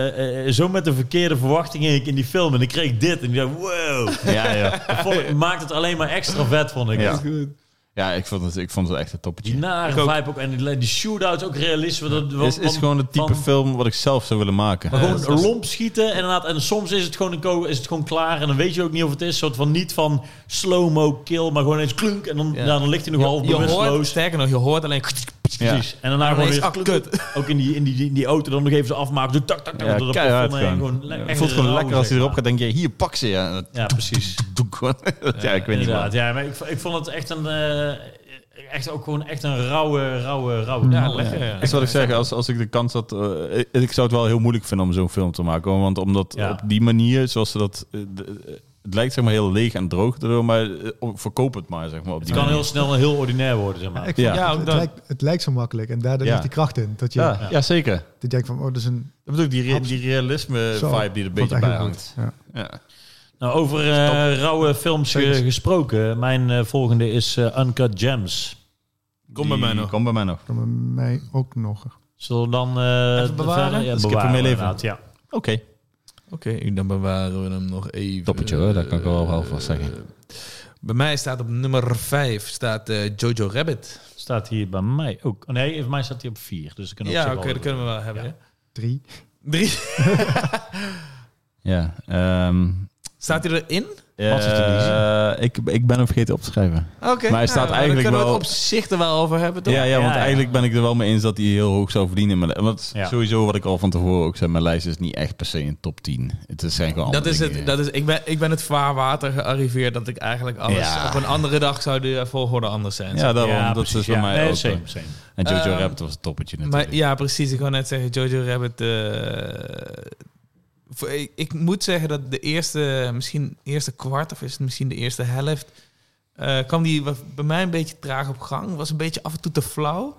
A: eh, eh, zo met de verkeerde verwachtingen ging ik in die film. En ik kreeg dit. En ik dacht, wow.
B: Ja, ja.
A: Dat vond ik- maakt het alleen maar extra vet, vond ik.
B: Ja.
C: Goed.
B: ja ik, vond het, ik vond het echt een toppetje.
A: Die nare
C: Ik ook.
A: vibe ook. En die, die shootouts ook realisme. Dat,
B: Het is, is gewoon het type
A: van-
B: film wat ik zelf zou willen maken.
A: Maar
B: Ja,
A: gewoon
B: Eh, dat is-
A: lomp schieten en inderdaad. En soms is het gewoon, een ko- is het gewoon klaar. En dan weet je ook niet of het is. Een soort van niet van slow-mo kill. Maar gewoon eens klunk. En dan,
C: Ja.
A: nou, dan ligt hij nog half
C: Je hoort,
A: bewusteloos.
C: sterker nog, je hoort alleen...
B: Ja.
A: Precies. En daarna gewoon
C: Ineens,
A: weer
C: ah,
A: klunk.
C: kut.
A: Ook in die, in die, in die auto dan nog even ze afmaken. Doe tak, tak, tak.
B: Ja,
A: dat
B: keihard
A: plafond heen.
B: gewoon.
A: le-
B: Ja,
A: echt
B: het voelt gewoon
A: rauw,
B: lekker als
A: zeg
B: hij erop
A: maar.
B: gaat, denk je, hier, pak ze. Ja, En
A: Ja, precies.
B: dat doe ik gewoon. ja, ik weet niet wat.
A: Inderdaad. Ja, maar ik, v- ik vond het echt een... eh, echt ook gewoon echt een rauwe, rauwe, rauwe...
C: Ja,
A: knal.
C: lekker, ja.
B: Dat is wat ik zeg, als, als ik de kans had... eh, ik- ik zou het wel heel moeilijk vinden om zo'n film te maken. hoor. Want omdat
A: Ja.
B: op die manier, zoals ze dat... eh, de- eh, het lijkt zeg maar heel leeg en droog daardoor, maar eh, oh, verkoop het maar, zeg maar. Op
A: Het
B: die
A: kan
B: manier.
A: heel snel heel ordinair worden, zeg maar.
D: ik
B: Ja.
D: vond-
C: Ja, ook
D: het, het
C: dat.
D: lijkt, het lijkt zo makkelijk. En daar daar
B: Ja.
D: ligt die kracht in. Dat je,
B: Ja, ja. zeker.
D: dat je denkt van, oh, dat is een...
B: Dat bedoel ik, die, re-
D: Absoluut.
B: die realisme
D: Zo,
B: vibe die er een
D: ik vond
B: beetje
D: het
B: bij
D: echt heel goed.
B: hangt.
D: Ja.
B: Ja.
A: Nou, over eh rauwe films ge-
D: Thanks.
A: gesproken. Mijn eh, volgende is eh, Uncut Gems.
B: Die- Kom bij mij nog.
D: Kan bij mij ook nog.
A: Zullen we dan... eh,
C: Even bewaren?
A: verder- Ja,
B: Skip
A: bewaren,
B: hem heel even.
A: inderdaad, Ja.
B: Oké.
C: Oké, dan bewaren we hem nog even.
B: Toppetje, hoor, dat kan ik wel wel vast zeggen.
C: Eh, Bij mij staat op nummer 5 staat eh, Jojo Rabbit.
A: Staat hier bij mij ook. Oh, nee, voor mij staat hij op vier. Dus ik kan
C: Ja, oké, dat kunnen we wel hebben.
A: Ja.
C: hè.
D: Drie.
C: Drie.
B: Ja. ehm,
C: Staat hij erin?
A: Wat is er te
B: eh, ik, ik ben hem vergeten op te schrijven.
C: Oké.
B: Maar hij
C: nou,
B: staat
C: dan
B: eigenlijk
C: kunnen we
B: wel-
C: het op zich er wel over hebben, toch?
B: Ja, ja,
A: Ja,
B: want
A: ja.
B: eigenlijk ben ik er wel mee eens dat hij heel hoog zou verdienen. Maar want
A: Ja.
B: sowieso wat ik al van tevoren ook zei, mijn lijst is niet echt per se een top 10. Het is zijn gewoon
C: Dat
B: andere
C: is
B: dingen.
C: het. Dat is, ik, ben, ik ben het vaarwater gearriveerd dat ik eigenlijk alles...
B: Ja.
C: Op een andere dag zou de volgorde anders zijn.
B: ja, daarom.
A: Ja,
B: dat
A: precies,
B: is bij
A: ja.
B: mij
A: Nee,
B: ook.
C: eh.
B: eh,
A: same, same.
B: En Jojo
C: Ehm,
B: Rabbit was het toppetje natuurlijk.
C: Maar ja, precies. Ik wou net zeggen, Jojo Rabbit. eh, voor- ik, ik moet zeggen dat de eerste, misschien eerste kwart of is het misschien de eerste helft, eh, kwam die wat- bij mij een beetje traag op gang. Was een beetje af en toe te flauw,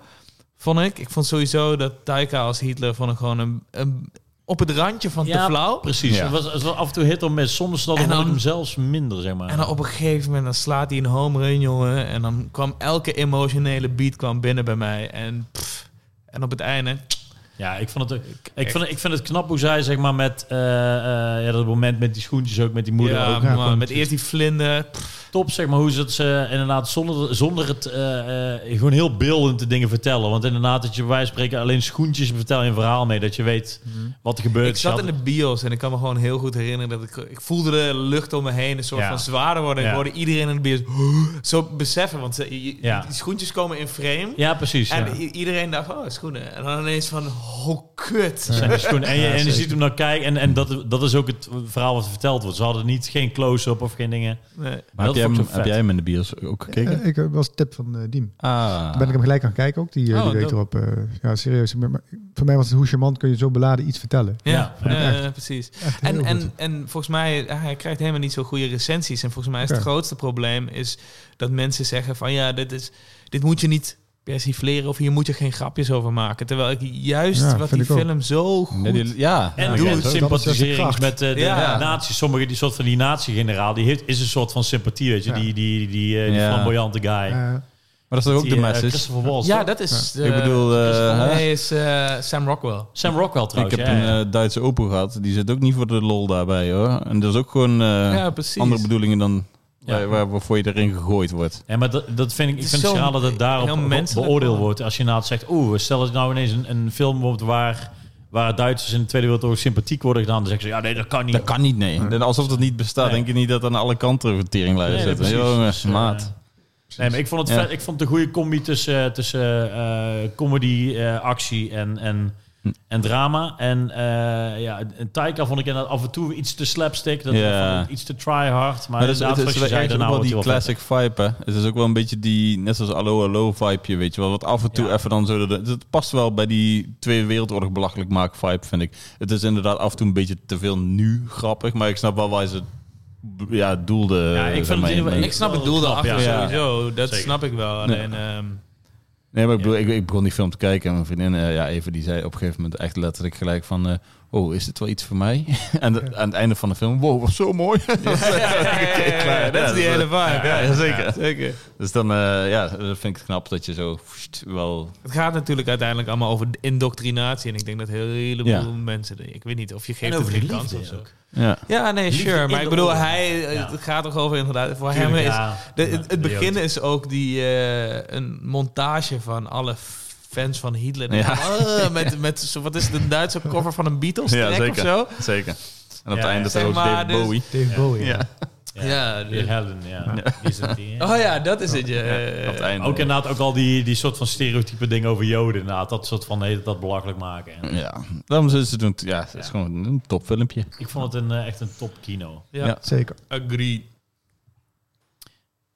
C: vond ik. Ik vond sowieso dat Taika als Hitler vond ik gewoon een, een- op het randje van
A: Ja,
C: te flauw.
A: Precies.
B: Ja.
A: Het, was, het was af en toe hit of miss. Soms dat
C: En
A: ik
C: dan-
A: hem zelfs minder, zeg maar.
C: En dan op een gegeven moment dan slaat hij een home run, jongen. En dan kwam elke emotionele beat kwam binnen bij mij. En, pff, en op het einde...
A: Ja, ik vond het, ook- ik vind, ik vind het knap hoe zij, zeg maar, met eh, eh, ja, dat moment met die schoentjes ook, met die moeder ook.
C: ja,
D: ja,
C: man,
D: komt-
C: met eerst die vlinder.
A: top, zeg maar, hoe ze het ze inderdaad zonder, zonder het eh, eh, gewoon heel beeldend de dingen vertellen. Want inderdaad, dat je bij wijze van spreken alleen schoentjes vertel je een verhaal mee, dat je weet wat er gebeurt.
C: Ik zat
A: Ze
C: in
A: hadden-
C: de bios en ik kan me gewoon heel goed herinneren dat ik, ik voelde de lucht om me heen een soort
A: Ja.
C: van zwaarder worden. Ik
A: Ja.
C: hoorde iedereen in de bios zo beseffen, want ze, je- je-
A: Ja.
C: die schoentjes komen in frame.
A: Ja, precies.
C: En
A: ja.
C: i- iedereen dacht, oh, schoenen. En dan ineens van, oh, kut.
A: Dat zijn de schoenen. En je, en je
D: zeker.
A: ziet hem dan kijken. En, en dat, dat is ook het verhaal wat verteld wordt. Ze hadden niet geen close-up of geen dingen.
C: Nee.
A: dat
B: Maar heb, jij
A: vond ik
B: hem,
A: zo
B: heb
A: vet.
B: jij hem in de bios ook gekeken?
D: Eh, ik eh, was tip van eh Diem.
B: ah.
D: Toen ben ik hem gelijk gaan kijken ook, die, eh,
C: Oh,
D: die week
C: dope.
D: erop. eh, ja, serieus. Ik ben- maar- Voor mij was het hoe charmant kun je zo beladen iets vertellen.
C: Ja,
A: Ja,
C: eh, precies.
D: Echt heel
C: En,
D: goed.
C: en, en volgens mij, eh, hij krijgt helemaal niet zo goede recensies. En volgens mij is het
D: Ja.
C: grootste probleem is dat mensen zeggen van ja, dit, is, dit moet je niet persifleren of hier moet je geen grapjes over maken. Terwijl ik juist
D: Ja,
C: wat
D: vind
C: die
D: ik ook.
C: film zo goed...
B: Nee, die- ja.
A: En
B: Ja,
A: doe het
B: ik weet
D: ook. Dat
A: sympathiserings
D: is de
A: met eh, de,
C: Ja.
A: naties Sommigen, die soort van die natiegeneraal, die heeft, is een soort van sympathie, weet je.
D: Ja.
A: Die, die, die, eh, die
B: Ja.
A: flamboyante guy.
D: Eh,
B: Maar dat is toch ook
A: Die,
B: de
A: eh,
B: message?
A: Christopher Waltz.
C: Ja,
A: toch?
C: dat is...
B: ik
C: eh,
B: bedoel, eh, hè?
C: Hij is eh, Sam Rockwell.
A: Sam Rockwell
B: ik
A: trouwens.
B: heb
A: ja,
B: een
A: ja.
B: eh, Duitse opo gehad. Die zit ook niet voor de lol daarbij hoor. En dat is ook gewoon eh,
C: ja, precies.
B: andere bedoelingen dan
A: Ja.
B: waar, waar- waarvoor je erin gegooid wordt.
A: Ja, maar dat, dat vind ik, ik
C: Het is
A: vind het
C: zo'n
A: schade dat het daarop
C: heel
A: be-
C: menselijk
A: beoordeeld
C: man.
A: wordt. Als je inderdaad zegt, oeh, stel dat je nou ineens een, een film wordt waar, waar Duitsers in de Tweede Wereldoorlog sympathiek worden gedaan. Dan zeggen ze, ja nee, dat kan niet.
B: Dat kan niet, nee. En alsof dat niet bestaat,
A: Nee.
B: denk je niet dat aan alle kanten verteringlijnen
A: Nee, nee,
B: zitten.
A: precies.
B: Jongen,
A: Dus, eh,
B: maat.
A: Nee, maar ik vond het
B: Ja.
A: vet. Ik vond het een goede combi tussen, tussen eh, comedy, eh, actie en, en,
B: Hm.
A: en drama. En eh ja, en Taika vond ik inderdaad af en toe iets te slapstick. Dat
B: Ja.
A: vond ik iets te try hard. Maar,
B: maar dat is,
A: inderdaad,
B: het
A: zoals
B: is
A: je zei,
B: eigenlijk
A: daarna
B: ook wel
A: wordt
B: die
A: hij wel vet.
B: classic vibe, hè. Het is ook wel een beetje die, net zoals Allo Allo vibeje, weet je wel. Wat af en toe
A: Ja.
B: even dan zo... Dat, dat past wel bij die Tweede Wereldoorlog belachelijk maken vibe, vind ik. Het is inderdaad af en toe een beetje te veel nu grappig, maar ik snap wel waar ze ja, doelde.
A: Ja, ik
B: zeg
A: vind het
B: maar,
A: heel-
B: in-
C: Ik snap het doel
A: Knap,
C: daarachter
B: ja.
C: sowieso. Dat
A: Zeker.
C: snap ik wel. Alleen, ehm,
B: Nee, maar ik, bedoel, ik, ik begon die film te kijken en mijn vriendin, eh, ja, even die zei op een gegeven moment echt letterlijk gelijk van... eh, oh, is dit wel iets voor mij? en de- aan het einde van de film, wow, was zo mooi. Dat is echt klaar.
C: dat is die
B: Ja,
C: hele vibe.
B: Ja,
C: Ja,
B: ja, zeker.
C: zeker.
B: Dus dan eh, ja, dat vind ik knap dat je zo pst, wel...
C: Het gaat natuurlijk uiteindelijk allemaal over de indoctrinatie. En ik denk dat heel heleboel
B: Ja.
C: mensen... Ik weet niet of je
A: En
C: geeft
A: over
C: het
A: die
C: geen kans of
A: liefde
C: zo.
A: ook.
B: Ja.
C: Ja, nee,
A: Liefde
C: sure.
A: in
C: Maar ik
A: de
C: bedoel,
A: oorlog.
C: hij,
A: Ja.
C: het gaat toch over inderdaad... Voor
A: Tuurlijk,
C: hem is
A: ja.
C: de,
A: Ja,
C: het, het
A: idioot.
C: begin is ook die, eh, een montage van alle fans van Hitler.
B: Ja.
C: Ah, met, met, zo- wat is het, een Duitse cover van een Beatles
B: Ja,
C: track of
B: zeker.
C: zo?
B: Zeker. En op
A: Ja,
B: het einde
C: zeg
B: is ook
C: maar,
B: David
C: dus-
B: Bowie.
D: David Bowie.
B: Ja.
A: Ja,
C: Ja,
A: die
C: dus-
A: Helen, ja. Die is het, die, hè?
C: Oh ja, dat is het. Ja.
B: Ja, op het einde.
A: Ook inderdaad, ook al die, die soort van stereotype dingen over Joden. Inderdaad, dat soort van nee, dat belachelijk maken. En
B: Ja, daarom zullen ze doen. Ja, het is gewoon een topfilmpje.
A: ik vond het een, eh, echt een top kino.
C: Ja.
B: Ja.
D: Zeker.
C: Agreed.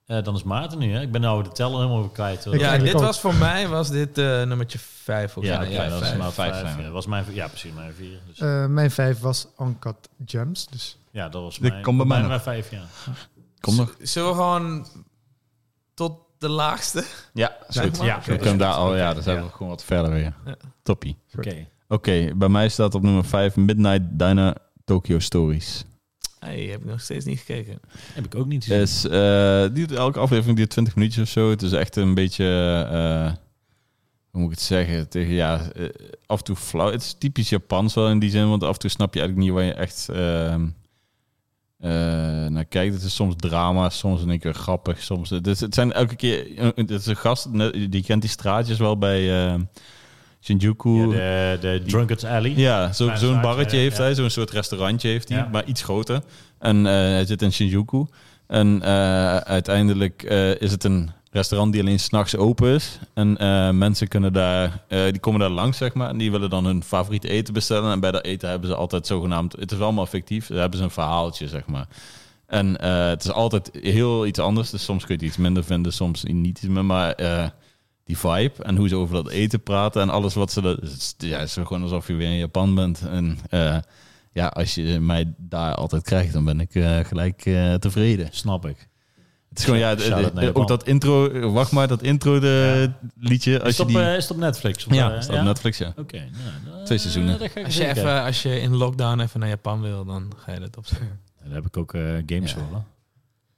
A: Eh, dan is Maarten nu, hè? Ik ben nou de teller helemaal kwijt. hoor.
D: Ik
C: Ja, dit
D: eigenlijk ook.
C: was voor mij was dit eh nummertje 5 of
B: Ja,
A: oké,
B: ja,
A: dat is
B: vijf.
A: maar
B: Vijf
A: vijf.
B: zijn we.
A: eh, was mijn, ja, precies, mijn vier. Dus,
D: Eh, mijn vijf was Uncut Gems. Dus
A: ja, dat was
B: dit
A: mijn,
B: komt bij mij
A: mijn,
B: nog.
A: mijn vijf, ja.
B: Kom nog.
C: Zullen we gewoon tot de laagste?
B: Ja,
D: Ja,
B: zo.
C: maar?
A: Ja,
C: Oké.
B: We kunnen daar al, ja, dan zijn
A: Ja.
B: we gewoon wat verder weer.
C: Ja.
B: Toppie.
A: Oké.
B: Oké, bij mij staat op nummer 5 Midnight Diner Tokyo Stories.
C: Hey, heb ik nog steeds niet gekeken.
A: Heb ik ook niet gezien.
B: Is, eh, duurt, elke aflevering duurt 20 minuutjes of zo. Het is echt een beetje, eh, hoe moet ik het zeggen, tegen ja, eh, af en toe flauw. Het is typisch Japans wel in die zin, want af en toe snap je eigenlijk niet waar je echt ehm, eh, naar kijkt. Het is soms drama, soms in één keer grappig. Soms, het, is- het zijn elke keer, eh, het is een gast, ne- die kent die straatjes wel bij eh, Shinjuku.
A: Ja, de, de Drunkard's Alley.
B: Ja, zo- zo'n
A: Kleine zaakje,
B: barretje heeft
A: ja.
B: hij, zo'n soort restaurantje heeft hij,
A: Ja.
B: maar iets groter. En eh, hij zit in Shinjuku. En eh, uiteindelijk eh, is het een restaurant die alleen s'nachts open is. En eh, mensen kunnen daar, eh, die komen daar langs, zeg maar. En die willen dan hun favoriete eten bestellen. En bij dat eten hebben ze altijd zogenaamd, het is allemaal fictief, daar hebben ze een verhaaltje, zeg maar. En eh, het is altijd heel iets anders. Dus soms kun je het iets minder vinden, soms niet iets meer. Maar eh, die vibe en hoe ze over dat eten praten en alles wat ze... Dat, het is- ja, het is gewoon alsof je weer in Japan bent. En eh, ja, als je mij daar altijd krijgt, dan ben ik eh, gelijk eh, tevreden.
A: Snap ik.
B: Het is gewoon, ja,
A: Shout-out
B: de- de-
A: naar Japan.
B: ook dat intro... Wacht maar, dat intro de liedje. Als
A: Is het,
B: je
A: op,
B: die,
A: eh, is het op Netflix? Of,
B: ja,
A: eh,
B: staat op Netflix, ja.
A: Oké. nou, dan-
B: Twee seizoenen.
A: eh, dat ga ik
C: Als je,
A: eens even...
C: even, als je in lockdown even naar Japan wil, dan ga je dat opzoeken.
A: Daar heb ik ook eh, games
B: Ja.
A: voor. hoor.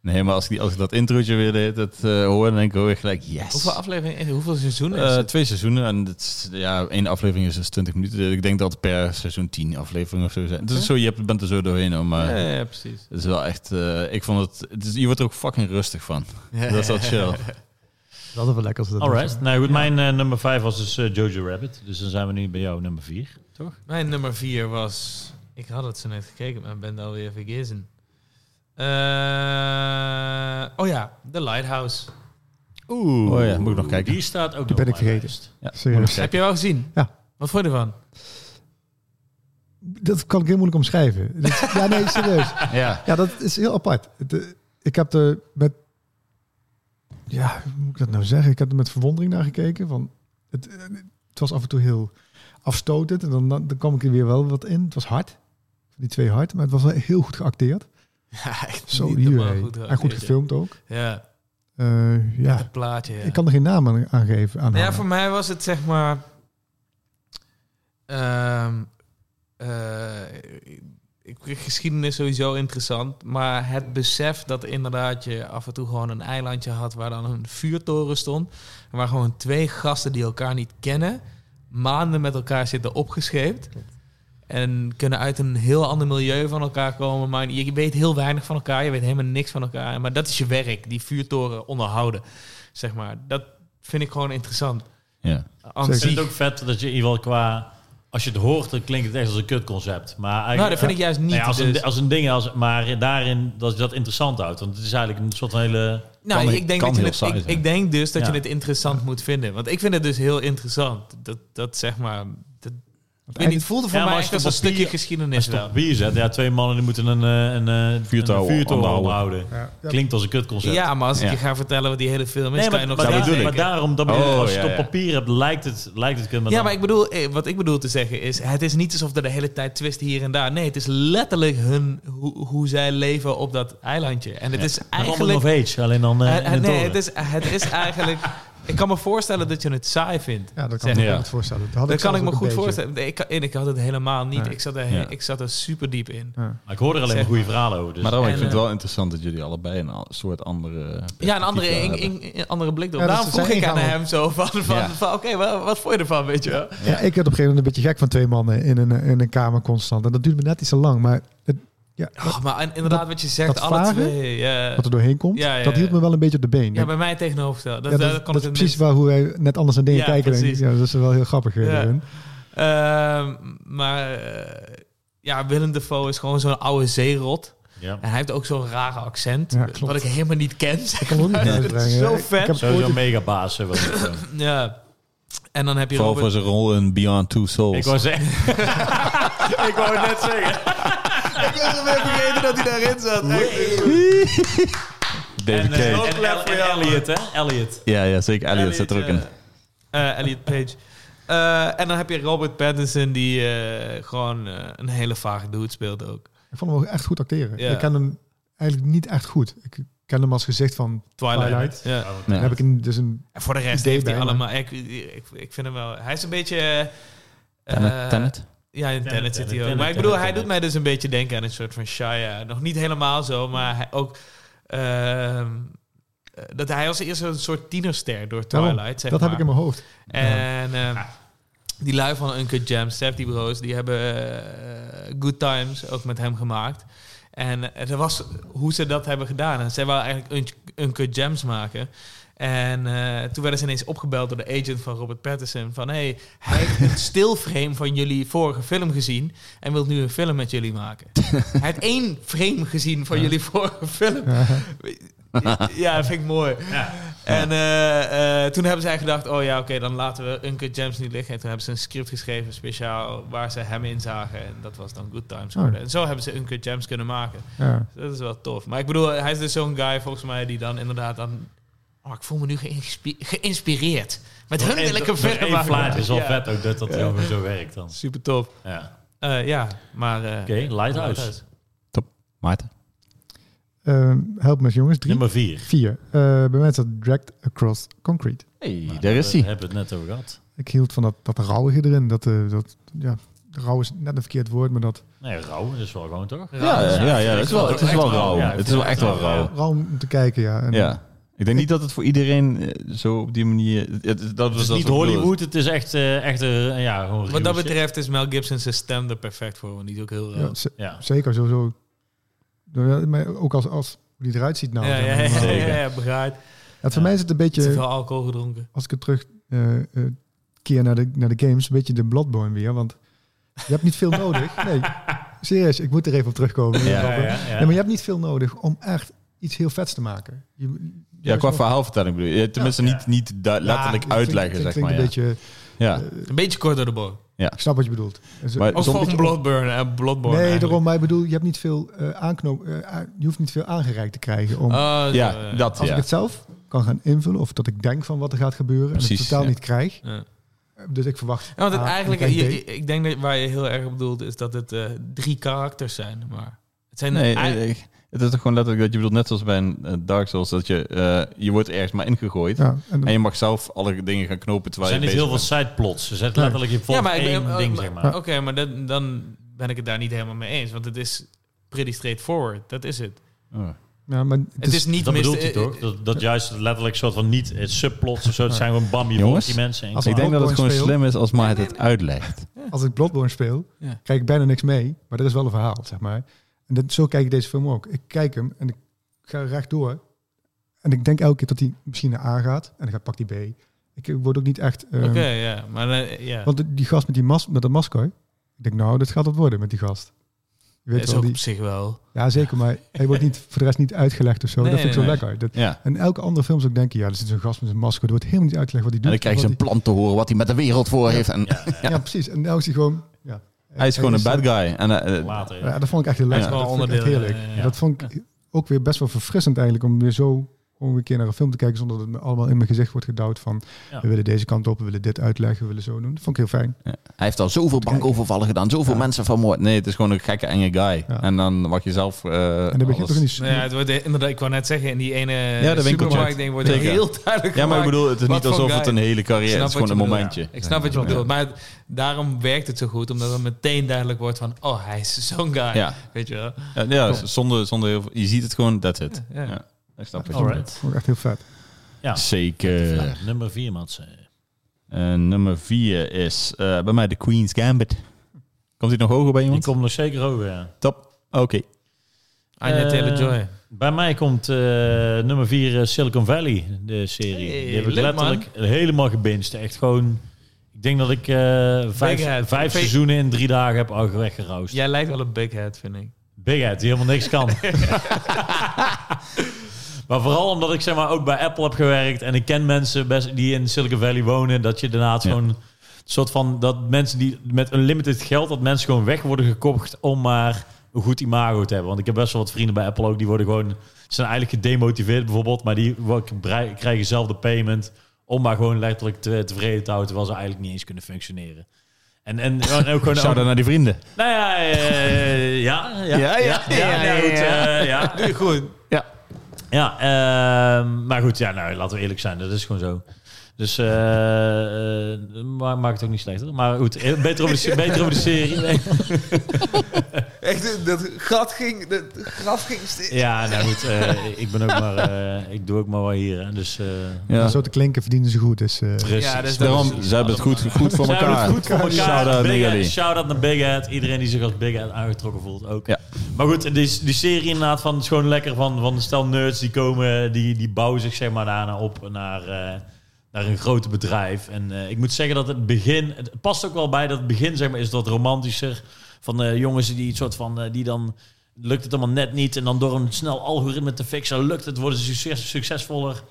B: Nee, maar als ik, die- als ik dat introotje weer deed, dat eh hoor, dan denk ik ook echt gelijk, yes.
C: Hoeveel afleveringen, hoeveel seizoenen
B: Eh,
C: is het?
B: twee seizoenen en het is- ja, één aflevering is dus 20 minuten. Dus Ik denk dat per seizoen 10 afleveringen of zo zijn. Het is zo, je hebt- bent er zo doorheen, hoor, maar
C: Ja, ja, ja, precies.
B: het is wel echt. eh, ik vond het, het is, je wordt er ook fucking rustig van. Dat is wel chill.
D: dat is wel lekker als we dat doen.
A: Alright. Nou goed, mijn eh, nummer vijf was dus eh, Jojo Rabbit. Dus dan zijn we nu bij jou nummer vier.
C: Mijn nummer 4 was... Ik had het zo net gekeken, maar ben alweer vergeten. Eh, oh ja, The Lighthouse.
A: Oeh.
B: Oh ja, moet ik nog kijken.
A: Die staat ook
D: Oh,
A: nog
D: Die ben
A: op
D: ik
A: mijn
D: vergeten.
A: lijst.
B: Ja,
D: Serieus.
B: moet ik
C: Heb
B: zeggen.
C: je wel gezien?
D: Ja.
C: Wat vond je ervan?
D: Dat kan ik heel moeilijk omschrijven. Dat- ja, nee, serieus.
B: Ja.
D: Ja, dat is heel apart. De- ik heb er met... Ja, hoe moet ik dat nou zeggen? Ik heb er met verwondering naar gekeken. Van, het, eh, het was af en toe heel afstotend. En dan, dan, dan kwam ik er weer wel wat in. Het was hard. Die twee hard. Maar het was wel heel goed geacteerd.
C: Ja, echt
D: Zo
C: niet
D: hier.
C: normaal
D: hey.
C: hoor.
D: En goed gefilmd ook.
C: Ja,
D: Eh,
C: ja.
D: ja,
C: het plaatje. Ja.
D: ik kan er geen naam aan, aan geven. Aan
C: Nou ja,
D: hangen.
C: voor mij was het zeg maar... ehm, eh, ik vind geschiedenis sowieso interessant. Maar het besef dat inderdaad je af en toe gewoon een eilandje had... waar dan een vuurtoren stond. Waar gewoon twee gasten die elkaar niet kennen... maanden met elkaar zitten opgescheept. En kunnen uit een heel ander milieu van elkaar komen. Maar je weet heel weinig van elkaar. Je weet helemaal niks van elkaar. Maar dat is je werk. Die vuurtoren onderhouden. Zeg maar. Dat vind ik gewoon interessant.
B: ja.
C: Aan
D: Zeker.
A: Ik vind
C: zich-
A: het ook vet dat je in ieder geval qua... Als je het hoort, dan klinkt het echt als een kutconcept. Maar eigenlijk,
C: Nou, dat vind ik juist niet.
A: Nou ja, als, een,
C: dus-
A: als een ding, als, maar daarin dat je dat interessant houdt. Want het is eigenlijk een soort van hele...
C: nou,
B: kan-
C: ik, denk
B: kan
C: dat je
B: heel
C: het,
B: saai
C: ik,
B: zijn.
C: ik denk dus dat
A: Ja.
C: je het interessant moet vinden. Want ik vind het dus heel interessant. Dat, dat zeg maar... Dat, ik weet niet, het voelde voor
A: Ja, maar
C: mij
A: als
C: echt als
A: je
C: een
A: het op papier-
C: stukje geschiedenis
A: Als je het
C: wel.
A: op bier zet, ja, twee mannen die moeten een, eh, een, eh, een
B: Vuurtouw onderhouden.
A: onderhouden.
D: Ja, ja.
A: Klinkt als een kutconcept.
C: Ja, maar als ik
B: Ja.
C: je ga vertellen wat die hele film is,
A: Nee,
C: kan
A: maar,
C: je nog
A: maar,
B: dat
C: steeds
A: daar-
B: bedoel ik.
A: maar daarom, dat bedoel ik,
B: Oh,
A: als je het
B: ja,
A: op
B: ja.
A: papier hebt, lijkt het, lijkt het kut, maar
C: Ja,
A: dan-
C: maar ik bedoel, eh, wat ik bedoel te zeggen is, het is niet alsof er de hele tijd twist hier en daar. Nee, het is letterlijk hun, hoe, hoe zij leven op dat eilandje. En het
B: Ja.
C: is
A: Coming
C: eigenlijk...
A: of age, alleen dan eh,
C: eh,
A: in
C: eh,
A: een
C: nee,
A: toren.
C: het is, het is eigenlijk Ik kan me voorstellen dat je het saai vindt.
D: Ja, dat kan
C: Zeg,
D: ik me
B: ja.
D: goed voorstellen. Dat, had
C: Dat
D: ik
C: kan
D: zelfs
C: ik me
D: ook een
C: goed
D: beetje.
C: voorstellen. Nee, ik, kan- en ik had het helemaal niet.
D: Nee.
C: Ik, zat er,
B: Ja.
C: ik zat er super diep in.
D: Ja.
A: Maar ik hoor er alleen
C: Zeg
A: maar goede verhalen over. Dus
B: Maar daarom, ik
C: En,
B: vind het
C: eh,
B: wel interessant dat jullie allebei een a- soort andere...
C: Ja, een andere,
B: perspectief
C: een,
B: hebben.
C: een- een andere blik erop.
D: Ja, dat
C: Daarom
D: is dus
C: vroeg
D: zijn
C: ik aan
D: ingang.
C: hem zo van, van,
B: Ja.
C: van oké, wa- wat, vond je ervan, weet je wel?
D: Ja, ik werd op een gegeven moment een beetje gek van twee mannen in een, in een kamer constant. En dat duurde me net iets te lang. Maar het, ja,
C: Ah, maar en- inderdaad, wat je zegt,
D: dat
C: alle
D: varen?
C: twee. ja.
D: wat er doorheen komt,
C: eh, Ja, ja,
D: dat hield
C: ja.
D: me wel een beetje op de been.
C: ja, bij mij tegenovergesteld. Dat,
D: Ja,
C: dat kon
D: dat
C: ik
D: is
C: het
D: precies
C: minst.
D: waar hoe wij net anders aan dingen
C: Ja,
D: kijken. denk ik.
C: precies.
D: Ja, dat is wel heel grappig. eh,
C: Ja.
D: daarin.
C: Ehm, maar eh, ja, Willem Dafoe is gewoon zo'n oude zeerot.
A: ja.
C: En hij heeft ook zo'n rare accent,
D: Ja, klopt.
C: wat ik helemaal niet ken.
D: Ik kan het ook niet
C: Ja, dat is
D: uitbrengen.
C: zo
D: Ik-
C: vet.
D: Ik heb ooit
A: Sowieso eh,
D: een-
A: megabaas. hè, wel.
C: Ja. En dan heb je
B: Vooral
C: Robert...
B: voor zijn rol in Beyond Two Souls.
A: ik wou zeggen. ik wou het net zeggen.
C: Ik was alweer vergeten dat hij daarin zat.
A: En,
B: David
A: eh,
B: Cage.
C: ook
A: en,
C: klep voor
A: en
C: jou.
A: Elliot, hè? Elliot.
B: ja, ja, zeker. Elliot zit er ook
C: Elliot,
B: in.
C: eh, eh, Elliot Page. Eh, en dan heb je Robert Pattinson, die eh, gewoon eh, een hele vage dude speelt ook.
D: Ik vond hem ook echt goed acteren.
C: Ja.
D: Ik ken hem eigenlijk niet echt goed. Ik ken hem als gezicht van...
C: Twilight.
D: Twilight.
C: Ja.
B: Ja.
D: Dan heb ik een, dus een
C: En voor de rest
D: Idee
C: heeft hij
D: bij, maar-
C: allemaal... Ik, ik, ik vind hem wel... Hij is een beetje... eh, eh,
B: Tenet. Tenet?
C: Ja, in Tenet,
A: Tenet,
C: zit hij ook.
A: Tenet,
C: maar ik
A: Tenet,
C: bedoel,
A: Tenet,
C: hij
A: Tenet.
C: doet mij dus een beetje denken aan een soort van Shia. Nog niet helemaal zo, maar hij ook... ehm, eh, dat hij als eerste een soort tienerster door
D: Daarom,
C: Twilight, zeg
D: dat
C: maar.
D: heb ik in mijn hoofd.
C: En eh, die lui van Uncut Jam, Safety Bros, die hebben eh, Good Times ook met hem gemaakt. En eh, dat was hoe ze dat hebben gedaan. En zij wilden eigenlijk Un- Uncut Jams maken. En eh, toen werden ze ineens opgebeld door de agent van Robert Pattinson. Van, hey, hij heeft een stilframe van jullie vorige film gezien. En wil nu een film met jullie maken. hij heeft één frame gezien van jullie vorige film. ja, dat vind ik mooi.
A: Ja.
C: En eh, eh, toen hebben zij gedacht, oh ja, oké, dan laten we Uncut Gems niet liggen. En toen hebben ze een script geschreven speciaal waar ze hem in zagen. En dat was dan Good Times geworden. En zo hebben ze Uncut Gems kunnen maken.
D: Ja.
C: Dus dat is wel tof. Maar ik bedoel, hij is dus zo'n guy volgens mij die dan inderdaad dan... Oh, ik voel me nu geïnspi- geïnspireerd. Met hun wil ik een verder
A: Eén
C: maken.
A: vlaag is wel
C: Ja.
A: vet ook dat dat gewoon zo werkt dan.
C: Super tof.
A: Ja.
C: Eh, ja, maar... eh,
A: Oké, Lighthouse.
B: Maarten?
D: Eh, help me jongens. Drie,
A: Nummer vier.
D: vier. Eh, bij mij staat Dragged Across Concrete.
B: Hey,
A: Nou,
B: daar is
A: we
B: hij.
A: hebben het net over gehad.
D: Ik hield van dat, dat rauwige erin. Dat, eh, dat, ja, rauw is net een verkeerd woord, maar dat
A: Nee, rauw is wel gewoon toch?
B: Ja, ja, ja, ja, het is wel, het is wel rauw.
A: Ja,
B: Het is wel echt wel rauw.
D: rauw om te kijken, ja. En,
B: Ja. Ik denk niet dat het voor iedereen eh, zo op die manier... het- het- Dat
A: Het
B: was
A: is niet
B: dat wat ik bedoelde.
A: Hollywood, het is echt, eh, echt eh, ja, gewoon ruwe
C: Wat dat
A: shit.
C: betreft is Mel Gibson zijn stem er perfect voor. Want die is ook heel eh,
D: ja,
C: rood.
D: z-
A: Ja.
D: zeker, sowieso. Ja, Maar ook als, als hoe die eruit ziet nou.
C: ja,
D: zeg
C: ja,
D: maar.
C: ja,
A: zeker.
C: ja, ja, begrijp.
D: Het
A: Ja.
D: voor mij is het een
C: Te
D: beetje,
C: veel alcohol gedronken.
D: als ik het terug eh, eh, keer naar de, naar de games, een beetje de Bloodborne weer. Want je hebt niet veel nodig. Nee, serieus, ik moet er even op terugkomen.
B: Ja.
A: Ja, ja, ja.
D: Nee, maar je hebt niet veel nodig om echt iets heel vets te maken. Je,
B: Ja, qua verhaalvertelling bedoel je. Tenminste, niet, niet du- letterlijk
D: Ja,
B: uitleggen,
D: klinkt-
B: zeg maar. Ja.
D: klinkt een beetje,
B: ja.
C: Een beetje kort door de bocht.
D: ik snap wat je bedoelt. Zo-
B: Maar
C: Of
B: Zo'n
C: gewoon
B: beetje-
C: Bloodburn en Bloodborne.
D: nee,
C: eigenlijk.
D: daarom, maar ik bedoel, je hebt niet veel eh aanknoop, eh, aan- je hoeft niet veel aangereikt te krijgen om,
C: Oh, zo,
B: ja, dat
D: eh, als ik
B: ja.
D: het zelf kan gaan invullen of dat ik denk van wat er gaat gebeuren en
B: Precies,
D: het totaal
B: ja.
D: niet krijg.
C: Ja.
D: Eh, Dus ik verwacht.
C: Ja, want het
D: A en
C: eigenlijk,
D: ik krijg
C: je-
D: B.
C: ik denk dat waar je heel erg op bedoelt, is dat het eh, drie karakters zijn. Maar het zijn
B: Nee,
C: ei-
B: eh, eh, het is toch gewoon letterlijk dat je bedoelt, net zoals bij een eh, Dark Souls, dat je, eh, je wordt ergens maar ingegooid.
D: Ja, en
B: En je mag zelf alle dingen gaan knopen
A: Er
B: terwijl
A: zijn
B: je
A: niet heel
B: bezig
A: veel sideplots. Ze zetten letterlijk je volgt
C: maar ik ben-
A: één
C: eh,
A: ding,
C: maar-
A: zeg maar.
C: Oké, maar dat, dan ben ik het daar niet helemaal mee eens. Want het is pretty straightforward. Dat is het.
B: bent. Oh.
D: ja, maar dus
C: Het
D: het is,
C: is niet
A: dat
C: mis-
A: bedoelt hij
C: eh,
A: toch? Dat, dat juist letterlijk soort van niet eh, subplots of zo. Het zijn gewoon bam, je
B: Jongens,
A: volgt die mensen. heen.
D: als
B: Ik denk dat het gewoon
D: Bloodborne speel.
B: slim is als Maarten het uitlegt.
D: als ik Bloodborne speel,
C: Ja.
D: krijg ik bijna niks mee, maar dat is wel een verhaal, zeg maar. En dat, zo kijk ik deze film ook. Ik kijk hem en ik ga rechtdoor. En ik denk elke keer dat hij misschien naar A gaat en dan gaat pak die B. Ik word ook niet echt. ehm,
C: Oké, ja. Maar eh, ja.
D: Want die gast met, die mas met dat masker, ik denk nou, dit gaat het worden met die gast. Je weet
C: is
D: wel,
C: ook
D: die,
C: op zich wel.
D: ja, zeker, maar hij wordt niet, voor de rest niet uitgelegd of zo.
C: Nee,
D: dat vind ik
C: nee,
D: zo
C: nee.
D: lekker. Dat,
B: Ja.
D: en elke andere film zou ik denken, ja, er zit zo'n gast met een masker, er wordt helemaal niet uitgelegd wat hij
B: En
D: doet.
B: dan krijg je
D: wat
B: zijn plan te horen wat hij met de wereld voor heeft. En
D: hij- ja. precies. En nou is hij gewoon... Ja,
B: hij is gewoon een bad guy. En, eh, eh,
A: Later.
D: Ja, dat vond ik echt heel leuk.
B: Ja.
D: Dat
C: Wel
D: vond ik echt
C: onderdeel,
D: heerlijk.
C: ja, ja.
D: Dat vond ik ook weer best wel verfrissend eigenlijk, om weer zo om een keer naar een film te kijken zonder dat het me allemaal in mijn gezicht wordt gedouwd van
A: Ja.
D: we willen deze kant op, we willen dit uitleggen, we willen zo doen. Dat vond ik heel fijn.
B: Hij heeft al zoveel bankovervallen gedaan, zoveel
D: Ja.
B: mensen vermoord. Nee, het is gewoon een gekke, enge guy.
D: Ja.
B: En dan mag je zelf. eh,
D: En dat begint
B: alles-
D: toch niet.
C: Nou ja, het wordt inderdaad, ik wou net zeggen, in die ene
B: de winkeltje.
C: supermarkt ding wordt
B: Zeker.
C: heel duidelijk
B: Ja, maar ik
C: gemaakt.
B: bedoel, het is
C: Wat
B: niet
C: voor
B: alsof
C: guy.
B: het een hele
C: Ik
B: carrière is.
C: snap
B: Het is gewoon
C: wat
B: een
C: je bedoelt.
B: momentje.
C: Ik snap wat je bedoelt, maar het- daarom werkt het zo goed, omdat het meteen duidelijk wordt van, oh, hij is zo'n guy.
B: Ja,
C: Weet je wel?
B: ja, ja, zonder, zonder heel veel. Je ziet het gewoon, that's it.
C: Ja.
B: Ja. Ik snap wat je bedoelt.
A: Alright.
D: Vond ik echt heel vet.
A: Ja.
B: Zeker.
A: Ja, nummer vier, Mats.
B: Eh, nummer 4 is eh, bij mij de Queen's Gambit. Komt hij nog hoger bij
A: Die
B: iemand?
A: komt nog zeker hoger, ja.
B: Top. Oké.
C: Anya
A: Eh,
C: Taylor-Joy.
A: Bij mij komt eh, nummer 4 Silicon Valley, de serie.
C: Hey,
A: die heb ik
C: leuk,
A: letterlijk helemaal gebinged. Echt gewoon... Ik denk dat ik eh, vijf,
C: Big Head.
A: vijf
C: Ve-
A: seizoenen in drie dagen heb al weggeroust.
C: Jij lijkt wel een big head, vind ik.
A: Big Head, die helemaal niks kan. maar vooral omdat ik zeg maar ook bij Apple heb gewerkt en ik ken mensen best die in Silicon Valley wonen, dat je daarnaast
B: Ja.
A: gewoon een soort van dat mensen die met unlimited geld dat mensen gewoon weg worden gekocht om maar een goed imago te hebben. Want ik heb best wel wat vrienden bij Apple ook die worden gewoon zijn eigenlijk gedemotiveerd bijvoorbeeld, maar die wo- brei- krijgen zelf de payment om maar gewoon letterlijk te, tevreden te houden terwijl ze eigenlijk niet eens kunnen functioneren. En, en, en ook gewoon
B: Shout out naar die vrienden.
A: nou ja, eh, ja, ja,
B: Ja, ja, ja,
A: nee, goed,
B: ja.
A: eh, ja.
C: Goed.
A: Ja, ehm, maar goed, ja, nou, laten we eerlijk zijn, dat is gewoon zo. Dus eh eh, ma- maakt het ook niet slechter. Maar goed, eh, beter over de, se- beter over de serie. Nee.
C: Echt, dat gat ging, dat graf ging steeds.
A: Ja, nou goed, eh, ik ben ook maar, eh, ik doe ook maar wat hier. Hè, dus eh
D: Om Zo te klinken verdienen ze goed. Dus, eh,
A: precies.
C: Ja, dus
B: Daarom,
C: dat is-
B: ze hebben het goed, goed voor
A: Ze hebben
B: elkaar.
A: het goed voor elkaar.
B: Shout out naar
A: Big Head,
B: jullie.
A: shout-out naar Big Head. Iedereen die zich als Big Head aangetrokken voelt ook.
B: Ja.
A: Maar goed, die, die serie inderdaad van, is gewoon lekker van, van stel nerds die komen, die, die bouwen zich zeg maar daarna op naar, eh, naar een groot bedrijf. En eh, ik moet zeggen dat het begin, het past ook wel bij dat het begin zeg maar is dat romantischer. Van eh, jongens die iets soort van, eh, die dan lukt het allemaal net niet. En dan door een snel algoritme te fixen lukt het, worden ze succes, succesvoller.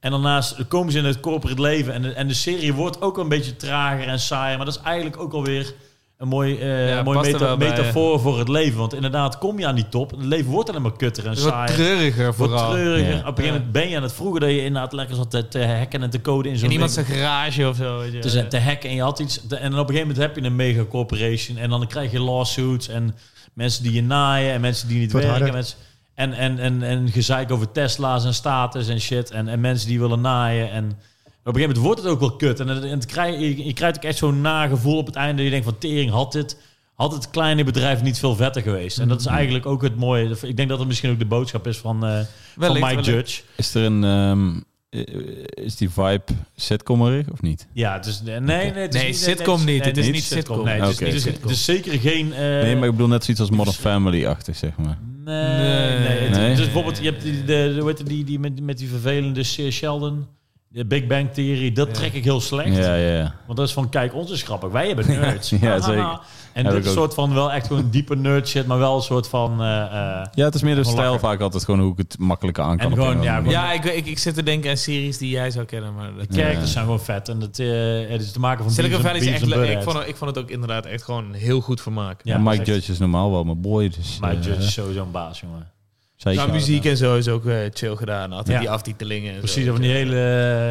A: En daarnaast komen ze in het corporate leven. En de, en de serie wordt ook een beetje trager en saaier. Maar dat is eigenlijk ook alweer een mooi, eh,
C: Ja,
A: mooi
C: past er
A: meta-
C: wel bij,
A: metafoor voor het leven. Want inderdaad, kom je aan die top. Het leven wordt alleen maar kutter en
C: Het wordt
A: saaier.
C: treuriger
A: Wordt
C: vooral.
A: treuriger.
B: Ja.
A: Op een gegeven moment ben je aan het vroeger dat je inderdaad lekker zat te, te hacken en te coden in zo'n
C: In iemand
A: ding.
C: zijn garage of zo. Weet je.
A: te, zijn- te hacken en je had iets. te- en dan op een gegeven moment heb je een mega corporation. En dan krijg je lawsuits en mensen die je naaien en mensen die niet
D: wordt
A: werken.
D: harder.
A: mensen- en, en, en, en gezeik over Tesla's en status en shit. En, en mensen die willen naaien. En op een gegeven moment wordt het ook wel kut. En, het- en het krijg, je, je krijgt ook echt zo'n nagevoel op het einde. Je denkt van tering, had dit, had het kleine bedrijf niet veel vetter geweest. En dat is eigenlijk ook het mooie. Ik denk dat dat misschien ook de boodschap is van, eh, van
C: Wellicht,
A: Mike
C: wellicht.
A: Judge.
B: Is er een... ehm, eh, is die vibe sitcomerig of niet?
A: Ja, het is, nee, nee, het is
C: Nee,
A: niet,
C: sitcom
A: het is-
C: niet.
A: nee,
C: Het is
A: nee,
C: niet sitcom.
A: Nee, het is
B: Oké.
A: niet- het is- het is zeker geen... eh,
B: Nee, maar ik bedoel net zoiets als Modern Family-achtig, zeg maar.
A: Nee,
C: Nee.
A: nee. Het-
B: Nee?
A: het is bijvoorbeeld, je hebt die, de, de- hoe heet het, die, die met, met die vervelende Sir Sheldon, de Big Bang Theory, dat
C: Ja.
A: trek ik heel slecht.
B: Ja, ja, ja.
A: Want dat is van, kijk, ons is grappig, wij hebben nerds.
B: Ja,
A: Hahaha.
B: zeker.
A: En dit
B: Heb ik
A: is een
B: ook.
A: soort van wel echt gewoon diepe nerd shit, maar wel een soort van... eh, eh,
B: Ja, het is meer de
A: Gewoon
B: stijl
A: lachen.
B: vaak altijd gewoon hoe ik het makkelijker aan kan.
A: En
B: op
A: gewoon,
B: een of
A: ja,
B: andere
C: Ja, ik, ik, ik zit te denken aan series die jij zou kennen. Maar dat...
A: characters
B: Ja.
A: zijn gewoon vet. En het, eh, het is te maken van...
C: Silicon
A: Beavis
C: Valley
A: and-
C: is echt
A: Beavis and
C: leuk. Ik
A: Butthead.
C: vond, het- ik vond het ook inderdaad echt gewoon heel goed vermaak.
A: Ja,
B: manier.
A: dat is
B: Mike
A: echt-
B: Judge is normaal wel mijn boy, dus...
A: Mike
B: eh,
A: Judge Nou, is sowieso een baas, jongen.
B: zeker.
C: Qua muziek en zo is ook eh, chill gedaan. Altijd
A: Ja.
C: die aftitelingen. en
A: Precies,
C: zo.
A: en van die hele,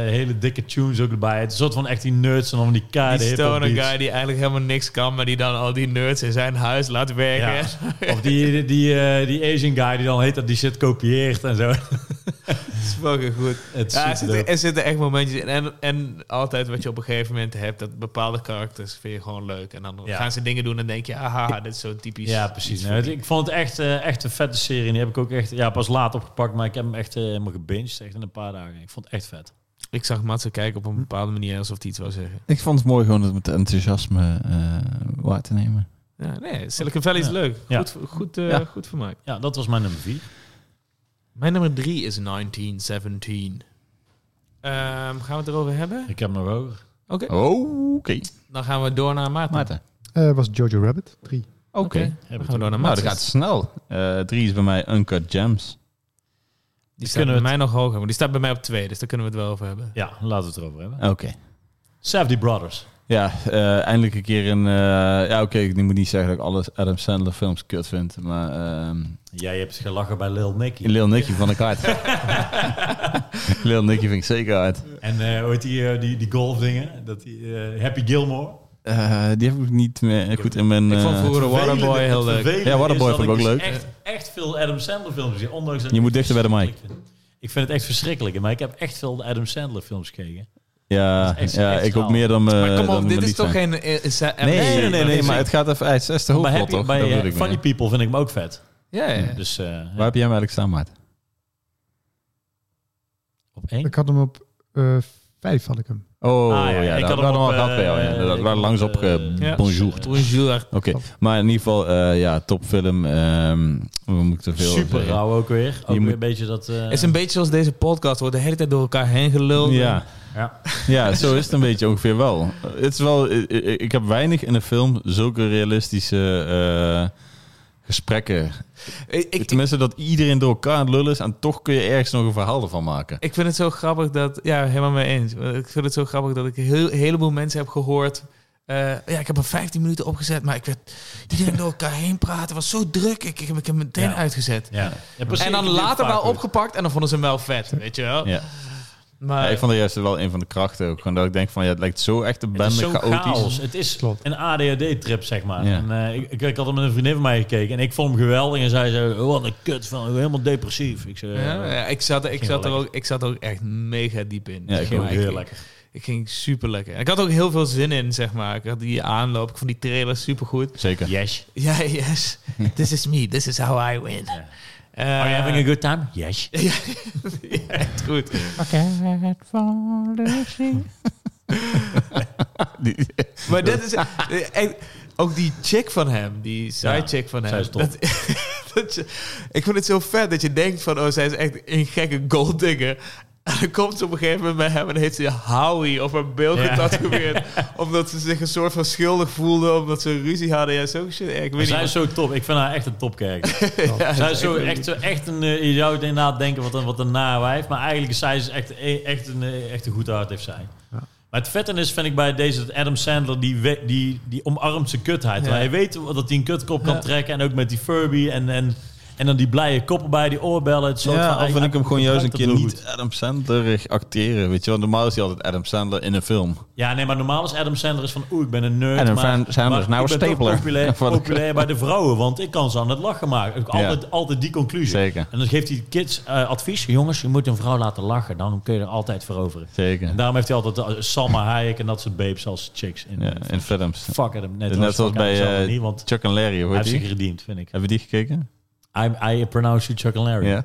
A: hele dikke tunes ook erbij. Het is een soort van echt die nerds en dan van die keiharde
C: Die
A: hip-hop
C: stoner
A: beats.
C: guy die eigenlijk helemaal niks kan, maar die dan al die nerds in zijn huis laat werken.
A: Ja. Of die, die, die, eh, die Asian guy die dan heet dat die shit kopieert en zo.
C: Dat is fucking goed.
A: Het
C: Ja, er,
A: is
C: zitten, er zitten echt momentjes in. En, en altijd wat je op een gegeven moment hebt, dat bepaalde karakters vind je gewoon leuk. En dan
A: Ja.
C: gaan ze dingen doen en denk je, aha, dit is zo typisch.
A: ja, precies. Nee, het- ik vond het echt, eh, echt een vette serie. En die heb ik ook echt ja, pas laat opgepakt, maar ik heb hem echt eh, helemaal gebinged. Echt in een paar dagen. Ik vond het echt vet.
C: Ik zag Matze kijken op een bepaalde manier alsof hij iets wou zeggen.
B: Ik vond het mooi gewoon het met enthousiasme eh, waar te nemen.
C: Ja, nee, Silicon Valley is
A: Ja.
C: leuk.
A: Ja.
C: Goed, goed, eh,
B: Ja.
C: goed vermaakt.
A: Ja, dat was mijn nummer vier.
C: Mijn nummer drie is 1917. Ehm, gaan we het erover hebben?
A: Ik heb hem nog hoger.
C: Oké,
B: Oké.
C: dan gaan we door naar Maarten.
B: Oh. Maarten.
D: eh, was Jojo Rabbit 3.
B: Oké.
A: Heb
C: Dan
A: ik
C: gaan we
A: het
C: door naar
B: Nou,
C: Maarten.
B: dat gaat snel. Eh, drie is bij mij Uncut Gems.
C: Die staat
A: kunnen
C: bij
A: we
C: mij nog hoger, maar die staat bij mij op twee, dus daar kunnen we het wel over hebben.
A: Ja, laten we het erover hebben.
B: Oké.
A: Safety Brothers.
B: Ja, eh, eindelijk een keer een... eh, ja, oké, ik moet niet zeggen dat ik alle Adam Sandler films kut vind, maar... ehm,
A: Jij hebt gelachen bij Lil Nicky.
B: Lil Nicky van de kaart. Lil Nicky vind ik zeker uit.
A: En eh, hoe heet die, eh, die, die golfdingen? Dat die, eh, Happy Gilmore.
B: Eh, die heb ik niet meer goed in mijn...
C: Ik vond
B: eh,
C: vroeger Waterboy heel leuk.
B: Ja, Waterboy vond ik ook leuk.
A: Echt, echt veel Adam Sandler films gezien. Ondanks dat
B: Je
A: ik
B: moet
A: het
B: dichter bij de mic.
A: verschrikkelijk Vind. Ik vind het echt verschrikkelijk. Maar ik heb echt veel Adam Sandler films gekeken.
B: ja,
A: echt-
B: ja
A: echt
B: ik ook
A: gaaf.
B: meer dan mijn
C: Maar kom
B: Eh, dan
C: op,
B: mijn
C: dit is
B: lief
C: toch
B: zijn.
C: geen... eh, is- eh,
B: Nee, nee, nee, nee,
A: nee,
B: maar
A: nee.
B: het gaat even uit. Het is de
A: bij
B: hoofdrol,
A: happy,
B: toch?
A: bij,
B: Dat
A: eh,
B: bedoel ik
A: Funny
B: meer.
A: People vind ik hem ook vet.
C: Ja, ja,
B: Mm,
C: ja.
A: Dus eh,
B: Waar heb jij hem eigenlijk staan, Maarten?
A: op één.
D: Ik had hem op eh, vijf had ik hem.
B: Oh,
A: Ah,
B: ja, dat hadden we al gehad bij jou. Ja. Dat
A: ik
B: waren
A: had
B: langs
A: hem
B: op ge-
A: eh,
B: bonjour.
A: eh,
C: Bonjour.
B: Oké, maar in ieder geval, eh, ja, topfilm. ehm, we moeten veel over
A: Super
B: zeggen.
A: rauw ook weer. Ook
B: moet-
A: weer een beetje dat... eh,
C: Het is een beetje zoals deze podcast. Wordt de hele tijd door elkaar heen geluld.
B: Ja.
A: Ja.
B: ja, zo is het een beetje ongeveer wel. Het is wel ik, ik- ik heb weinig in een film zulke realistische eh, gesprekken.
C: Ik, ik,
B: Tenminste, dat iedereen door elkaar aan het lullen is en toch kun je ergens nog een verhaal ervan maken.
C: ik vind het zo grappig dat... Ja, helemaal mee eens. Ik vind het zo grappig dat ik een heel, heleboel mensen heb gehoord... eh, ja, ik heb er 15 minuten opgezet, maar ik werd iedereen door elkaar heen praten. Het was zo druk. Ik, ik heb hem meteen
A: Ja.
C: uitgezet.
A: ja. Ja, precies.
C: En dan
A: Ik vind
C: later
A: het
C: wel
A: vaak ook.
C: opgepakt en dan vonden ze hem wel vet, weet je wel.
B: Ja.
C: Maar
B: Ja, ik vond dat juist wel een van de krachten ook. Gewoon dat ik denk van, ja, het lijkt zo echt een
A: Het
B: bende
A: is zo
B: chaotisch.
A: chaos. Het is
D: Klopt.
A: een ADHD-trip, zeg maar.
B: Ja.
A: En, eh, ik, ik, ik had hem met een vriendin van mij gekeken en ik vond hem geweldig. En zij zei, oh, wat een kut van, helemaal depressief. Ik zei, eh,
C: Ja,
B: eh,
A: ja,
C: ja, ik, zat, ik,
A: Ging
C: zat er
A: wel
C: ook, ik zat er ook echt mega diep in.
B: Ja, ik
A: ging
C: Maar
A: ook heel lekker.
C: Ik ging super lekker. En ik had ook heel veel zin in, zeg maar. Ik had die aanloop. Ik vond die trailer super goed.
B: Zeker.
A: Yes.
C: Ja, yes. This is me. This is how I win.
A: Ja.
C: Eh,
A: Are you having a good time? Yes.
C: ja, ja, echt goed.
B: Die-
C: Maar dit is... eh, en ook die chick van hem, die side chick van hem.
A: zij is top.
C: Dat, dat je- ik vind het zo vet dat je denkt van... Oh, zij is echt een gekke golddigger. En dan komt ze op een gegeven moment bij hem en heet ze Howie of haar beeld
A: Ja.
C: getatoeëerd. Omdat ze zich een soort van schuldig voelde, omdat ze ruzie hadden. Ja, zo shit. Ja, ik weet
A: Zij
C: niet.
A: is zo top. Ik vind haar echt een topkerk.
C: Ja,
A: zij is zo echt, zo echt een... eh, je zou het inderdaad denken, wat een, wat een naar wijf. Maar eigenlijk is zij is echt, e- echt, een, eh, echt een goed hart, heeft zij.
D: Ja.
A: Maar het vetten is, vind ik, bij deze dat Adam Sandler, die, we- die, die omarmt zijn kutheid.
C: Ja.
A: Hij weet dat hij een kutkop kan
C: Ja.
A: trekken. En ook met die Furby en, en, en dan die blije koppen bij, die oorbellen. Het soort
B: Ja,
A: van,
B: al vind ik hem gewoon juist een
A: gebruikt
B: keer
A: het heel
B: niet Adam Sandler acteren, weet je wel. Normaal is hij altijd Adam Sandler in een film.
A: Ja, nee, maar normaal is Adam Sandler is van... Oeh, ik ben een nerd.
B: Adam
A: maar,
B: Sandler is nou
A: maar
B: een
A: ik ben toch
B: stapler.
A: Populair,
B: Van de-
A: populair bij de vrouwen, want ik kan ze aan het lachen maken. Ik- Altijd, altijd die conclusie.
B: Zeker.
A: En dan geeft hij kids eh, advies. Jongens, je moet een vrouw laten lachen. Dan kun je er altijd veroveren.
B: Zeker.
A: En daarom heeft hij altijd eh, Salma Hayek en dat soort babes als chicks. In,
B: Ja, in films.
A: Fuck Adam. Net,
B: Net zoals bij,
A: Sandler
B: eh,
A: niet, want
B: Chuck en Larry,
A: hij
B: hoor
A: heeft zich
B: die?
A: gediend, vind ik.
B: Hebben die gekeken?
A: I, I pronounce you Chuck and Larry.
B: Ja.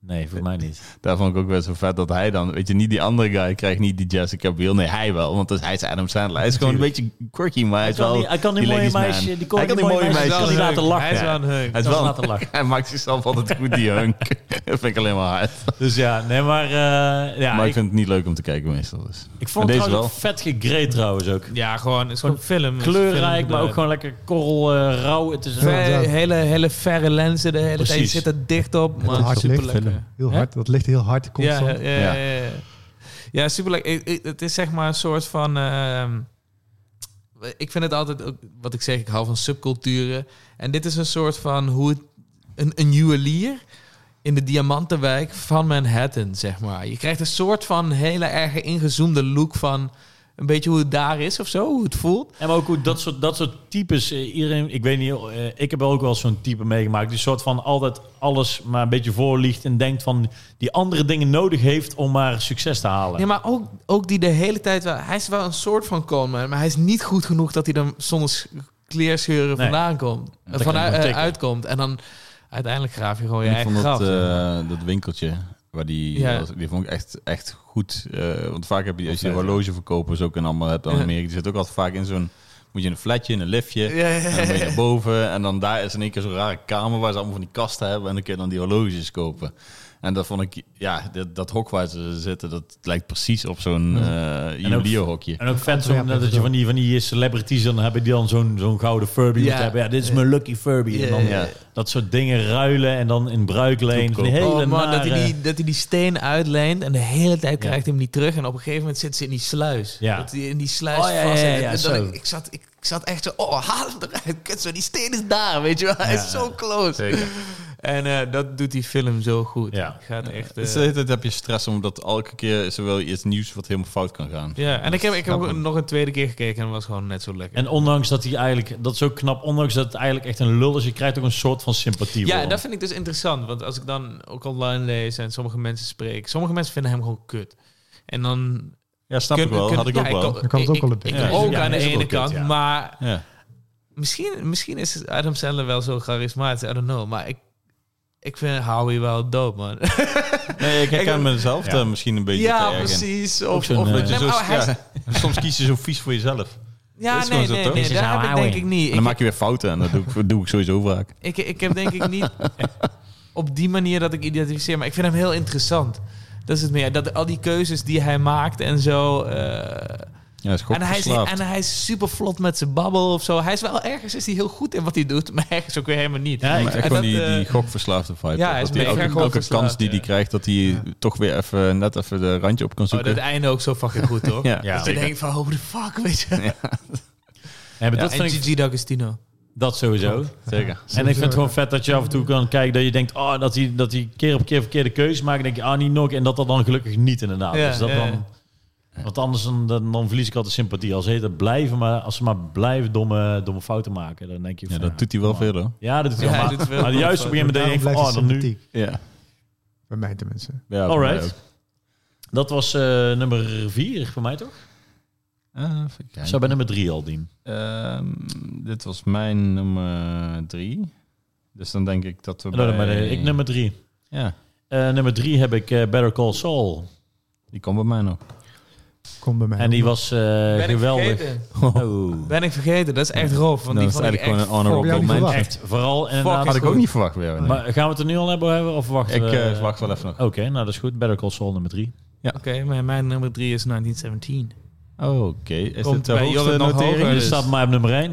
A: Nee, voor mij niet.
B: Daar vond ik ook wel zo vet dat hij dan, weet je, niet die andere guy krijgt niet die Jessica Biel. Nee, hij wel, want dat is, hij is Adam Sandler. Hij is gewoon een beetje quirky, maar hij
A: Hij
B: is wel
A: kan, niet, hij kan die
B: die
A: mooie
B: ladies man.
A: meisje... Die kon
B: Hij
A: die mooie meisje
B: meisjes.
A: kan die
C: Hij is
A: laten
C: wel leuk.
A: lachen.
C: Hij is wel een heuk.
B: Hij is
A: Kan ze
B: wel
A: laten lachen.
B: Hij maakt zichzelf altijd goed, die hunk. dat vind ik alleen maar hard.
A: Dus ja, nee, maar... eh, ja,
B: maar ik,
A: ik-
B: vind het niet leuk om te kijken meestal. Dus.
A: Ik vond het
B: Maar deze
A: trouwens ook vet gegreed trouwens ook.
C: Ja, gewoon, het is gewoon film.
A: Kleurrijk, maar ook
C: gewoon
A: gewoon lekker korrel, eh, rauw. Het is een-
D: Ja, inderdaad.
C: hele, hele verre lenzen de hele tijd. Je
A: Precies.
C: zit er dicht op.
D: Met een
C: Maar
D: hard
C: super
D: licht.
C: lekker.
D: Heel
A: Hè?
D: hard. Dat ligt heel hard
C: Ja,
D: constant.
C: ja, ja,
B: Ja.
C: ja, ja. Ja, super lekker. Het is zeg maar een soort van. ehm, ik vind het altijd ook wat ik zeg. Ik hou van subculturen. En dit is een soort van hoe het, een, een juwelier in de diamantenwijk van Manhattan, zeg maar. Je krijgt een soort van hele erg ingezoomde look van een beetje hoe het daar is of zo, hoe het voelt.
A: En maar ook hoe dat soort, dat soort types. eh, iedereen, ik weet niet, eh, ik heb ook wel zo'n type meegemaakt. Die soort van altijd alles maar een beetje voorliegt. En denkt van die andere dingen nodig heeft om maar succes te halen.
C: Nee, maar ook, ook die de hele tijd wel. Hij is wel een soort van Coleman, maar hij is niet goed genoeg dat hij dan zonder s- kleerscheuren
A: Nee.
C: vandaan komt. Eh,
A: kan
C: Vanuit
A: ik wel
C: eh,
A: tikken.
C: uitkomt. En dan uiteindelijk graaf je gewoon je
B: ik
C: eigen
B: vond
C: graf.
B: dat,
C: zeg maar.
B: eh, dat winkeltje, waar die,
C: Ja.
B: was- die vond ik echt, echt goed. eh, want vaak heb je, als je
A: Vet, ja.
B: horlogeverkopers ook in allemaal hebt aan
C: Ja.
B: Amerika, die zit ook altijd vaak in zo'n, moet je in een flatje, in een liftje.
C: Ja, ja,
B: En dan ben je naar boven en dan daar is in één keer zo'n rare kamer waar ze allemaal van die kasten hebben en dan kun je dan die horloges kopen. En En dat vond ik, ja, dat, dat hok waar ze zitten, dat lijkt precies op zo'n eh
A: En ook-
B: Yu-Gi-Oh-hokje.
A: En ook vet zo
D: Ja,
A: dat je
D: zo.
A: van die, van die celebrities, dan hebben die dan zo'n zo'n gouden Furby.
C: Ja.
A: Ja. Hebben. ja, dit is mijn lucky Furby.
C: Ja,
A: En dan
B: ja.
A: dat soort dingen ruilen en dan in bruikleen. van die
B: Troepkoop.
A: hele
C: oh man, dat
A: nare-
C: hij, die, dat hij die steen uitleent en de hele tijd
A: Ja.
C: krijgt hij hem niet terug. En op een gegeven moment zit ze in die sluis.
A: Ja.
C: Dat hij in die sluis
A: Oh, ja,
C: vast
A: ja,
C: zit.
A: ja, ja,
C: En dat
A: zo.
C: ik, ik, zat, ik, ik zat echt zo, oh haal hem eruit. Kut zo, die steen is daar, weet je wel. Hij
A: Ja.
C: is zo close.
B: Zeker.
C: En eh, dat doet die film zo goed.
A: Ja.
C: Gaat echt, eh,
B: Dus de hele tijd heb je stress, omdat elke keer is er wel iets nieuws wat helemaal fout kan gaan.
C: ja, en ik heb, ik heb
B: snap
C: ook
B: hem.
C: nog een tweede keer gekeken en het was gewoon net zo lekker.
A: En ondanks dat hij eigenlijk, dat is ook knap, ondanks dat het eigenlijk echt een lul is, je krijgt ook een soort van sympathie
C: ja,
A: voor
C: en
A: hem.
C: dat vind ik dus interessant. Want als ik dan ook online lees en sommige mensen spreek... Sommige mensen vinden hem gewoon kut. En dan
B: Ja, snap
C: Kun-
B: ik wel.
C: kun-
B: Had ik
C: ja,
B: ook wel.
D: Dan kan het ook wel een
C: ik-
D: beetje.
C: ik
A: Ja,
C: ook
A: ja,
C: aan de
A: is ook wel
C: ene
A: kut,
C: kant,
A: ja.
C: maar
B: Ja.
C: misschien, misschien is Adam Sandler wel zo charismatisch, I don't know. Maar ik, ik vind Howie wel dope, man.
B: Nee, ik herken
C: Ik-
B: mezelf
A: Ja.
B: daar misschien een beetje te
C: ja,
B: erg in. Dus
C: precies.
A: Ook
C: Of,
A: zo'n,
C: of
A: eh,
C: nee,
B: Dat je
C: maar
B: zo-
C: hij is-
B: ja, soms kies je zo vies voor jezelf.
C: ja,
B: dat is
C: nee,
B: gewoon zo,
C: nee,
B: toch?
C: nee,
A: Ze
C: daar
A: zou
C: heb ik
A: houden.
C: denk ik niet.
B: En dan
C: Ik,
B: maak je weer fouten en dat doe ik, doe ik sowieso vaak.
C: ik, ik heb denk ik niet op die manier dat ik identificeer, maar ik vind hem heel interessant. Dat is het meer. Dat al die keuzes die hij maakt en zo. eh,
B: Ja, is
C: en, hij is, en hij is super vlot met zijn babbel of zo. Hij is wel ergens is hij heel goed in wat hij doet, maar ergens ook weer helemaal niet.
A: Ja, ik-
B: maar echt
C: en
B: gewoon
C: dat,
B: die,
C: eh,
B: die gokverslaafde vibe.
C: ja, hij is
B: dat die
C: mega
B: elke, elke
C: gokverslaafd,
B: kans die hij
C: ja.
B: krijgt, dat hij toch weer even, eh, net even de randje op kan
C: Oh,
B: zoeken.
C: dat einde ook zo fucking goed, hoor.
B: ja,
A: Ja.
C: dat je denkt van, oh, the fuck, weet je.
A: Ja, maar dat
C: en
A: vind ik
C: Gigi D'Agostino.
A: dat sowieso.
B: zeker.
A: En ik vind het gewoon vet dat je af en toe kan kijken dat je denkt, oh, dat hij dat hij keer op keer verkeerde keuzes maakt. Dan denk je, ah, niet nog. En dat dat dan gelukkig niet inderdaad.
C: Ja,
A: dus dat
C: ja, ja.
A: dan, want anders dan, dan, dan verlies ik altijd sympathie. Als ze het blijven, maar als ze maar blijven domme, domme fouten maken, dan denk je.
B: Ja,
A: van,
B: dat doet hij wel
A: man.
B: verder.
A: Ja, dat doet hij
C: Ja,
A: wel.
C: hij
A: maar-
C: doet wel
A: Maar
C: domme
A: juist op een gegeven moment denk je
D: Daarom
A: van, oh,
D: blijft
A: dan
D: hij
A: nu.
D: sympathiek,
B: Ja.
D: Bij mij tenminste.
B: ja voor mij
A: Alright. Dat was eh, nummer vier voor mij toch?
B: ook. Eh, even kijken.
A: Zo bij nummer drie al, Dien.
B: Ehm, dit was mijn nummer drie. Dus dan denk ik dat we
A: Nou,
B: bij...
A: maar, eh, ik nummer drie.
B: Ja,
A: Eh, nummer drie heb ik eh, Better Call Saul.
B: die komt bij mij nog.
D: Kom bij mij.
A: En die was eh, geweldig.
C: vergeten.
B: Oh.
C: Ben ik vergeten, dat is echt rof. Want
B: Nou, Dat
C: die
B: is
C: vond ik
B: eigenlijk gewoon
C: echt
B: een honorable
D: Heb jij niet
B: mention.
D: verwacht?
A: Echt, vooral en
B: Had ik ook niet verwacht weer. nee.
A: Maar gaan we het er nu al hebben, hebben of wachten
B: Ik
A: we?
B: eh, wacht wel even nog.
A: Oké, nou dat is goed. Better Call Saul nummer drie.
C: Oké, maar mijn nummer drie is 1917.
B: Oké, is
C: Komt
B: dit de
C: bij
B: hoogste
C: Jorrit nog
B: notering?
C: hoger?
A: Je
C: dus-
A: staat maar op nummer één.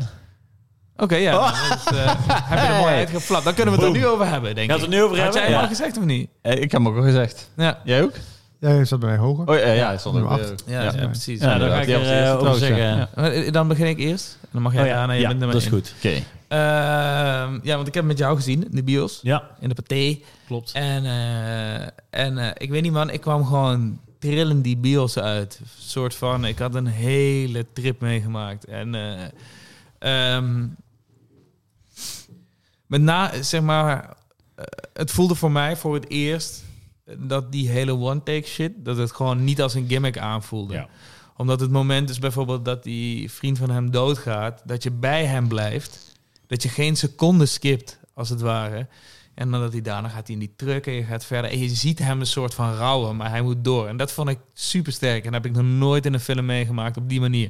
C: Oké, ja. dat is, eh, heb je er mooi uitgeplapt. Dan kunnen we het er nu over hebben, denk
A: Gaat
C: ik.
A: het er nu over
C: Had
A: hebben?
C: jij hem
A: Ja.
C: al gezegd of niet?
B: Eh, ik heb hem ook al gezegd.
C: Ja.
B: Jij ook?
D: Jij zat bij mij hoger.
B: Oh ja, ja, hij stond ook.
D: Nummer
B: eh,
D: acht.
C: Ja,
B: ja.
C: ja,
D: ja.
C: precies.
A: Ja,
C: Ja,
A: daar ga ik
B: die
A: er
B: was de eerste
A: eh, over
B: trouwens,
A: zeggen.
B: ja. Ja.
A: Ja.
C: maar Eh, Dan begin ik eerst. En dan mag jij
A: Oh, ja,
C: daarna, je
A: ja,
C: bent nummer
A: dat is
C: één.
A: goed.
B: Oké.
C: Ehm, ja, want ik heb hem met jou gezien in de bios,
A: Ja,
C: in de paté.
A: klopt.
C: En, eh, en eh, ik weet niet man, ik kwam gewoon trillend die bios uit. soort van, ik had een hele trip meegemaakt. En eh, ehm, met na, zeg maar, eh, het voelde voor mij voor het eerst dat die hele one-take shit, dat het gewoon niet als een gimmick aanvoelde.
A: Ja.
C: Omdat het moment is bijvoorbeeld dat die vriend van hem doodgaat, dat je bij hem blijft, dat je geen seconde skipt, als het ware. En dan dat hij daarna gaat hij in die truck en je gaat verder. En je ziet hem een soort van rouwen, maar hij moet door. En dat vond ik super sterk. En dat heb ik nog nooit in een film meegemaakt op die manier.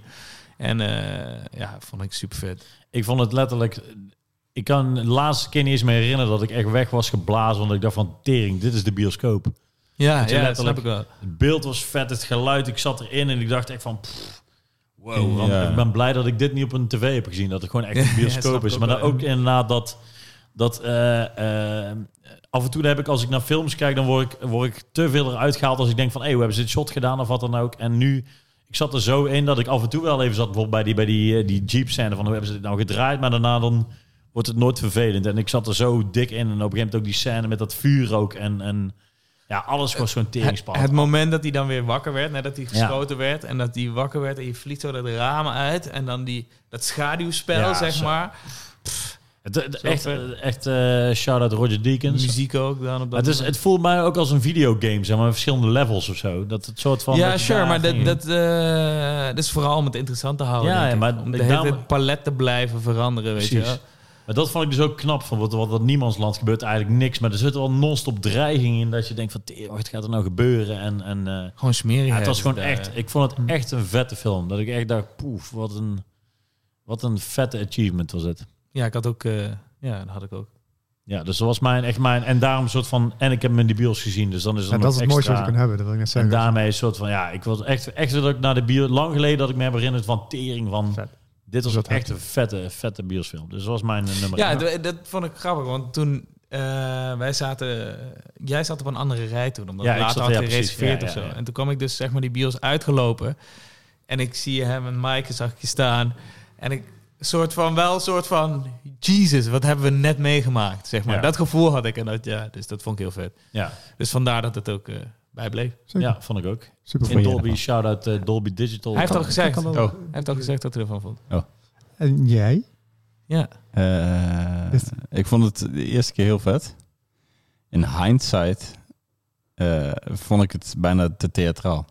C: En eh, ja, vond ik super vet.
A: Ik vond het letterlijk... Ik kan de laatste keer niet eens meer herinneren dat ik echt weg was geblazen. Want ik dacht van, tering, dit is de bioscoop.
C: Ja,
A: Dat je
C: ja dat snap
A: letterlijk-
C: ik wel.
A: Het beeld was vet, het geluid. Ik zat erin en ik dacht echt van... pff, wow, want
B: Ja.
A: ik ben blij dat ik dit niet op een tv heb gezien. Dat het gewoon echt een
C: Ja,
A: bioscoop
C: snap ik
A: is.
C: ook
A: Maar dan
C: wel.
A: ook inderdaad dat... dat eh, eh, af en toe heb ik, als ik naar films kijk, dan word ik, word ik te veel eruit gehaald. Als ik denk van, hé, hey, we hebben dit shot gedaan of wat dan ook. En nu... Ik zat er zo in dat ik af en toe wel even zat bijvoorbeeld bij die, bij die, eh, die jeep scène van hoe hebben ze dit nou gedraaid. Maar daarna dan wordt het nooit vervelend. En ik zat er zo dik in. En op een gegeven moment ook die scène met dat vuur ook. En, en ja, alles was gewoon
C: Het,
A: teringspannend.
C: het moment dat hij dan weer wakker werd, nadat hij geschoten werd en dat hij wakker werd en je vliegt zo dat ramen uit en dan die, dat schaduwspel,
A: Ja,
C: zeg
A: zo.
C: maar.
A: Het, het-
C: Zo
A: echt
C: ver.
A: echt eh, shout-out Roger Deakins.
C: Muziek ook dan op dat
A: Het, is,
C: moment.
A: het voelt mij ook als een videogame, zeg maar, verschillende levels of zo. Dat het soort van...
C: ja,
A: dat je
C: sure,
A: daar
C: maar dat,
A: ging.
C: dat, eh, dat is vooral om het interessant te houden.
A: Ja,
C: denk
A: ja,
C: ik.
A: maar
C: om de
A: ik
C: hele
A: nam-
C: tijd palet te blijven veranderen, weet je
A: Precies.
C: wel.
A: Maar dat vond ik dus ook knap, van wat, wat dat niemandsland gebeurt eigenlijk niks. Maar er zit wel non-stop dreiging in dat je denkt van, "Tering, wat gaat er nou gebeuren? En, en eh,
C: Gewoon
A: ja,
C: smerigheid.
A: het was gewoon
C: Ja.
A: echt, ik vond het echt een vette film. Dat ik echt dacht, poef, wat een, wat een vette achievement was het.
C: Ja, ik had ook... eh, ja, dat had ik ook.
A: Ja, dus dat was mijn, echt mijn... En daarom een soort van... En ik heb hem in de bios gezien, dus dan is het
D: Ja,
A: nog
D: dat is het mooiste
A: extra-
D: wat je kan hebben, dat wil ik net
A: En
D: zeggen.
A: daarmee een soort van... Ja, ik was echt, echt dat ik naar de bios... Lang geleden dat ik me heb herinnerd van tering van...
D: Vet.
A: Dit was
D: Dat
A: echt een vette, vette biosfilm. Dus dat was mijn eh, nummer
C: Ja,
A: één.
C: d- dat vond ik grappig, want toen eh, wij zaten, jij zat op een andere rij toen, omdat
A: Ja,
C: ik
A: ik
C: later
A: zat-
C: had
A: ja, precies.
C: gereserveerd
A: Ja,
C: of zo.
A: ja, ja.
C: En toen kwam ik dus zeg maar die bios uitgelopen en ik zie hem en Maaike zag ik je staan en ik soort van wel soort van Jesus, wat hebben we net meegemaakt, zeg maar.
A: Ja.
C: Dat gevoel had ik en dat ja, dus dat vond ik heel vet.
A: Ja,
C: Dus vandaar dat het ook eh bijbleef.
D: Zeker.
A: ja, vond ik ook.
D: Super
A: In
D: voor je.
A: Dolby, shout-out eh, Dolby Digital.
C: Hij heeft al
A: Ja.
C: gezegd.
D: kan
C: Hij
D: wel-
B: Oh.
C: heeft al gezegd dat hij ervan vond.
D: En jij?
C: Ja.
B: Eh,
D: Dit-
B: ik vond het de eerste keer heel vet. In hindsight eh, vond ik het bijna te theatraal.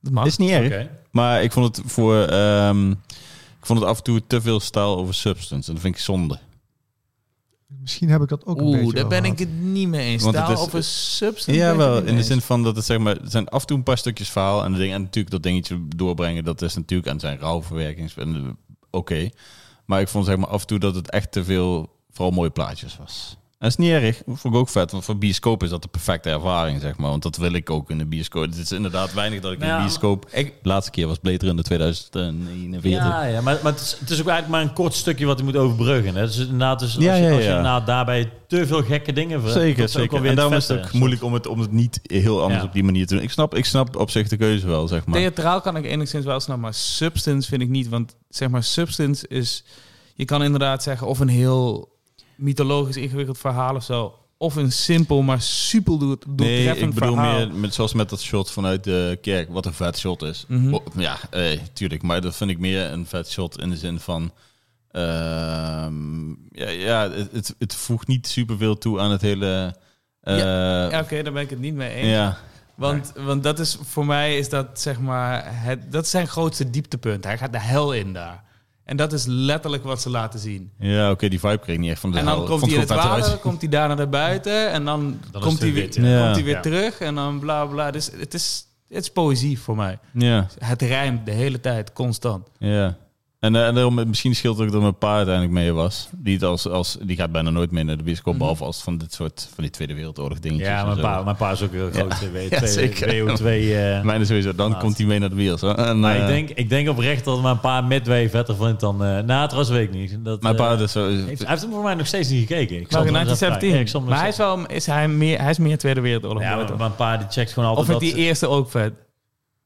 C: Dat mag.
B: Is niet erg,
A: Oké.
B: maar ik vond het voor. ehm, ik vond het af en toe te veel stijl over substance. En dat vind ik zonde.
D: Misschien heb ik dat ook een beetje
C: Oeh, daar
D: wel
C: ben ik
D: gehad.
C: het niet mee eens.
B: Want het
C: Taal
B: is-
C: over substance.
B: Ja,
C: ben ik
B: wel.
C: het niet
B: In de
C: mee
B: zin van dat het zeg maar. Het zijn af en toe een paar stukjes verhaal en dingen. En natuurlijk dat dingetje doorbrengen. Dat is natuurlijk aan zijn rouwverwerkings. en, eh, Oké. Maar ik vond zeg maar af en toe dat het echt te veel. Vooral mooie plaatjes was. En dat is niet erg. Vond ik ook vet. Want voor bioscoop is dat de perfecte ervaring zeg maar. Want dat wil ik ook in de bioscoop. Het is inderdaad weinig dat ik in
A: Nou
B: de
A: ja,
B: bioscoop.
C: ik-
B: de laatste keer was Blade Runner 2049.
A: Ja, ja maar, maar het, is, het is ook eigenlijk maar een kort stukje wat je moet overbruggen. Hè. Dus inderdaad, dus als,
B: Ja,
A: je,
B: ja,
A: als je
B: ja.
A: inderdaad daarbij te veel gekke dingen ver- dat
B: Zeker,
A: is ook
B: zeker.
A: alweer
B: En daarom
A: het
B: is het ook
A: vette.
B: moeilijk om het, om het niet heel anders
A: Ja.
B: op die manier te doen. Ik snap, ik snap op zich de keuze wel, zeg maar.
C: Theatraal kan ik enigszins wel snappen, maar substance vind ik niet. Want zeg maar, substance is... Je kan inderdaad zeggen of een heel mythologisch ingewikkeld verhaal of zo. Of een simpel, maar super doel-
B: Nee,
C: doeltreffend
B: ik bedoel
C: verhaal.
B: meer met, zoals met dat shot vanuit de kerk. Wat een vet shot is.
C: Mhm.
B: Oh, Ja, eh, tuurlijk. Maar dat vind ik meer een vet shot in de zin van... ehm, ja, ja het, het, het voegt niet superveel toe aan het hele... eh,
C: Ja, Oké, daar ben ik het niet mee eens.
B: ja.
C: Want, want dat is voor mij is dat zeg maar het, dat is zijn grootste dieptepunt. Hij gaat de hel in daar. En dat is letterlijk wat ze laten zien.
B: Ja, oké, die vibe kreeg ik niet echt van de
C: en dan
A: Nou,
B: hel. Vond
C: komt hij
B: ik
C: in het
B: ook vet
C: water,
B: eruit.
C: komt hij daarna naar buiten en dan,
A: Dan is
C: komt,
A: het
C: hij
A: weer
C: weer,
A: wit,
B: ja.
C: komt hij weer
A: Ja.
C: terug en dan bla bla. Dus het is, het is poëzie voor mij.
B: Ja,
C: Het rijmt de hele tijd, constant.
B: ja. En, eh, en daarom, misschien scheelt ook dat mijn pa uiteindelijk mee was. Die, het als, als, die gaat bijna nooit meer naar de bioscoop,
C: Mhm.
B: behalve als het van dit soort van die Tweede Wereldoorlog dingetjes.
A: Ja,
B: en
A: mijn
B: zo.
A: pa, mijn pa is ook heel groot. eh, W-
B: Ja,
A: twee-
B: zeker. Nou,
A: WO2. eh.
B: Mijne dus sowieso, dan
A: Laat.
B: komt hij mee naar de bios. hoor. En,
A: maar ik
B: eh,
A: denk, ik denk oprecht dat mijn pa Midway vetter vindt dan... eh na, trouwens weet ik niet. Dat,
B: Mijn
A: eh,
B: pa dus zo...
A: heeft, hij heeft hem voor mij nog steeds niet gekeken. Ik zal hem
C: Maar in
A: eens even vragen. Ja, ik
C: 1917.
A: zal hem
C: maar hij
A: eens
C: is wel is hij meer, hij is meer Tweede Wereldoorlog.
A: even- Ja,
C: mooi,
A: maar
C: toch?
A: mijn pa die checkt gewoon
C: of
A: altijd
C: vind
A: dat...
C: die eerste ook vet?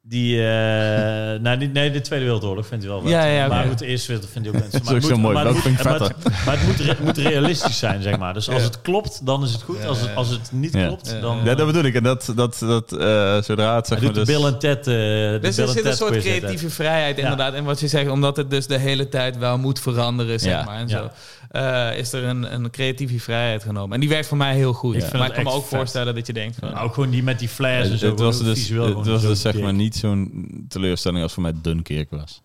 A: Die, eh, nou, die- nee, de Tweede Wereldoorlog vindt hij wel vet.
C: Ja, ja, oké.
A: Maar goed, de Eerste Wereldoorlog vindt hij ook
B: Dat is ook
A: mensen.
B: zo mooi.
A: Maar,
B: Dat
A: het moet,
B: vind ik
A: maar, het,
B: vetter.
A: maar het moet, re- moet realistisch zijn, zeg maar. Dus als het klopt, dan is het goed. Als het, als het niet
B: Ja.
A: klopt,
C: Ja.
A: dan...
B: ja, dat bedoel ik. En dat, dat, dat eh, zodra het zeg
A: hij
B: maar
A: doet de
B: dus...
A: Bill en Ted eh, de
C: Dus
A: Bill
C: er
A: en
C: zit een
A: Ted
C: soort
A: quiz in, Ted.
C: creatieve vrijheid
A: Ja.
C: inderdaad. En wat je zegt, omdat het dus de hele tijd wel moet veranderen, zeg
B: Ja.
C: maar. En
A: Ja.
C: zo, eh, is er een, een creatieve vrijheid genomen. En die werkt voor mij heel goed.
A: Ik vind
C: Maar
A: het
C: ik kan me
A: echt
C: ook
A: vet.
C: voorstellen dat je denkt van...
A: Maar Nou, ook gewoon die met die flares en
B: Het,
A: zo.
B: het was
A: gewoon
B: dus,
A: visueel
B: het
A: gewoon
B: was
A: zo
B: dus zeg
A: dik.
B: maar niet zo'n teleurstelling als voor mij Dunkirk was.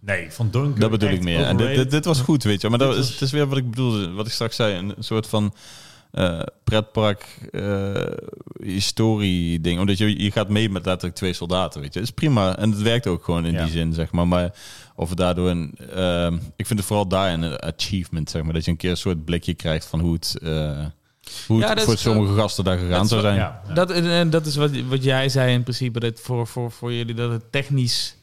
A: Nee, van Dunker.
B: Dat bedoel ik
A: echt
B: meer. En dit, dit,
A: overrated.
B: dit was goed, weet je. Maar dat
A: Dit
B: is,
A: was-
B: het is weer wat ik bedoelde, wat ik straks zei. Een soort van eh, pretpark eh, historie ding. Omdat je, je gaat mee met letterlijk twee soldaten, weet je. Dat is prima. En het werkt ook gewoon in
A: Ja.
B: die zin, zeg maar. Maar of het daardoor een... ehm, ik vind het vooral daar een achievement, zeg maar. Dat je een keer een soort blikje krijgt van hoe het... eh, hoe
C: Ja,
B: het
C: dat
B: voor
C: is- eh,
B: sommige gasten daar
C: dat
B: gegaan
C: is
B: zou
C: wel-
B: zijn.
A: Ja, ja.
C: Dat, en dat is wat, wat jij zei in principe, dat voor, voor, voor jullie dat het technisch...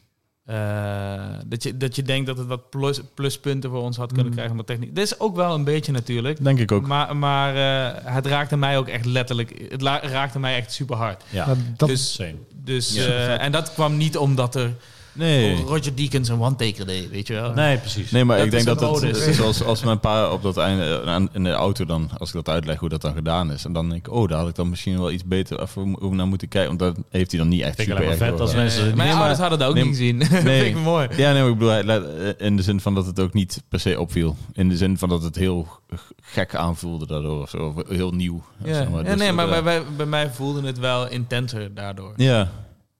C: eh, dat, je, dat je denkt dat het wat plus, pluspunten voor ons had kunnen
D: Mm.
C: krijgen. Maar technisch... Dit is ook wel een beetje natuurlijk.
B: Denk ik ook.
C: Maar, maar eh, het raakte mij ook echt letterlijk... Het la- raakte mij echt super hard.
A: ja.
D: Maar dat,
C: dus
A: Same.
C: Dus,
B: Ja.
C: eh, en dat kwam niet omdat er
B: Nee.
C: Roger Deakins een one-taker deed, weet je wel.
A: Nee, precies.
B: Nee, maar
C: Dat
B: ik
C: is
B: denk dat
C: een
B: het,
C: bonus.
B: zoals als mijn pa op dat einde eh, aan- in de auto dan, als ik dat uitleg hoe dat dan gedaan is, en dan denk ik, oh, daar had ik dan misschien wel iets beter even om- om naar moeten kijken, want dat heeft hij dan niet echt
A: Vind ik
B: super
A: alleen maar
B: erg
A: vet als
B: door.
A: mensen het
C: Mijn
A: niet hebben.
C: ouders hadden dat ook
B: nee,
C: niet gezien. Nee. vind ik mooi.
B: Ja, nee, maar ik bedoel, hij laat- eh, in de zin van dat het ook niet per se opviel. In de zin van dat het heel g- gek aanvoelde daardoor, of zo, of heel nieuw.
C: Ja.
B: zeg maar.
C: Ja,
B: Dus
C: nee,
B: dat,
C: maar
B: eh,
C: bij, bij- bij mij voelde het wel intenser daardoor.
B: Ja.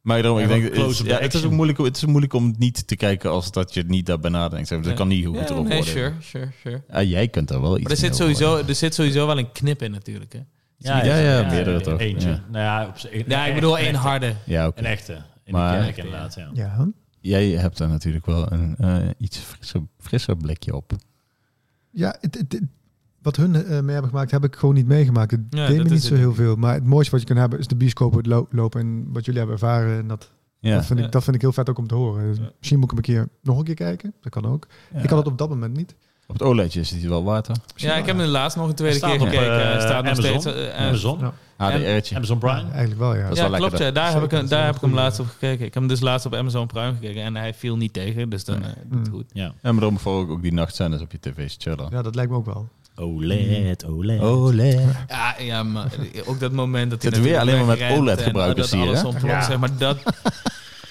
B: Maar daarom,
A: Ja,
B: ik
A: want
B: denk, het is,
A: close-up
B: ja, het, is
A: action.
B: ook moeilijk, het is moeilijk om niet te kijken als dat je niet daarbij nadenkt. Zeg maar, Dat
C: Ja.
B: kan niet goed erop
C: nee,
B: worden.
C: sure, sure, sure.
B: Ah, jij kunt daar wel iets
C: Maar er
B: mee
C: zit,
B: over
C: sowieso, er zit sowieso wel een knip in natuurlijk, hè.
B: Ja, ja, ja, meerdere toch?
A: Eentje.
B: Ja.
A: Nou ja, op zich-
C: Ja, ik
A: echt
C: bedoel
A: een
C: één
A: echte.
C: harde.
B: Ja, oké.
A: Een echte. In
B: Maar-
A: de kerk inderdaad, ja.
D: ja.
B: Jij hebt daar natuurlijk wel een eh, iets frisser, frisser blikje op.
D: Ja, het, het- het- wat hun eh, mee hebben gemaakt, heb ik gewoon niet meegemaakt. Het
C: Ja, dat
D: deed me
C: is
D: niet zo
C: het.
D: heel veel. Maar het mooiste wat je kunt hebben is de bioscoop het lo- lopen en wat jullie hebben ervaren. En dat,
B: Ja.
D: dat, vind ik,
C: Ja.
D: dat vind ik heel vet ook om te horen. Dus
C: Ja.
D: Misschien moet ik hem een keer nog een keer kijken. Dat kan ook. Ik had het op dat moment niet.
B: Op het OLEDje is het wel waard, hè?
C: Ja, ik heb hem laatst nog een tweede
A: Staat
C: keer
A: op,
C: gekeken.
A: eh,
C: Hij staat nog
A: Amazon.
C: steeds. eh, eh,
A: Amazon,
B: HDR'tje.
A: Amazon
D: Ja,
A: Prime.
D: eigenlijk wel, ja.
B: Dat is
C: ja,
B: wel
C: klopt.
B: lekkerder.
C: Ja. Daar,
D: Zeker,
C: heb ik, hem-
D: dat is
C: daar
D: een
C: heb ik hem
D: goeie.
C: laatst op gekeken. Ik heb hem dus laatst op Amazon Prime gekeken en hij viel niet tegen. Dus dan eh, doet het
D: Mm.
C: goed.
A: Ja.
B: En maar daarom vooral ook, ook die nachtscènes op je tv's chillen.
D: Ja, dat lijkt me ook wel.
A: OLED, OLED.
B: OLED.
C: Ja, ja, maar eh, ook dat moment dat hij...
B: Zit weer
C: natuurlijk
B: alleen maar met
C: wegrent
B: OLED
C: en
B: gebruikers
C: Dat
B: hier,
C: alles
B: hè?
C: ontploft,
D: Ja.
C: zeg maar. Dat,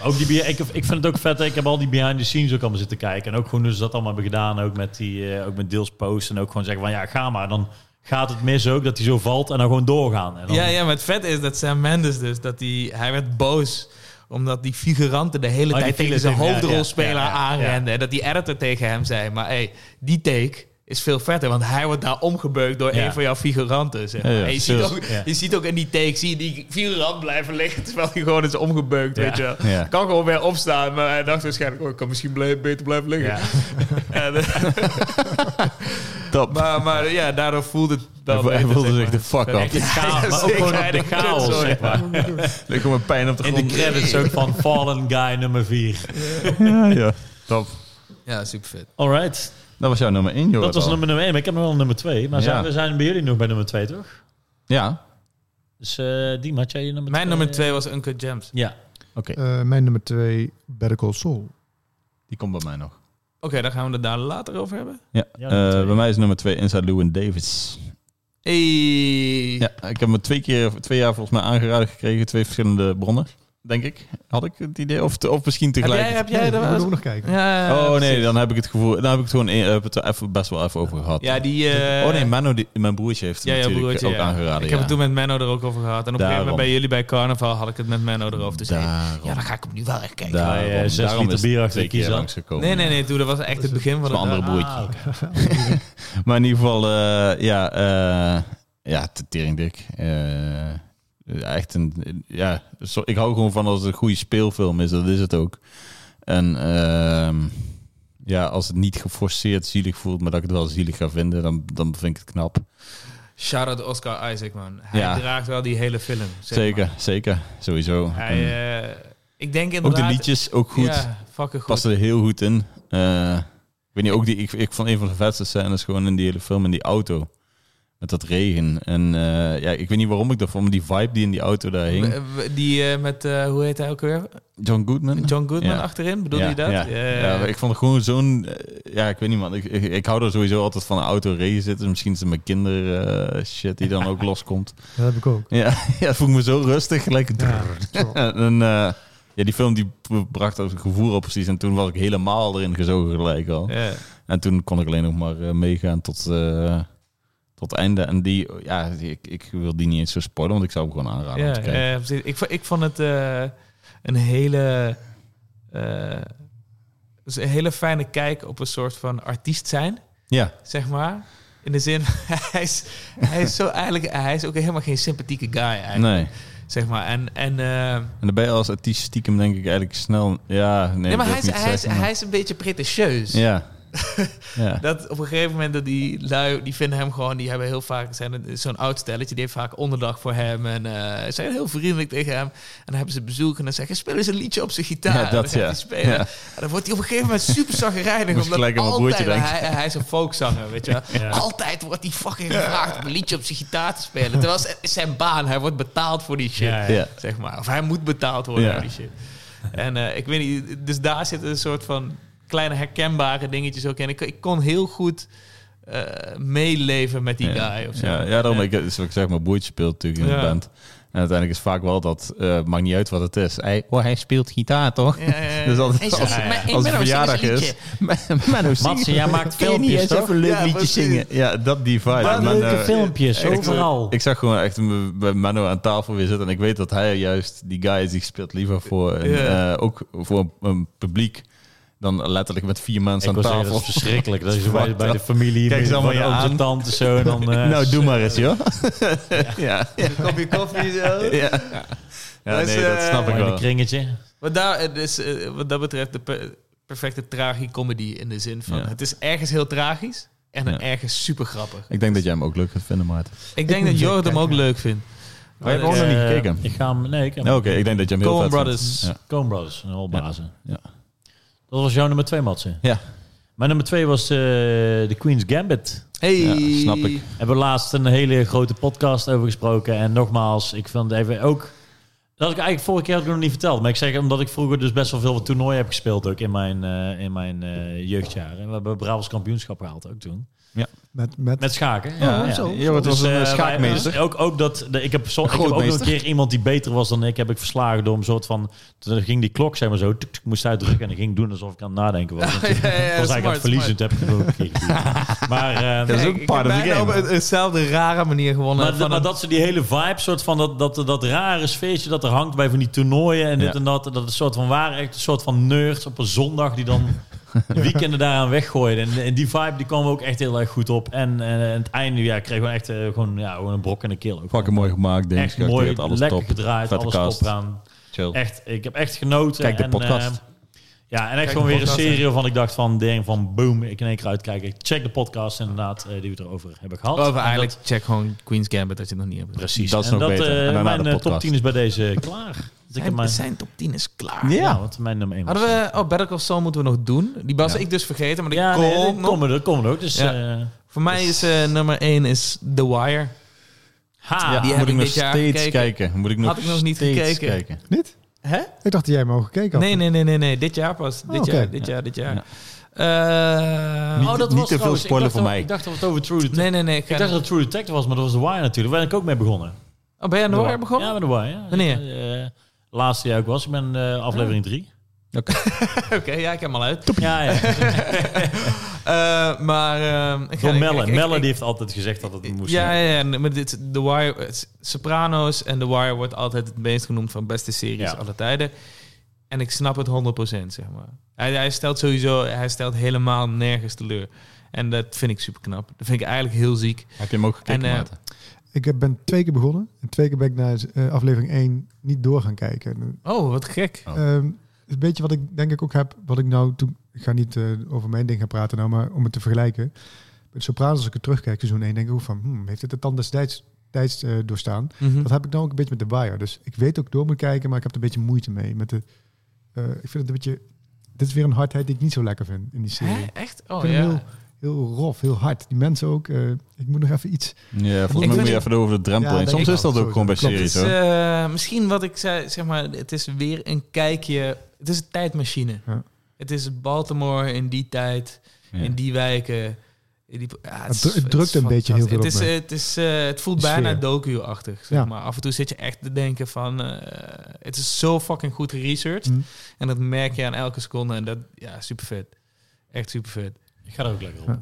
A: Ook die, be- ik, ik vind het ook vet. hè. Ik heb al die behind the scenes ook allemaal zitten kijken. En ook gewoon hoe ze dat allemaal hebben gedaan. Ook met, die, eh, ook met deels posten. En ook gewoon zeggen van ja, ga maar. Dan gaat het mis ook dat hij zo valt en dan gewoon doorgaan. En dan,
C: ja, ja, maar het vet is dat Sam Mendes dus, dat die, hij werd boos omdat die figuranten de hele
A: Oh, die
C: tijd tegen
A: vielen
C: zijn
A: tegen- ja,
C: hoofdrolspeler
A: ja, ja, ja,
C: aanrenden. En dat die editor tegen hem zei, maar hey, die take is veel vetter, want hij wordt daar omgebeukt door
A: Ja.
C: een van jouw figuranten. Zeg maar.
B: Ja, ja,
C: En je, ziet
B: serieus.
C: ook,
A: Ja.
C: je ziet ook in die take, zie je die figurant blijven liggen, terwijl hij gewoon is omgebeukt,
A: Ja.
C: weet je wel.
B: Ja.
C: Kan gewoon weer opstaan, maar hij dacht waarschijnlijk, oh, ik kan misschien blij- beter blijven liggen.
A: Ja.
C: En, eh,
B: Top.
C: maar, maar ja, daardoor voelde het wel
B: Hij- hij
C: beter,
B: voelde
C: zeg
B: zich de
C: maar.
B: fuck
C: Dan
B: up.
C: denk je,
A: Chaos, maar ook
C: zeker,
A: gewoon op de
C: hij denkt,
A: chaos,
C: sorry.
A: zeg maar.
B: Ligt gewoon pijn op de
A: In de
B: grond.
A: credits ook van Fallen Guy nummer 4.
B: Ja, ja. Top.
C: Ja, super vet.
A: Alright,
B: Dat was jouw nummer 1, joh.
A: dat was
B: al.
A: nummer 1. Maar ik heb nog wel nummer 2. Maar
B: Ja.
A: zijn, we zijn bij jullie nog bij nummer 2, toch?
B: Ja,
A: Dus eh die had jij je nummer
C: Mijn
A: twee?
C: nummer twee was Uncut Gems.
A: Ja,
B: oké.
D: Eh, mijn nummer twee, Better Call Saul.
B: Die komt bij mij nog.
C: Oké, daar gaan we het daar later over hebben.
B: Ja.
A: Ja,
B: eh,
A: nummer twee.
B: bij mij is nummer 2 Inside Llewyn Davis.
C: Hey.
B: Ja, ik heb me twee keer, twee jaar volgens mij aangeraden gekregen. Twee verschillende bronnen, denk ik. Had ik het idee? Of, te- of misschien
C: Heb
B: tegelijk.
C: jij, heb
D: Ja,
C: jij
D: dat
C: er
D: moet ik
C: wel
D: ook
C: eens-
D: nog kijken.
C: Ja, ja,
B: oh
C: ja,
B: nee,
C: Eh, precies.
B: dan heb ik het gevoel... Dan heb ik het gewoon eh, heb het er even, best wel even over gehad.
C: Ja, die... eh,
B: oh nee, Mano, die, mijn broertje heeft het
C: ja, ja,
B: natuurlijk
C: broertje,
B: ook
C: ja.
B: aangeraden.
C: Ik
B: ja.
C: heb het toen met Menno er ook over gehad. En op een gegeven moment
B: Daarom.
C: bij jullie bij Carnaval had ik het met Menno erover. Dus hey,
B: Daarom.
C: ja, dan ga ik hem nu wel echt kijken.
B: daarom,
A: Bij, eh, zes
B: daarom
A: liter
B: is het
A: bier achter
B: twee
A: de
B: keer
A: kiezer.
B: langsgekomen.
C: Nee, nee, nee. Toen, dat was echt het begin van
B: Dat is
C: het...
B: een andere broertje.
A: Ah, oké.
B: Maar in ieder geval, eh, ja, eh ja, te teringdik. Eh, echt een, ja, zo, ik hou gewoon van als het een goede speelfilm is, dat is het ook. En ehm, ja, als het niet geforceerd zielig voelt, maar dat ik het wel zielig ga vinden, dan, dan vind ik het knap.
C: Shout-out Oscar Isaac, man. Hij
B: Ja.
C: draagt wel die hele film. zeg
B: zeker,
C: maar.
B: zeker, sowieso.
C: Hij,
B: En
C: eh, ik denk
B: ook
C: inderdaad...
B: de liedjes, ook goed.
C: Ja, fucking goed.
B: Passen er heel goed in. Eh, ik weet niet, ook die, ik, ik vond een van de vetste scènes gewoon in die hele film in die auto. Met dat regen. En eh, ja, ik weet niet waarom ik dat vond, maar die vibe die in die auto daar hing.
C: We- we- Die eh, met, eh, hoe heet hij ook weer?
B: John Goodman.
C: John Goodman
B: Ja.
C: achterin, bedoel
B: ja,
C: je dat?
B: Ja.
C: Eh,
B: Ja, ik vond het gewoon zo'n... eh, Ja, ik weet niet, man. Ik, ik, ik hou er sowieso altijd van een auto racen zitten. Misschien is het mijn kinder eh, shit die dan ook loskomt.
D: Dat heb ik ook.
B: Ja, ja, het voelt me zo rustig. Gelijk...
D: Ja,
B: En, eh, ja, die film die bracht dat gevoel op precies. En toen was ik helemaal erin gezogen gelijk al.
C: ja.
B: En toen kon ik alleen nog maar eh, meegaan tot, eh, tot het einde. En die, ja, die- ik, ik wil die niet eens zo spoilen, want ik zou hem gewoon aanraden om
C: Ja,
B: te kijken.
C: eh, precies. ik, vo- ik vond het eh, een hele... eh, dus een hele fijne kijk op een soort van artiest zijn,
B: ja,
C: zeg maar. In de zin, hij is, hij is zo eigenlijk... Hij is ook helemaal geen sympathieke guy eigenlijk,
B: nee.
C: zeg maar. En, en, eh,
B: En daarbij als artiest stiekem denk ik eigenlijk snel... Ja, nee,
C: nee, maar
B: dat
C: hij
B: wil ik
C: is,
B: niet
C: hij, is,
B: zeggen, maar-
C: hij is een beetje pretentieus.
B: Ja. ja.
C: Dat op een gegeven moment dat die lui, die vinden hem gewoon, die hebben heel vaak, zijn het- zo'n oud stelletje, die heeft vaak onderdag voor hem en eh, zijn heel vriendelijk tegen hem. En dan hebben ze bezoek en dan zeggen, speel eens een liedje op zijn gitaar.
B: Ja,
C: En dan
B: dat,
C: gaat
B: ja.
C: hij spelen.
B: Ja.
C: En dan wordt hij op een gegeven moment super zagrijnig,
B: Moest
C: omdat
B: gelijk aan mijn
C: altijd,
B: broertje denken.
C: hij, hij is een folkzanger, weet je wel.
A: Ja.
C: Altijd wordt hij fucking gevraagd om een liedje op zijn gitaar te spelen. Terwijl het is zijn baan, hij wordt betaald voor die shit
A: Ja, ja.
B: Ja.
C: zeg maar. Of hij moet betaald worden
B: Ja.
C: voor die shit. En eh, ik weet niet, dus daar zitten een soort van kleine herkenbare dingetjes ook in. Ik, ik kon heel goed eh, meeleven met die
B: ja.
C: guy of zo.
B: Ja, ja daarom,
C: Ja.
B: ik, dus wat ik zeg, mijn broertje speelt natuurlijk in
C: Ja.
B: de band. En uiteindelijk is vaak wel dat, eh maakt niet uit wat het is. Hij, oh, hij speelt gitaar, toch?
C: Ja, ja, ja.
B: Dus altijd
C: Hey,
B: als, als,
C: zing- Eh, maar- hey,
B: het
C: Menno, zing eens
B: verjaardag
C: een
B: is... Mano,
A: Matze, jij maakt filmpjes, toch?
B: een leuk
C: Ja,
B: liedje
C: precies.
B: zingen? Ja, dat die vibe.
A: Wat
B: Menno-
A: leuke filmpjes,
B: eh, Ik-
A: overal.
B: Ik zag gewoon echt m- bij Menno aan tafel weer zitten. En ik weet dat hij juist die guy is, die speelt liever voor een,
C: Ja.
B: eh, ook voor een, een publiek dan letterlijk met vier mensen
A: Ik
B: aan
A: wil zeggen,
B: tafel.
A: dat is verschrikkelijk. Dat is bij, bij de familie,
B: Kijk
A: bij
B: eens allemaal
A: van
B: je
A: ooms en
B: aan.
A: tantes zo. En dan, eh,
B: nou, doe maar eens, joh. ja. ja.
C: Een kopje koffie. zo.
B: Ja,
C: Dus,
B: nee, dat
C: eh,
B: snap ik
A: maar in een
B: wel.
A: kringetje.
C: Maar daar, eh, dus, eh, wat dat betreft, de per- perfecte tragicomedy in de zin van...
B: Ja.
C: Het is ergens heel tragisch, En dan
B: Ja.
C: ergens super grappig.
B: Ik denk dat jij hem ook leuk gaat vinden, Maarten.
C: Ik denk
D: moet
C: dat
D: hem
C: Jorrit hem
D: kijken,
C: ook
D: ja.
C: leuk vindt.
B: Wij hebben gewoon nog niet
A: Eh,
B: gekeken.
A: Ik ga hem... Nee, ik heb
B: Oké, ik denk dat je hem heel
C: Coen
B: vet vindt.
C: Brothers.
B: Ja.
A: Coen Brothers, een holbazen.
B: Ja.
A: Dat was jouw nummer twee, Matze.
B: Ja.
A: Mijn nummer twee was eh, de Queen's Gambit.
C: Hey.
B: Ja, snap ik.
A: Hebben we laatst een hele grote podcast over gesproken. En nogmaals, ik vind even ook... Dat had ik eigenlijk vorige keer had ik nog niet verteld. Maar ik zeg omdat ik vroeger dus best wel veel toernooien heb gespeeld. Ook in mijn, eh, in mijn eh, jeugdjaren. En we hebben Brabants kampioenschap gehaald ook toen.
D: Met, met,
A: Met schaken.
B: Ja,
D: zo.
B: Jorrit was
A: Dus,
B: een
A: eh,
B: eh,
A: wij-
B: schaakmeester.
A: Ook, ook dat, de- ik heb, zo, ik heb ook nog een
B: grootmeester.
A: keer iemand die beter was dan ik, heb ik verslagen door een soort van... Toen ging die klok, zeg maar zo, tuk, tuk, moest uitdrukken en dan ging ik doen alsof ik aan het nadenken was.
C: Ja, ja, ja,
A: Ik was
C: smart,
A: eigenlijk aan het verliezen, toen heb ik het ook een keer gedaan. Maar, eh,
B: Dat is
C: Kijk,
B: ook
C: ik
B: part
C: heb
B: of the
C: bijna
B: game.
C: op een- eenzelfde rare manier gewonnen.
A: maar,
C: van
A: maar
C: een-
A: dat ze die hele vibe, soort van dat, dat, dat rare sfeertje dat er hangt bij van die toernooien en dit
B: Ja.
A: en dat. Dat is soort van waar, echt een soort van nerds op een zondag die dan weekenden daaraan weggooiden. En, en die vibe die kwam ook echt heel erg goed op. En, eh, aan het einde ja, kregen we echt eh, gewoon, ja, gewoon een brok en een keel. Ook.
B: Fucking mooi gemaakt, denk
A: Echt
B: ik.
A: mooi,
B: alles
A: lekker
B: top.
A: gedraaid,
B: Vette
A: alles
B: kast.
A: top aan.
B: Chill.
A: Echt, ik heb echt genoten.
B: Kijk de
A: en,
B: podcast.
A: eh, ja, en echt
C: de
A: gewoon weer een
C: podcast,
A: serie waarvan ik dacht van, ding van boom, ik in één keer uitkijken. Check de podcast inderdaad, eh, die we erover hebben gehad.
C: Of
A: En dat-
C: Oh, eigenlijk, check gewoon Queen's Gambit dat je het nog niet hebt.
A: Precies.
B: Dat is
A: en
B: nog
A: dat,
B: beter.
A: eh,
B: En daarna
A: mijn
B: de
A: eh, top
B: podcast.
A: 10 is bij deze klaar. Dus ik heb
C: Zijn,
A: mijn,
C: zijn top 10 is klaar.
A: ja.
B: Ja.
A: want mijn nummer 1
C: Hadden we, oh, Better Call Saul moeten we nog doen. Die was
B: Ja.
C: ik dus vergeten, maar die
A: Ja, nee,
C: komt
A: dat
C: nog.
A: komen er, komen er ook. Dus,
C: Ja.
A: eh,
C: Voor mij is eh, nummer 1 is The Wire.
A: ha,
B: Ja,
C: Ah, die heb
B: moet
C: ik
B: ik nog
C: dit jaar
B: steeds
C: gekeken.
B: kijken. Moet ik nog
C: Had ik nog niet
B: steeds
C: gekeken.
B: kijken.
D: niet?
C: Hè?
D: Ik dacht dat jij hem al gekeken had.
C: Nee, nee, nee, nee, nee. Dit jaar pas. Dit
D: Oh, oké.
C: jaar, dit jaar, dit jaar.
B: Ja.
C: Eh,
B: Niet-
A: oh, dat
B: niet
A: was
B: te veel
A: trouwens- ik
B: spoiler
A: dacht
B: voor
A: dat-
B: mij.
A: Ik dacht dat we het over True Detective...
C: nee, nee, nee. ik ga-
A: Ik dacht dat het True Detective was, maar dat was The Wire natuurlijk. Daar ben ik ook mee begonnen.
C: oh, ben jij aan de Wire begonnen?
A: Ja, met The Wire. ja.
C: Wanneer?
A: Eh, laatste jaar ook was. Ik ben eh, aflevering 3.
C: Oké, ja, ik heb hem al uit.
A: Ja, ja.
C: Eh, maar... ehm, ik ga-
A: Door
C: ik-
A: Melle.
C: ik- ik-
A: Melle
C: ik-
A: die heeft altijd gezegd dat het moest
C: Ja,
A: zijn.
C: ja, ja. nee, Maar dit, The Wire, het is Sopranos en The Wire wordt altijd het meest genoemd van beste
A: Ja.
C: series aller tijden. En ik snap het 100%, zeg maar. Hij, hij stelt sowieso, hij stelt helemaal nergens teleur. En dat vind ik super knap. Dat vind ik eigenlijk heel ziek.
B: Heb je hem ook gekeken,
C: En, eh,
B: Maarten?
D: Ik ben twee keer begonnen. En twee keer ben ik naar eh, aflevering 1 niet door gaan kijken.
C: Oh, wat gek.
B: Oh.
D: Ehm, het een beetje wat ik denk ik ook heb, wat ik nou toen, ik ga niet eh, over mijn ding gaan praten nou, maar om het te vergelijken. Met Sopranos, als ik het terugkijk, seizoen 1, denk ik ook van, hmm, heeft dit de tand destijds tijds, eh, doorstaan?
C: Mhm.
D: Dat heb ik nou ook een beetje met de Wire. Dus ik weet ook door moet kijken, maar ik heb er een beetje moeite mee. Met de, eh, ik vind het een beetje, dit is weer een hardheid die ik niet zo lekker vind in die serie.
C: Hè? Echt?
D: ik
C: Oh,
D: vind hem
C: ja.
D: heel, heel rof, heel hard. Die mensen ook, eh, ik moet nog even iets...
B: Ja,
D: Ik
B: volgens mij
D: weet
B: moet je
D: niet-
B: even over de drempel
D: Ja,
B: heen.
D: denk
B: Soms
D: ik
B: is dat
D: wel.
B: ook gewoon bij
D: Klopt.
B: series,
C: Het is,
B: hoor.
C: eh, misschien wat ik zei, zeg maar, het is weer een kijkje. Het is een tijdmachine.
D: Ja.
C: Het is Baltimore in die tijd,
B: Ja.
C: in die wijken. in die- ja,
D: Het dru- het drukt een beetje heel
C: fantastisch.
D: veel op
C: het is,
D: me.
C: eh, het, is, eh, het voelt
D: De
C: bijna
D: sfeer.
C: docu-achtig. Zeg
D: Ja.
C: maar. Af en toe zit je echt te denken van... eh, het is zo fucking goed geresearched.
D: Hm.
C: En dat merk je aan elke seconde. En dat, ja, super vet. Echt super vet.
A: Ik ga er ook lekker op.
D: Ja.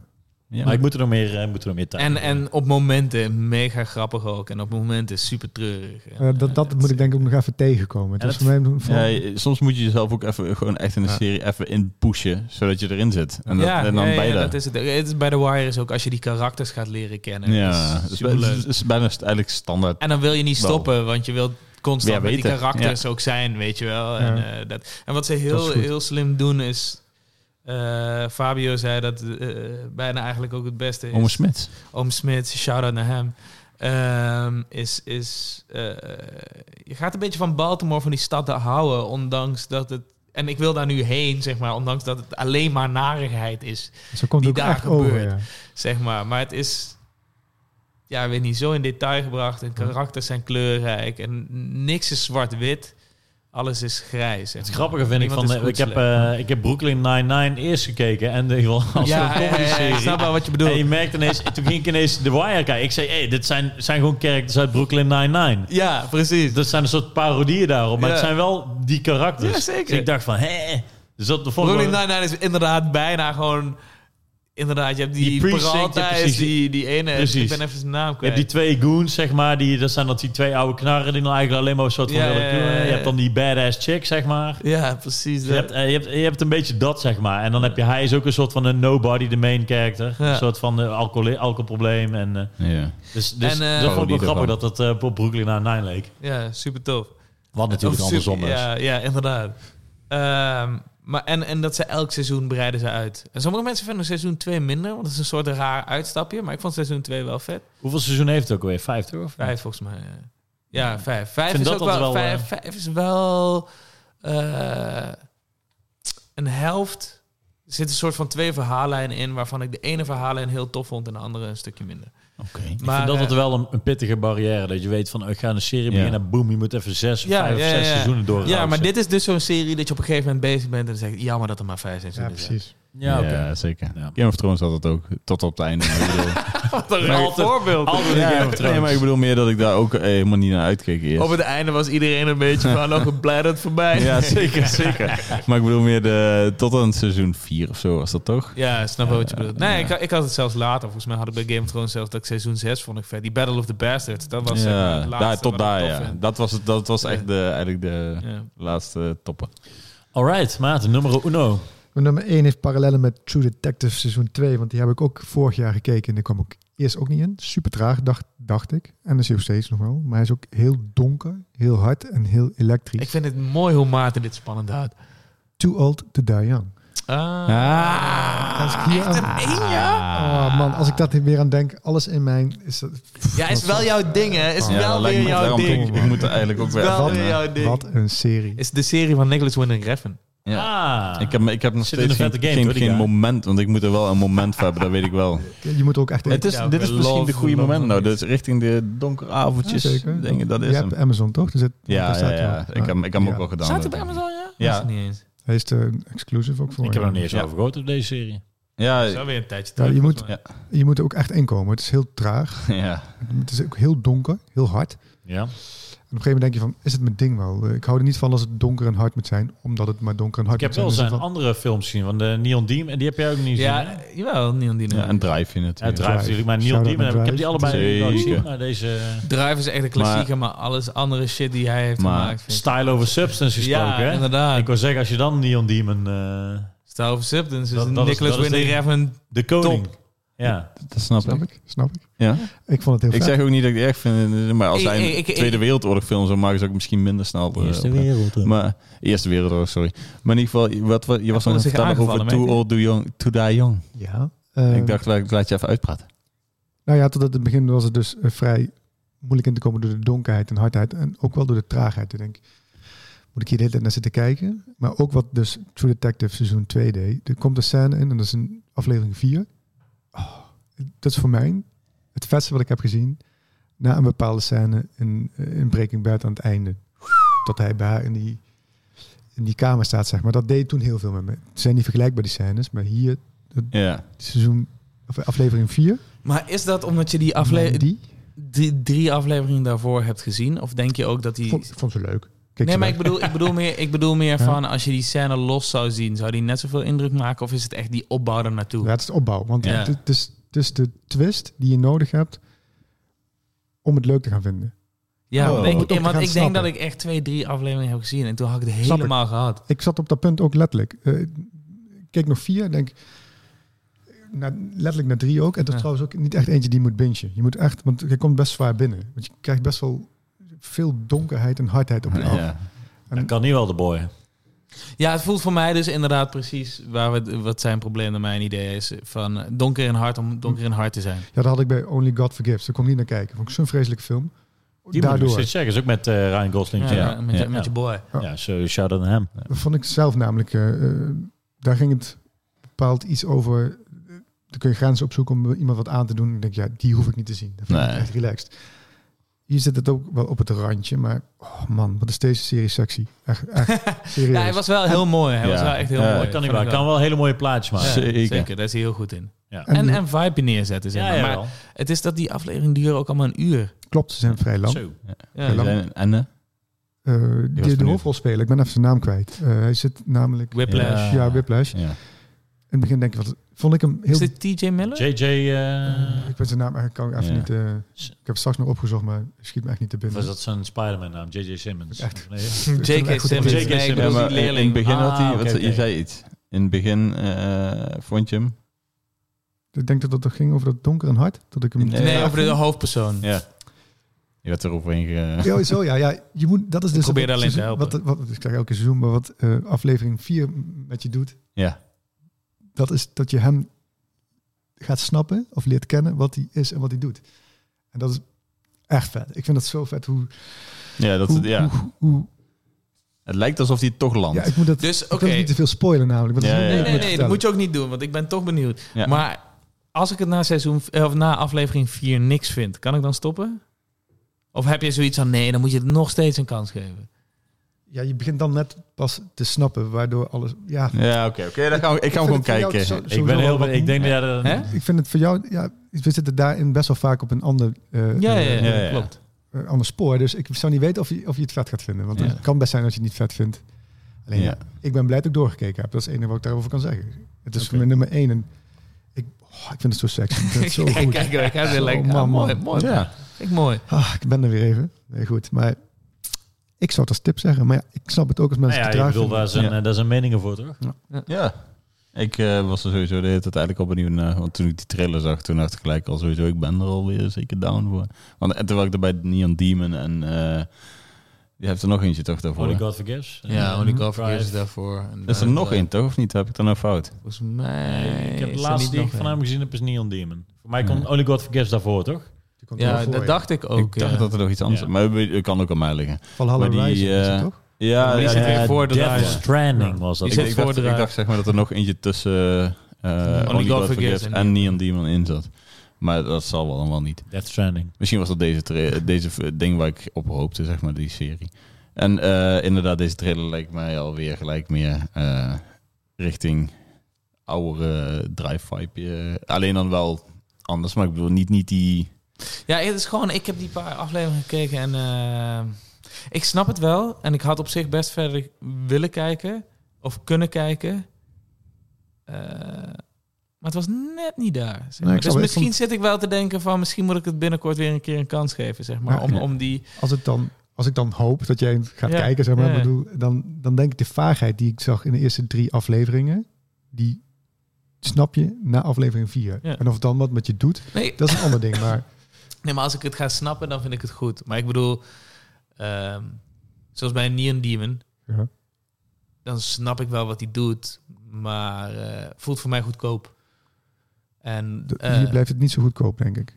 B: Ja.
A: Maar ik moet er nog meer, eh, moet er nog meer tijd
C: En,
A: voor.
C: en op momenten mega grappig ook. En op momenten super treurig. En,
D: eh, dat dat
C: eh,
D: moet ik denk ik ook nog even tegenkomen. Het
A: En
D: was
A: het-
D: voor mij een-
B: Ja, je- soms moet je jezelf ook even gewoon echt in de serie even in pushen, zodat je erin zit. En, dat,
C: ja,
B: en dan
C: ja, ja,
B: bij de-
C: dat is het. Het is bij The Wire is ook als je die karakters gaat leren kennen.
B: Ja,
C: Dat
B: het
C: is
B: is,
C: superleuk.
B: het is bijna st- eigenlijk standaard.
C: En dan wil je niet
B: Wel.
C: stoppen, want je wilt constant
B: Ja,
C: met die
B: weten.
C: karakters ook zijn, weet je wel.
D: Ja.
C: En, eh, dat. en wat ze
D: is
C: heel,
D: goed.
C: heel slim doen is... eh, Fabio zei dat eh, bijna eigenlijk ook het beste is.
B: Om Smits.
C: Oom Smit, shout-out naar hem. Ehm, is, is, eh, je gaat een beetje van Baltimore, van die stad te houden, ondanks dat het... En ik wil daar nu heen, zeg maar, ondanks dat het alleen maar narigheid is.
D: Zo komt
C: die
D: het ook
C: daar
D: echt over.
C: gebeurt.
D: ja.
C: zeg maar. Maar het is, ja, ik weet niet, zo in detail gebracht. En karakters zijn kleurrijk. En niks is zwart-wit. Alles is grijs.
A: Het grappige vind ik
C: Niemand
A: van...
C: is
A: eh,
C: goed
A: Ik heb,
C: slecht.
A: eh, ik heb Brooklyn Nine-Nine eerst gekeken. En de, als
C: ja,
A: een
C: ja, ja, ja,
A: comedy-serie.
C: ik snap wel wat je
A: En
C: bedoelt.
A: je merkte ineens... Toen ging ik ineens The Wire kijken. Ik zei, hey, dit zijn, zijn gewoon characters uit Brooklyn Nine-Nine.
C: Ja, precies.
A: Dat zijn een soort parodieën daarop. Maar
C: Ja.
A: het zijn wel die karakters.
C: Ja, zeker.
A: Dus ik dacht van, hè? Dus dat vond ik
C: Brooklyn
A: wel-
C: Nine-Nine is inderdaad bijna gewoon... Inderdaad, je hebt
A: Die
C: die,
A: precinct, ja,
C: Peralta,
A: precies.
C: die, die ene... Ik
A: Precies.
C: ben even zijn naam
A: Je hebt
C: kwijt.
A: die twee goons, zeg maar. Die, dat zijn dat die twee oude knarren die nou eigenlijk alleen maar een soort van...
C: Ja,
A: willen
C: ja, ja,
A: knoeien.
C: ja.
A: Je hebt dan die badass chick, zeg maar.
C: Ja, precies.
A: Je
C: dat.
A: hebt, eh, je, hebt, je hebt een beetje dat, zeg maar. En dan heb je... Hij is ook een soort van een nobody, de main character.
C: Ja.
A: Een soort van eh, alcohol, alcoholprobleem. En, eh,
B: Ja.
A: dus dus
C: En,
A: dat
C: eh,
A: vond ik
B: parodie
A: wel grappig
B: ervan.
A: dat dat eh, op Brooklyn naar Nine leek.
C: Ja, super tof.
A: Wat natuurlijk
C: Of
A: andersom
C: super-
A: is.
C: Ja, ja inderdaad. Ehm, Maar, en, en dat ze elk seizoen breiden ze uit. En sommige mensen vinden seizoen 2 minder, want dat is een soort raar uitstapje. Maar ik vond seizoen 2 wel vet.
A: Hoeveel seizoen heeft het ook weer? Vijf, toch? Of niet?
C: Vijf volgens mij. ja. Ja, vijf. Vijf
A: vind
C: is
A: dat
C: ook wel... eh,
A: altijd wel,
C: vijf, vijf is wel... eh, een helft... Er zit een soort van twee verhaallijnen in... waarvan ik de ene verhaallijn heel tof vond... en de andere een stukje minder.
A: Maar,
C: Maar,
A: ik vind dat
C: eh,
A: altijd wel een, een pittige barrière. Dat je weet van, oh, ik ga een serie beginnen. Boom, je moet even zes of
C: Ja,
A: vijf
C: ja,
A: of
C: ja,
A: zes
C: ja.
A: seizoenen door.
C: Ja, maar dit is dus zo'n serie dat je op een gegeven moment bezig bent... en dan zeg je, jammer dat er maar vijf
D: Ja,
C: seizoenen zijn.
D: precies.
A: Ja, oké.
B: zeker.
A: Ja.
B: Game of Thrones had dat ook, tot op het einde. Ik bedoel-
C: Wat een raar
A: Altijd-
C: voorbeeld.
A: Altijd een Game of Thrones.
B: nee, maar ik bedoel meer dat ik daar ook eh, helemaal niet naar uitkeek eerst.
C: Op het einde was iedereen een beetje van... oh, blij dat het voorbij is.
B: Ja, zeker, zeker. Maar ik bedoel meer de, tot aan seizoen 4 of zo was dat toch?
C: Ja, snap wel wat je bedoelt. Nee, ik, ik had het zelfs later. Volgens mij had ik bij Game of Thrones zelfs dat ik seizoen 6 vond ik vet. Die Battle of the Bastards, dat was zeg maar,
B: ja,
C: het laatste
B: daar, tot
C: wat
B: daar,
C: ik tof
B: ja.
C: vind.
B: Dat was, het, dat was echt de, eigenlijk de
C: Ja.
B: laatste toppen.
A: Alright, maat, nummer uno.
D: Mijn nummer 1 heeft parallellen met True Detective seizoen 2, want die heb ik ook vorig jaar gekeken en daar kwam ik eerst ook niet in. Super traag, dacht, dacht ik. En dat is hij nog steeds nog wel. Maar hij is ook heel donker, heel hard en heel elektrisch.
C: Ik vind het mooi hoe Maarten dit spannend houdt.
D: Too old to die young.
C: Ah,
B: Ah.
D: Als ik hier aan-
C: één jaar?
D: Oh man, als ik dat hier weer aan denk, alles in mijn... Is dat,
C: Ja, is wel jouw ding, hè? Is
B: Ja,
C: wel
B: dat lijkt
C: weer
B: me
C: jouw
B: daarom
C: ding.
B: toch- Ik moet er eigenlijk ook
C: Is
B: weer
C: wel
B: van,
C: weer
B: eh,
C: jouw ding.
D: wat een serie.
C: Is de serie van Nicholas Winding Refn.
B: Ja.
A: Ah.
B: Ik heb, ik heb nog
A: Zit in een
B: steeds geen,
A: vette game,
B: geen,
A: hoor, die
B: geen
A: guy.
B: moment, want ik moet er wel een moment voor hebben, dat weet ik wel.
D: Je moet er ook echt in.
B: Het is,
C: Ja,
B: dit is
C: we
B: misschien
C: love
B: de goede
C: the
B: moment
C: Lord.
B: nou, dus richting de donkere avondjes,
D: Ja, zeker.
B: dingen, dat
D: Je
B: is hem.
D: hebt Amazon toch? Dus het,
B: Ja,
D: daar
B: ja,
D: staat wel.
B: ja. Ik heb, ik heb hem
D: Ja.
B: ook wel gedaan.
C: Staat het op Amazon, ja?
B: Ja.
C: Wist ik niet eens.
D: Hij is de exclusive ook voor.
A: Ik heb er nog niet eens
B: Ja.
A: over gehoord op deze serie.
B: Ja,
C: Dat is wel weer een tijdje
D: Ja,
C: terug.
D: je moet-
C: volgens mij.
D: Je moet er ook echt in komen. Het is heel traag.
B: ja.
D: Het is ook heel donker, heel hard. En op
A: Ja.
D: een gegeven moment denk je van, is het mijn ding wel? Eh, Ik hou er niet van als het donker en hard moet zijn, omdat het maar donker en hard
A: Ik heb
D: moet zijn.
A: wel zijn
D: Dus dan-
A: andere films gezien, van de Neon Demon. En die heb jij ook niet gezien, hè?
C: Ja, jawel, Neon Dino.
B: ja, en drive je
A: Ja,
B: natuurlijk.
A: Drive natuurlijk, maar Neon
D: Shout-out
A: Demon.
D: naar
A: heb Ik ik heb
D: Drive.
A: die allebei wel
B: Zeker.
A: gezien, maar deze...
C: Drive is echt een klassieker, maar, alles andere shit die hij heeft
B: Maar-
C: gemaakt. vind ik-
A: Style over substance gesproken,
C: Ja,
A: hè?
C: inderdaad.
A: Ik wil zeggen, als je dan Neon Demon... eh,
C: Style of Substance is
A: Dat- dat is-
C: Nicholas
A: dat is
C: Winding
A: de-
C: Refn
A: de koning. Ja.
B: Dat snap
D: Snap
B: ik.
D: ik, snap ik.
B: Ja.
D: Ik vond het heel
B: Ik
D: vet.
B: zeg ook niet dat ik die erg vind, maar als
C: Ik-
B: hij een
C: ik- ik-
B: Tweede Wereldoorlog film zou maken, zou ik misschien minder snel... eh, op-
A: wereld.
B: Maar, Eerste Wereldoorlog, sorry. Maar in ieder geval, wat, wat, je was
C: voelde
B: nog aan het
C: zich
B: vertellen over
C: aangevallen,
B: Too
C: meen je?
B: Old, too young, to Die Young.
D: ja. eh,
B: ik dacht, ik laat je even uitpraten.
D: Nou ja, tot het begin was het dus eh, vrij moeilijk in te komen door de donkerheid en hardheid. En ook wel door de traagheid. Ik denk, moet ik hier de hele tijd naar zitten kijken? Maar ook wat dus True Detective seizoen 2 deed. Er komt een scène in en dat is een aflevering 4. Oh, dat is voor mij het vetste wat ik heb gezien. Na een bepaalde scène in, eh, in Breaking Bad aan het einde. Dat hij bij haar in die, in die kamer staat, zeg maar. Dat deed toen heel veel met me. Het zijn niet vergelijkbaar die scènes, maar hier
B: Ja.
D: seizoen, of aflevering 4.
C: Maar is dat omdat je die, afle
D: Die
C: die drie afleveringen daarvoor hebt gezien? Of denk je ook dat die...
D: vond, vond ze leuk. Kijk,
C: Nee,
D: ze
C: maar
D: leuk.
C: ik bedoel, ik bedoel meer, ik bedoel meer
D: Ja.
C: van als je die scène los zou zien, zou die net zoveel indruk maken? Of is het echt die opbouw er naartoe?
D: Ja, het is de opbouw. Want
C: Ja.
D: het, het is, het is de twist die je nodig hebt om het leuk te gaan vinden.
C: Ja,
B: Oh.
C: want
B: Om
C: ik,
D: het ook te
C: want
D: gaan
C: ik denk
D: snappen.
C: dat ik echt twee, drie afleveringen heb gezien en toen had ik het
D: Snap ik.
C: helemaal gehad.
D: Ik zat op dat punt ook letterlijk. Eh, ik keek nog vier en denk... Na, letterlijk naar drie ook. En dat
C: Ja.
D: is trouwens ook niet echt eentje die je moet bingen. Je moet echt... Want je komt best zwaar binnen. Want je krijgt best wel veel donkerheid en hardheid op je af.
B: ja.
A: Dat kan niet wel, de boy.
C: Ja, het voelt voor mij dus inderdaad precies waar we, wat zijn probleem naar mijn idee is. Van eh, donker in hart om donker in hart te zijn.
D: Ja, dat had ik bij Only God Forgives. Daar kon ik niet naar kijken. Vond ik zo'n vreselijke film.
A: Die moet ik nog
D: Daardoor.
A: steeds checken. Is ook met eh, Ryan Gosling.
C: Ja,
A: Ja,
C: Met, je-
A: Ja.
C: met je boy.
A: ja so shout out naar hem.
D: Dat vond ik zelf namelijk. eh, eh, daar ging het bepaald iets over. eh, dan kun je grenzen opzoeken om iemand wat aan te doen. Ik denk, ja, die hoef ik niet te zien. Dat vind ik
B: Nee.
D: echt relaxed. Hier zit het ook wel op het randje, maar oh man, wat is deze serie sexy. Echt, echt serieus.
C: Ja, hij was wel heel mooi. Hij
B: Ja.
C: was wel echt heel
B: Ja,
C: mooi.
B: dat
A: Kan
C: Vond
A: niet
C: ik
A: wel.
C: wel.
A: Kan wel hele mooie plaatjes
C: Ja,
A: maken.
B: Zeker.
C: zeker. daar is hij heel goed in.
A: Ja.
D: En- eh,
C: En, en vibe neerzetten, zeg
A: Ja,
C: maar.
A: ja,
C: maar
A: wel.
C: het is dat die afleveringen duren ook allemaal een uur.
D: Klopt, ze zijn vrij lang.
A: Zo.
C: Ja.
D: Heel lang.
B: En, en, eh,
D: Eh, die de
B: benieuwd.
D: hoofdrolspeler, ik ben even zijn naam kwijt. Eh, hij zit namelijk...
B: Ja.
C: Whiplash.
D: Ja, Whiplash. In
B: ja.
D: het begin denk ik, wat vond ik hem
C: Is
D: heel...
C: dit TJ Miller?
A: JJ... eh
D: ik ben zijn naam eigenlijk kan ik even
B: Ja.
D: niet... eh, ik heb het straks nog opgezocht, maar schiet me echt niet te
A: of
D: binnen.
A: was dat zijn Spider-Man naam? JJ Simmons.
D: Echt.
A: Nee,
D: Ik vind hem
C: J.K.
D: echt goed
C: Simmons.
A: J.K.
C: Nee, ik
A: Simmons.
B: Ja,
C: bedoel
B: maar
C: die
B: in
C: leerling.
B: het begin had hij,
A: Ah,
B: wat,
A: oké,
B: je
A: oké.
B: zei iets. In het begin eh, vond je hem.
D: Ik denk dat dat ging over dat donker en hard. Dat ik hem
B: Nee,
C: Nee, over de hoofdpersoon.
B: Ja. Je werd er overheen ge...
D: Ja, zo ja. ja je moet, dat is dus
C: probeer
D: wat
C: alleen te
D: seizoen-
C: helpen.
D: Wat, wat, ik zeg elke seizoen, maar wat eh, aflevering 4 met je doet,
B: Ja.
D: dat is dat je hem gaat snappen of leert kennen wat hij is en wat hij doet. En dat is echt vet. Ik vind dat zo vet hoe...
B: Ja, dat,
D: hoe,
B: ja,
D: hoe, hoe-
B: het lijkt alsof hij toch landt.
D: ja, ik moet dat...
C: Dus oké.
D: Ik wil het niet te veel spoilen namelijk. want dat is
B: Ja,
D: heel
B: ja,
C: Nee,
B: ja.
C: nee,
D: moeilijk om te
C: nee, dat
D: vertellen.
C: moet je ook niet doen, want ik ben toch benieuwd.
B: Ja.
C: Maar als ik het na, seizoen, eh, of na aflevering 4 niks vind, kan ik dan stoppen? Of heb je zoiets van, nee, dan moet je het nog steeds een kans geven?
D: Ja, je begint dan net pas te snappen, waardoor alles... Ja,
B: Ja, oké, oké. dan gaan we- ik ga hem
D: vind
B: gewoon
D: het voor jou
B: kijken.
D: zo-
A: Ik
D: sowieso
A: ben heel
D: wel wat
A: benieuwd. Ik denk dat... jij
C: Hè?
A: er-
D: Ik vind het voor jou, ja, we zitten daarin best wel vaak op een ander, eh,
C: Ja, ja,
D: eh,
C: ja,
B: ja, ja.
C: klopt.
D: eh, ander spoor. Dus ik zou niet weten of je, of je het vet gaat vinden. Want
B: Ja.
D: het kan best zijn dat je het niet vet vindt. Alleen ja.
B: Ja.
D: ik ben blij dat ik doorgekeken heb. Dat is het enige wat ik daarover kan zeggen. Het is
B: Oké.
D: voor mij nummer één. En ik, oh, ik vind het zo sexy. Ik vind het zo
C: kijk,
D: goed.
C: kijk, kijk, hij weer
D: Zo,
C: lekker.
D: man,
C: Ah, mooi,
D: man.
C: mooi.
B: Ja.
C: Kijk, mooi.
D: Ah, ik ben er weer even. Nee, goed, maar ik zou het als tip zeggen. Maar ja, ik snap het ook als mensen
A: Nou ja,
D: te
A: ik
D: traag
A: bedoel,
D: vinden.
A: daar zijn,
B: Ja.
A: eh, daar zijn meningen voor, toch?
B: Ja. Ik eh, was er sowieso de hele tijd eigenlijk al benieuwd naar. Want toen ik die trailer zag, toen dacht ik gelijk al sowieso, ik ben er alweer zeker down voor. Want en terwijl ik er bij Neon Demon en... eh je hebt er nog eentje toch
E: Oh,
B: daarvoor?
A: Only
B: hè?
A: God Forgives.
E: Ja,
A: Eh,
D: hmm.
E: Only God
A: Drive.
E: Forgives is daarvoor. En eh,
B: Is er
E: dan-
B: nog één toch? Of niet? Heb ik dan nou fout?
E: Volgens mij...
A: Nee, ik heb
E: is
A: de
E: er
A: laatste
E: niet
A: die ik
E: nog
A: van
E: één.
A: hem gezien heb is Neon Demon. Voor mij komt
B: Ja.
A: Only God Forgives daarvoor, toch?
D: Die komt er wel
E: Ja,
D: voor,
E: dat dacht ik ook.
B: ik dacht
E: ja.
B: dat er nog iets anders
A: Ja.
B: Maar het kan ook aan mij liggen.
D: Valhalla
B: maar die,
D: Rising is het
B: eh,
D: toch?
B: Ja,
E: Die
B: ja,
E: zit
B: ja,
E: weer
A: Eh,
E: voor de
A: Death
E: draai.
A: Stranding was dat.
E: Die
B: Ik,
A: Ik-
E: zit
B: ik
E: voor
B: dacht,
E: de Oh,
B: ik
E: draai.
B: dacht zeg maar dat er nog eentje tussen eh eh
E: Only
B: Only
E: God
B: God
E: Forgives
B: Forgives
E: en
B: en Neon Demon in zat. Maar dat zal wel en wel niet.
A: Death Stranding.
B: Misschien was dat deze, tra- eh, deze v- ding waar ik op hoopte, zeg maar, die serie. En eh, inderdaad, deze trailer lijkt mij alweer gelijk meer eh, richting oude drive vibe. eh. alleen dan wel anders, maar ik bedoel niet, niet die...
C: Ja, het is gewoon, ik heb die paar afleveringen gekeken en eh, ik snap het wel. En ik had op zich best verder willen kijken of kunnen kijken. Eh, maar het was net niet daar. zeg maar.
D: ik
C: dus
D: snap het.
C: misschien
D: Ik
C: zit ik wel te denken van misschien moet ik het binnenkort weer een keer een kans geven, zeg maar.
D: Ja,
C: om,
B: ja.
C: om die.
D: als, het dan, als ik dan hoop dat jij gaat
C: Ja,
D: kijken, zeg maar,
C: ja, ja.
D: bedoel, dan, dan denk ik de vaagheid die ik zag in de eerste drie afleveringen, die snap je na aflevering vier.
C: Ja.
D: En of het dan wat met je doet,
C: Nee,
D: dat is een ander ding. Maar
C: nee, maar als ik het ga snappen, dan vind ik het goed. Maar ik bedoel, ehm, zoals bij Neon Demon,
D: ja,
C: dan snap ik wel wat hij doet, maar eh, voelt voor mij goedkoop. En
D: de-
C: eh,
D: hier blijft het niet zo goedkoop, denk ik.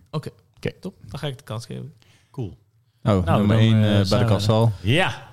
C: top, dan ga ik de kans geven.
A: Cool.
B: Oh,
A: Nou,
B: nummer
A: dan,
B: één
A: eh,
B: eh, bij
A: zijn
B: de
A: we
B: kassal.
A: Ja.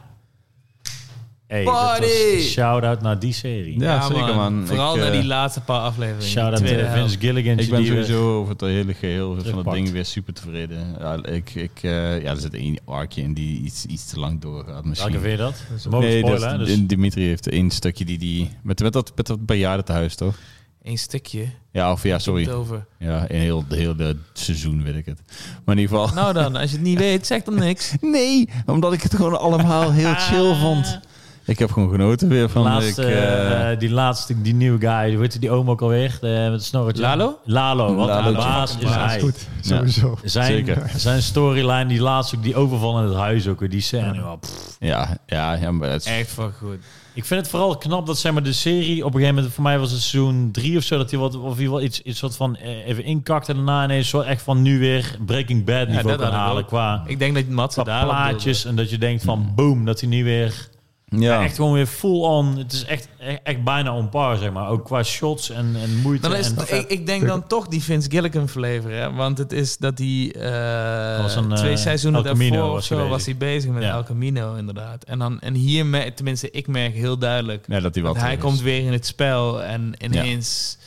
A: Hey,
C: Party!
A: dat was een shout-out naar die serie.
B: Ja, zeker, man.
C: Vooral
B: Ik,
C: naar
B: eh,
C: die laatste paar afleveringen.
A: Shout-out
C: die tweede
A: naar Vince
C: helft.
A: Gilligan.
B: Ik ben
A: die we-
B: sowieso over het hele geheel van dat
A: Terugpakt.
B: ding weer super tevreden. Ja, ik, ik, eh, ja, er zit één arkje in die iets, iets te lang doorgaat misschien.
A: Welke vind je dat?
D: Dus-
A: We mogen
B: nee,
A: spoilen, hè,
B: dat is-
A: dus-
B: Dimitri heeft één stukje die die... Met, met, dat, met dat bejaardentehuis, toch?
C: Eén stukje.
B: Ja, of ja,
C: Sorry.
B: sorry.
C: Over.
B: Ja, een heel, heel de seizoen weet ik het. Maar in ieder geval...
C: Nou dan, als je het niet weet, zeg dan niks.
B: Nee, omdat ik het gewoon allemaal heel chill vond. Ik heb gewoon genoten weer van...
A: Laatste,
B: ik, eh,
A: eh, die laatste, die nieuwe guy, hoe heet die- die oom ook alweer? De, met het snorretje.
C: Lalo?
A: Lalo, wat
B: Lalo.
A: een baas is
C: Ja,
D: dat
A: hij.
D: is goed, sowieso.
A: Zijn,
B: Zeker.
A: zijn storyline, die laatste, ook, die overval in het huis ook, weer, die scène. oh, pff.
B: ja, ja, ja, maar het is-
C: Echt van goed.
A: Ik vind het vooral knap dat zeg maar, de serie op een gegeven moment, voor mij was het seizoen drie of zo, dat hij wat, of hij wel iets, iets wat van eh, even inkakt en daarna ineens zo echt van nu weer Breaking Bad niveau
C: dat
A: kan
C: had ik
A: halen
C: ook.
A: qua,
C: Ik denk dat Mats
A: qua
C: daar
A: plaatjes en dat je denkt van boom, dat hij nu weer
B: ja.
A: echt gewoon weer full on, het is echt, echt, echt bijna on par zeg maar, ook qua shots en, en moeite.
C: Dan is
A: en,
C: het, ik, ik denk dan toch die Vince Gilligan flavor, hè? Want het is dat hij eh,
A: Was een, eh,
C: twee seizoenen
A: El Camino
C: daarvoor
A: was
C: of
A: hij
C: zo
A: bezig.
C: was hij bezig met
A: Ja.
C: El Camino, inderdaad. En, dan, en hier, mer- tenminste, ik merk heel duidelijk
B: ja, dat hij wel
C: Want hij
B: terug is.
C: komt weer in het spel en ineens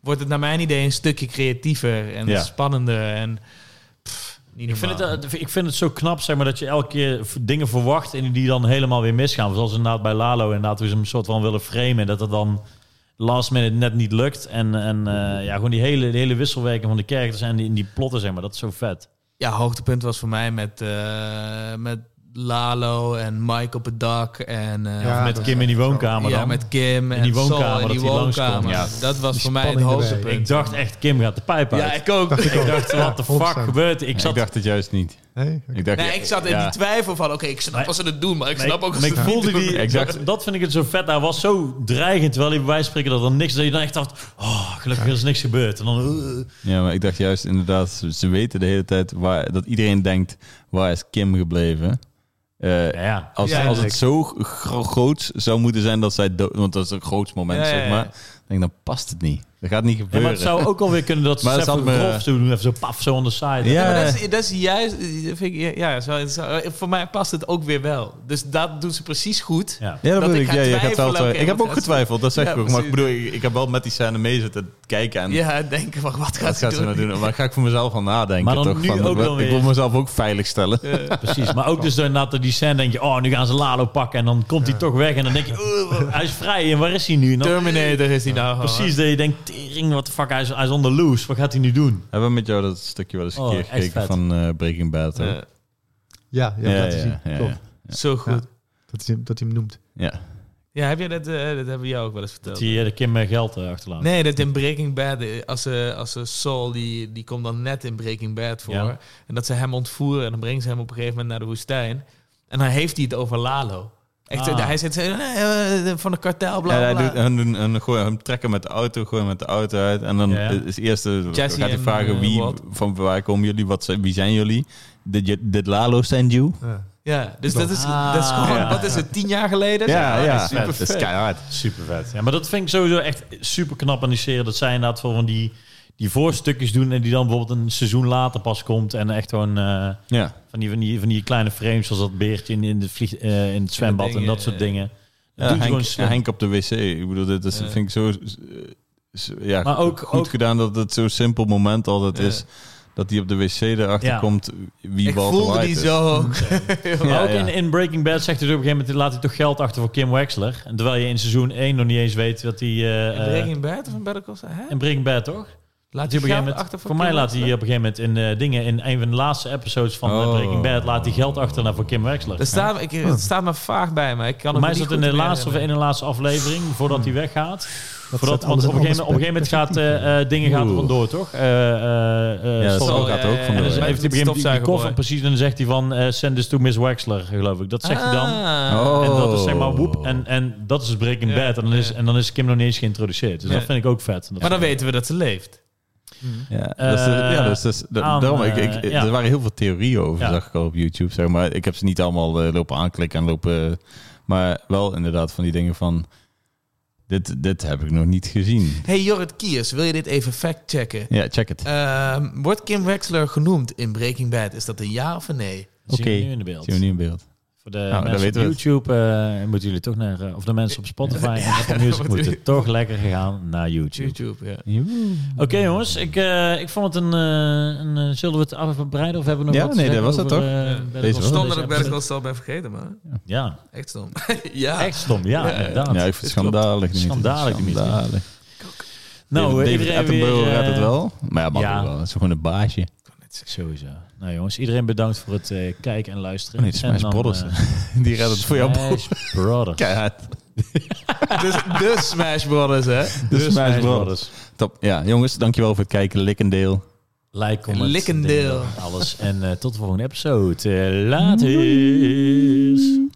C: wordt het naar mijn idee een stukje creatiever en
B: Ja.
C: spannender en pff, niet
A: Ik vind,
C: normaal.
A: het, eh, ik vind het zo knap, zeg maar, dat je elke keer v- dingen verwacht en die dan helemaal weer misgaan. Zoals inderdaad bij Lalo, inderdaad, hoe ze hem soort van willen framen. Dat het dan last minute net niet lukt. En, en eh, ja, gewoon die hele, die hele wisselwerking van de characters en die, die plotten, zeg maar. Dat is zo vet.
C: ja, hoogtepunt was voor mij met, eh, met Lalo en Mike op het dak. En, eh,
D: Ja,
A: met
D: dat
A: Kim
D: is
A: in die
D: echt zo.
A: woonkamer
C: ja,
A: dan.
C: met Kim en
A: die
C: Sol
A: woonkamer,
C: in die
A: dat hij
C: woonkamer.
A: langskomt.
C: Dat was
D: Die
C: voor mij het
D: spanning
C: hoogste
D: erbij.
A: ik
C: punt.
A: dacht echt, Kim gaat de pijp uit.
C: Ja, ik ook.
D: Dacht ik
A: Ik
D: ook.
A: dacht, wat de
D: Ja,
A: fuck
D: 100%.
A: gebeurt er? Ik
B: Ik,
A: zat
B: dacht het juist niet.
D: Nee?
B: Ik dacht,
C: Nee, ik zat in
B: ja.
C: die twijfel van, oké, ik snap
A: Maar-
C: wat ze het doen, maar ik
A: Nee,
C: snap ook als
A: maar
C: ze
A: ik
C: het niet
A: voelde
C: doen.
A: die,
B: Exact.
A: dat, dat vind ik het zo vet. Hij was zo dreigend, terwijl hij bij wijze van spreken dat er niks... Dat je dan echt dacht, oh, gelukkig is niks gebeurd. En dan... eh,
B: Ja, maar ik dacht juist inderdaad, ze, ze weten de hele tijd waar, dat iedereen denkt, waar is Kim gebleven? Eh,
A: ja, ja.
B: als,
C: Ja,
B: als het
D: ja.
B: zo gro- groots zou moeten zijn dat zij dood, want dat is een groots moment,
C: Ja, ja,
B: zeg
C: ja.
B: maar. Ik denk, dan past het niet. Dat gaat niet
A: Ja,
B: gebeuren.
A: maar het zou ook alweer kunnen dat ze
B: Maar
A: het
B: dat
A: even
B: zat me-
A: grof doen. Even zo paf, zo on the side.
B: eh, Ja.
C: Ja, maar dat is, dat is juist, vind ik, ja, zo, voor mij past het ook weer wel. Dus dat doen ze precies goed.
A: Ja.
B: Ja, dat,
C: Dat
B: bedoel
C: ik
B: ik.
C: ga
B: Ja, jij gaat wel
C: twijfelen,
B: twijfelen.
C: oké,
B: ik heb
C: wat
B: ook
C: gaat ze-
B: getwijfeld, dat zeg
C: Ja,
B: ik ook. Maar ik
C: precies.
B: bedoel, ik, ik heb wel met die scène mee zitten kijken en
C: Ja, denken van, wat gaat
B: wat
C: ze
B: gaat ze
C: doen?
B: nou doen? Maar daar ga ik voor mezelf al nadenken.
A: Maar dan
B: toch?
A: nu
B: Van,
A: ook
B: wat-
A: dan
B: ik wil
A: weer.
B: mezelf ook veilig stellen.
A: Precies, maar ook dus dan na die scène denk je, oh, nu gaan ze Lalo pakken en dan komt hij toch weg en dan denk je, oh, hij is vrij en waar is hij nu? En dan-
C: Terminator is die nou. gewoon.
A: precies, dat je denkt, tering, wat de fuck, hij is, hij is on the loose, wat gaat hij nu doen?
B: Hebben we met jou dat stukje wel eens een
A: Oh,
B: keer
A: echt
B: gekeken
A: vet.
B: van eh, Breaking Bad? hè?
C: Eh,
D: Ja, ja, dat, is,
B: ja,
D: klopt.
B: ja.
C: zo goed.
D: Dat, hij, hem- dat hij hem noemt.
B: Ja.
C: Ja, heb jij dat, eh, dat hebben we jou ook wel eens verteld.
A: Dat hij eh, de Kim eh, geld eh, achterlaat.
C: Nee, dat in Breaking Bad, eh, als, ze als ze Saul, die, die komt dan net in Breaking Bad voor.
A: Ja.
C: En dat ze hem ontvoeren en dan brengen ze hem op een gegeven moment naar de woestijn. En dan heeft hij het over Lalo. Echt,
A: Ah.
C: eh, Hij zit zo, eh, eh, van een kartel, bla
B: Ja, hij
C: bla. bla.
B: doet,
A: eh,
B: hun, doen- hun gooien hem trekken met de auto, gooien met de auto uit. En dan
A: Ja.
B: is eerst de,
C: Jesse
B: gaat hij
C: en,
B: vragen
C: eh,
B: wie,
C: Walt.
B: van waar komen jullie, wat zijn, wie zijn jullie? Did, you- did Lalo send you?
D: Ja.
C: Ja, dus dat is,
A: Ah,
C: dat is gewoon,
A: ja.
C: wat is het, tien jaar geleden?
B: Ja, ja,
A: is super
B: dat is
A: vet.
B: keihard.
A: Super vet. Ja, maar dat vind ik sowieso echt super knap aan die serie. Dat zij inderdaad van die, die voorstukjes doen en die dan bijvoorbeeld een seizoen later pas komt. En echt gewoon eh,
B: Ja.
A: van, die, van, die, van die kleine frames zoals dat beertje in, in, de vlieg, eh, in het zwembad en
C: dingen,
A: dat soort
C: eh,
A: dingen. Dat
B: Ja,
A: doen ze
B: Henk,
A: gewoon slim.
B: Henk op de wc. Ik bedoel, dit is,
C: Ja.
B: vind ik zo, eh, zo- ja,
A: Maar ook-
B: goed
A: ook-
B: gedaan dat het zo'n simpel moment altijd
C: Ja.
B: is. Dat hij op de wc erachter
A: Ja.
B: komt wie
C: Ik
B: Walter
C: voelde
B: White
C: die
B: is.
C: zo ook.
A: Maar
B: Ja,
A: ook
B: ja.
A: In, in Breaking Bad zegt hij dus op een gegeven moment... laat hij toch geld achter voor Kim Wexler. En terwijl je in seizoen 1 nog niet eens weet dat hij... eh,
C: In
A: eh,
C: Breaking Bad of in Better Call Saul? Hè?
A: in Breaking Bad, toch?
C: Laat
A: Dat hij op een gegeven
C: geld
A: moment-
C: achter
A: voor, mij
C: Kim
A: laat hij op
C: Wexler?
A: een gegeven moment in eh, dingen... in een van de laatste episodes van eh,
B: Oh.
A: Breaking Bad... laat hij geld achter naar voor Kim Wexler.
C: Dat staat, ik, het staat me vaag bij me. Ik kan
A: Hmm. Voor mij
C: het me
A: is
C: niet
A: dat in de
C: goed
A: laatste of in
C: herinneren.
A: de laatste aflevering... voordat hij weggaat.
D: Dat
A: Voordat,
D: zet
A: want
D: alles
A: op een gegeven,
D: anders
A: op een gegeven moment gaat eh, eh, dingen gaan er vandoor, toch? Eh, eh, eh,
B: Ja,
A: Saul
B: Saul
A: gaat-
B: gaat er ook
C: eh,
A: En
B: vandoor, ja.
A: dan heeft hij op een
C: met eh, de
A: gegeven moment die- die
C: stofzuiger
A: koffer
C: boy.
A: precies... en dan zegt hij van... eh, send this to Miss Wexler, geloof ik. Dat zegt hij dan.
C: Ah.
B: Oh.
A: En dat is zeg maar woep. En, en dat is dus Breaking
C: Ja,
A: Bad. En dan, is,
C: ja.
A: en dan is Kim nog niet eens geïntroduceerd. Dus dat
C: Nee.
A: vind ik ook vet. Dat
C: Maar dan
A: vind ik-
C: weten we dat ze leeft.
B: Ja, dat is,
A: Eh,
B: ja, dat is, dat is- dat-
A: aan,
B: daarom, ik, ik,
A: eh, ja.
B: er waren heel veel theorieën over,
A: Ja.
B: zag ik al op YouTube, zeg maar. Ik heb ze niet allemaal eh, lopen aanklikken en lopen... eh, Maar wel inderdaad van die dingen van... Dit, dit heb ik nog niet gezien.
C: Hey Jorrit Kiers, wil je dit even factchecken?
B: Ja, check het.
C: Ehm, wordt Kim Wexler genoemd in Breaking Bad? Is dat een ja of een nee?
A: Dat zien we
B: Oké.
A: nu in de beeld.
B: Zien we nu in beeld.
A: Voor de
B: dan
A: mensen op
B: weten we het.
A: YouTube eh, moeten jullie toch naar... eh, of de mensen op Spotify en Apple
C: dan
A: Music
C: moeten
A: moeten
C: jullie-
A: toch lekker gegaan naar YouTube.
C: YouTube, ja.
A: Oké jongens, ik, eh, ik vond het een... eh, een eh, zullen we het afbreiden of hebben we nog
B: Ja,
A: wat
B: nee,
A: te
B: dat
A: zeggen
B: was dat
A: over, eh,
C: toch?
A: Better
B: Deze
A: Call
B: was
A: Saul,
C: Stom Oh, dat ik
A: deze
C: Better Call
A: episode?
C: Saul ben vergeten, man.
A: Ja,
C: Echt stom. ja.
A: echt stom. Ja,
C: Ja,
A: inderdaad.
B: Ja, ik vind het schandalig. Dimitri.
A: Schandalig, Dimitri.
B: Schandalig.
A: nou,
B: David
A: eh, iedereen weer...
B: Attenborough redt het
A: eh,
B: wel. Maar ja, mag
A: ja.
B: ook wel. Het is gewoon een baasje.
A: Sowieso. Nou jongens, iedereen bedankt voor het eh, kijken en luisteren.
B: Oh nee, het is
A: En
B: Smash
A: dan,
B: Brothers.
A: eh,
B: Die redt het voor jou.
A: Smash Brothers.
B: Keihard.
C: Dus de Smash Brothers, hè?
B: De Smash Brothers. Top. Ja, jongens, dankjewel voor het kijken. Likkendeel.
A: Like, comment,
C: Likkendeel.
A: delen, alles. En eh, tot de volgende episode. Eh, Later.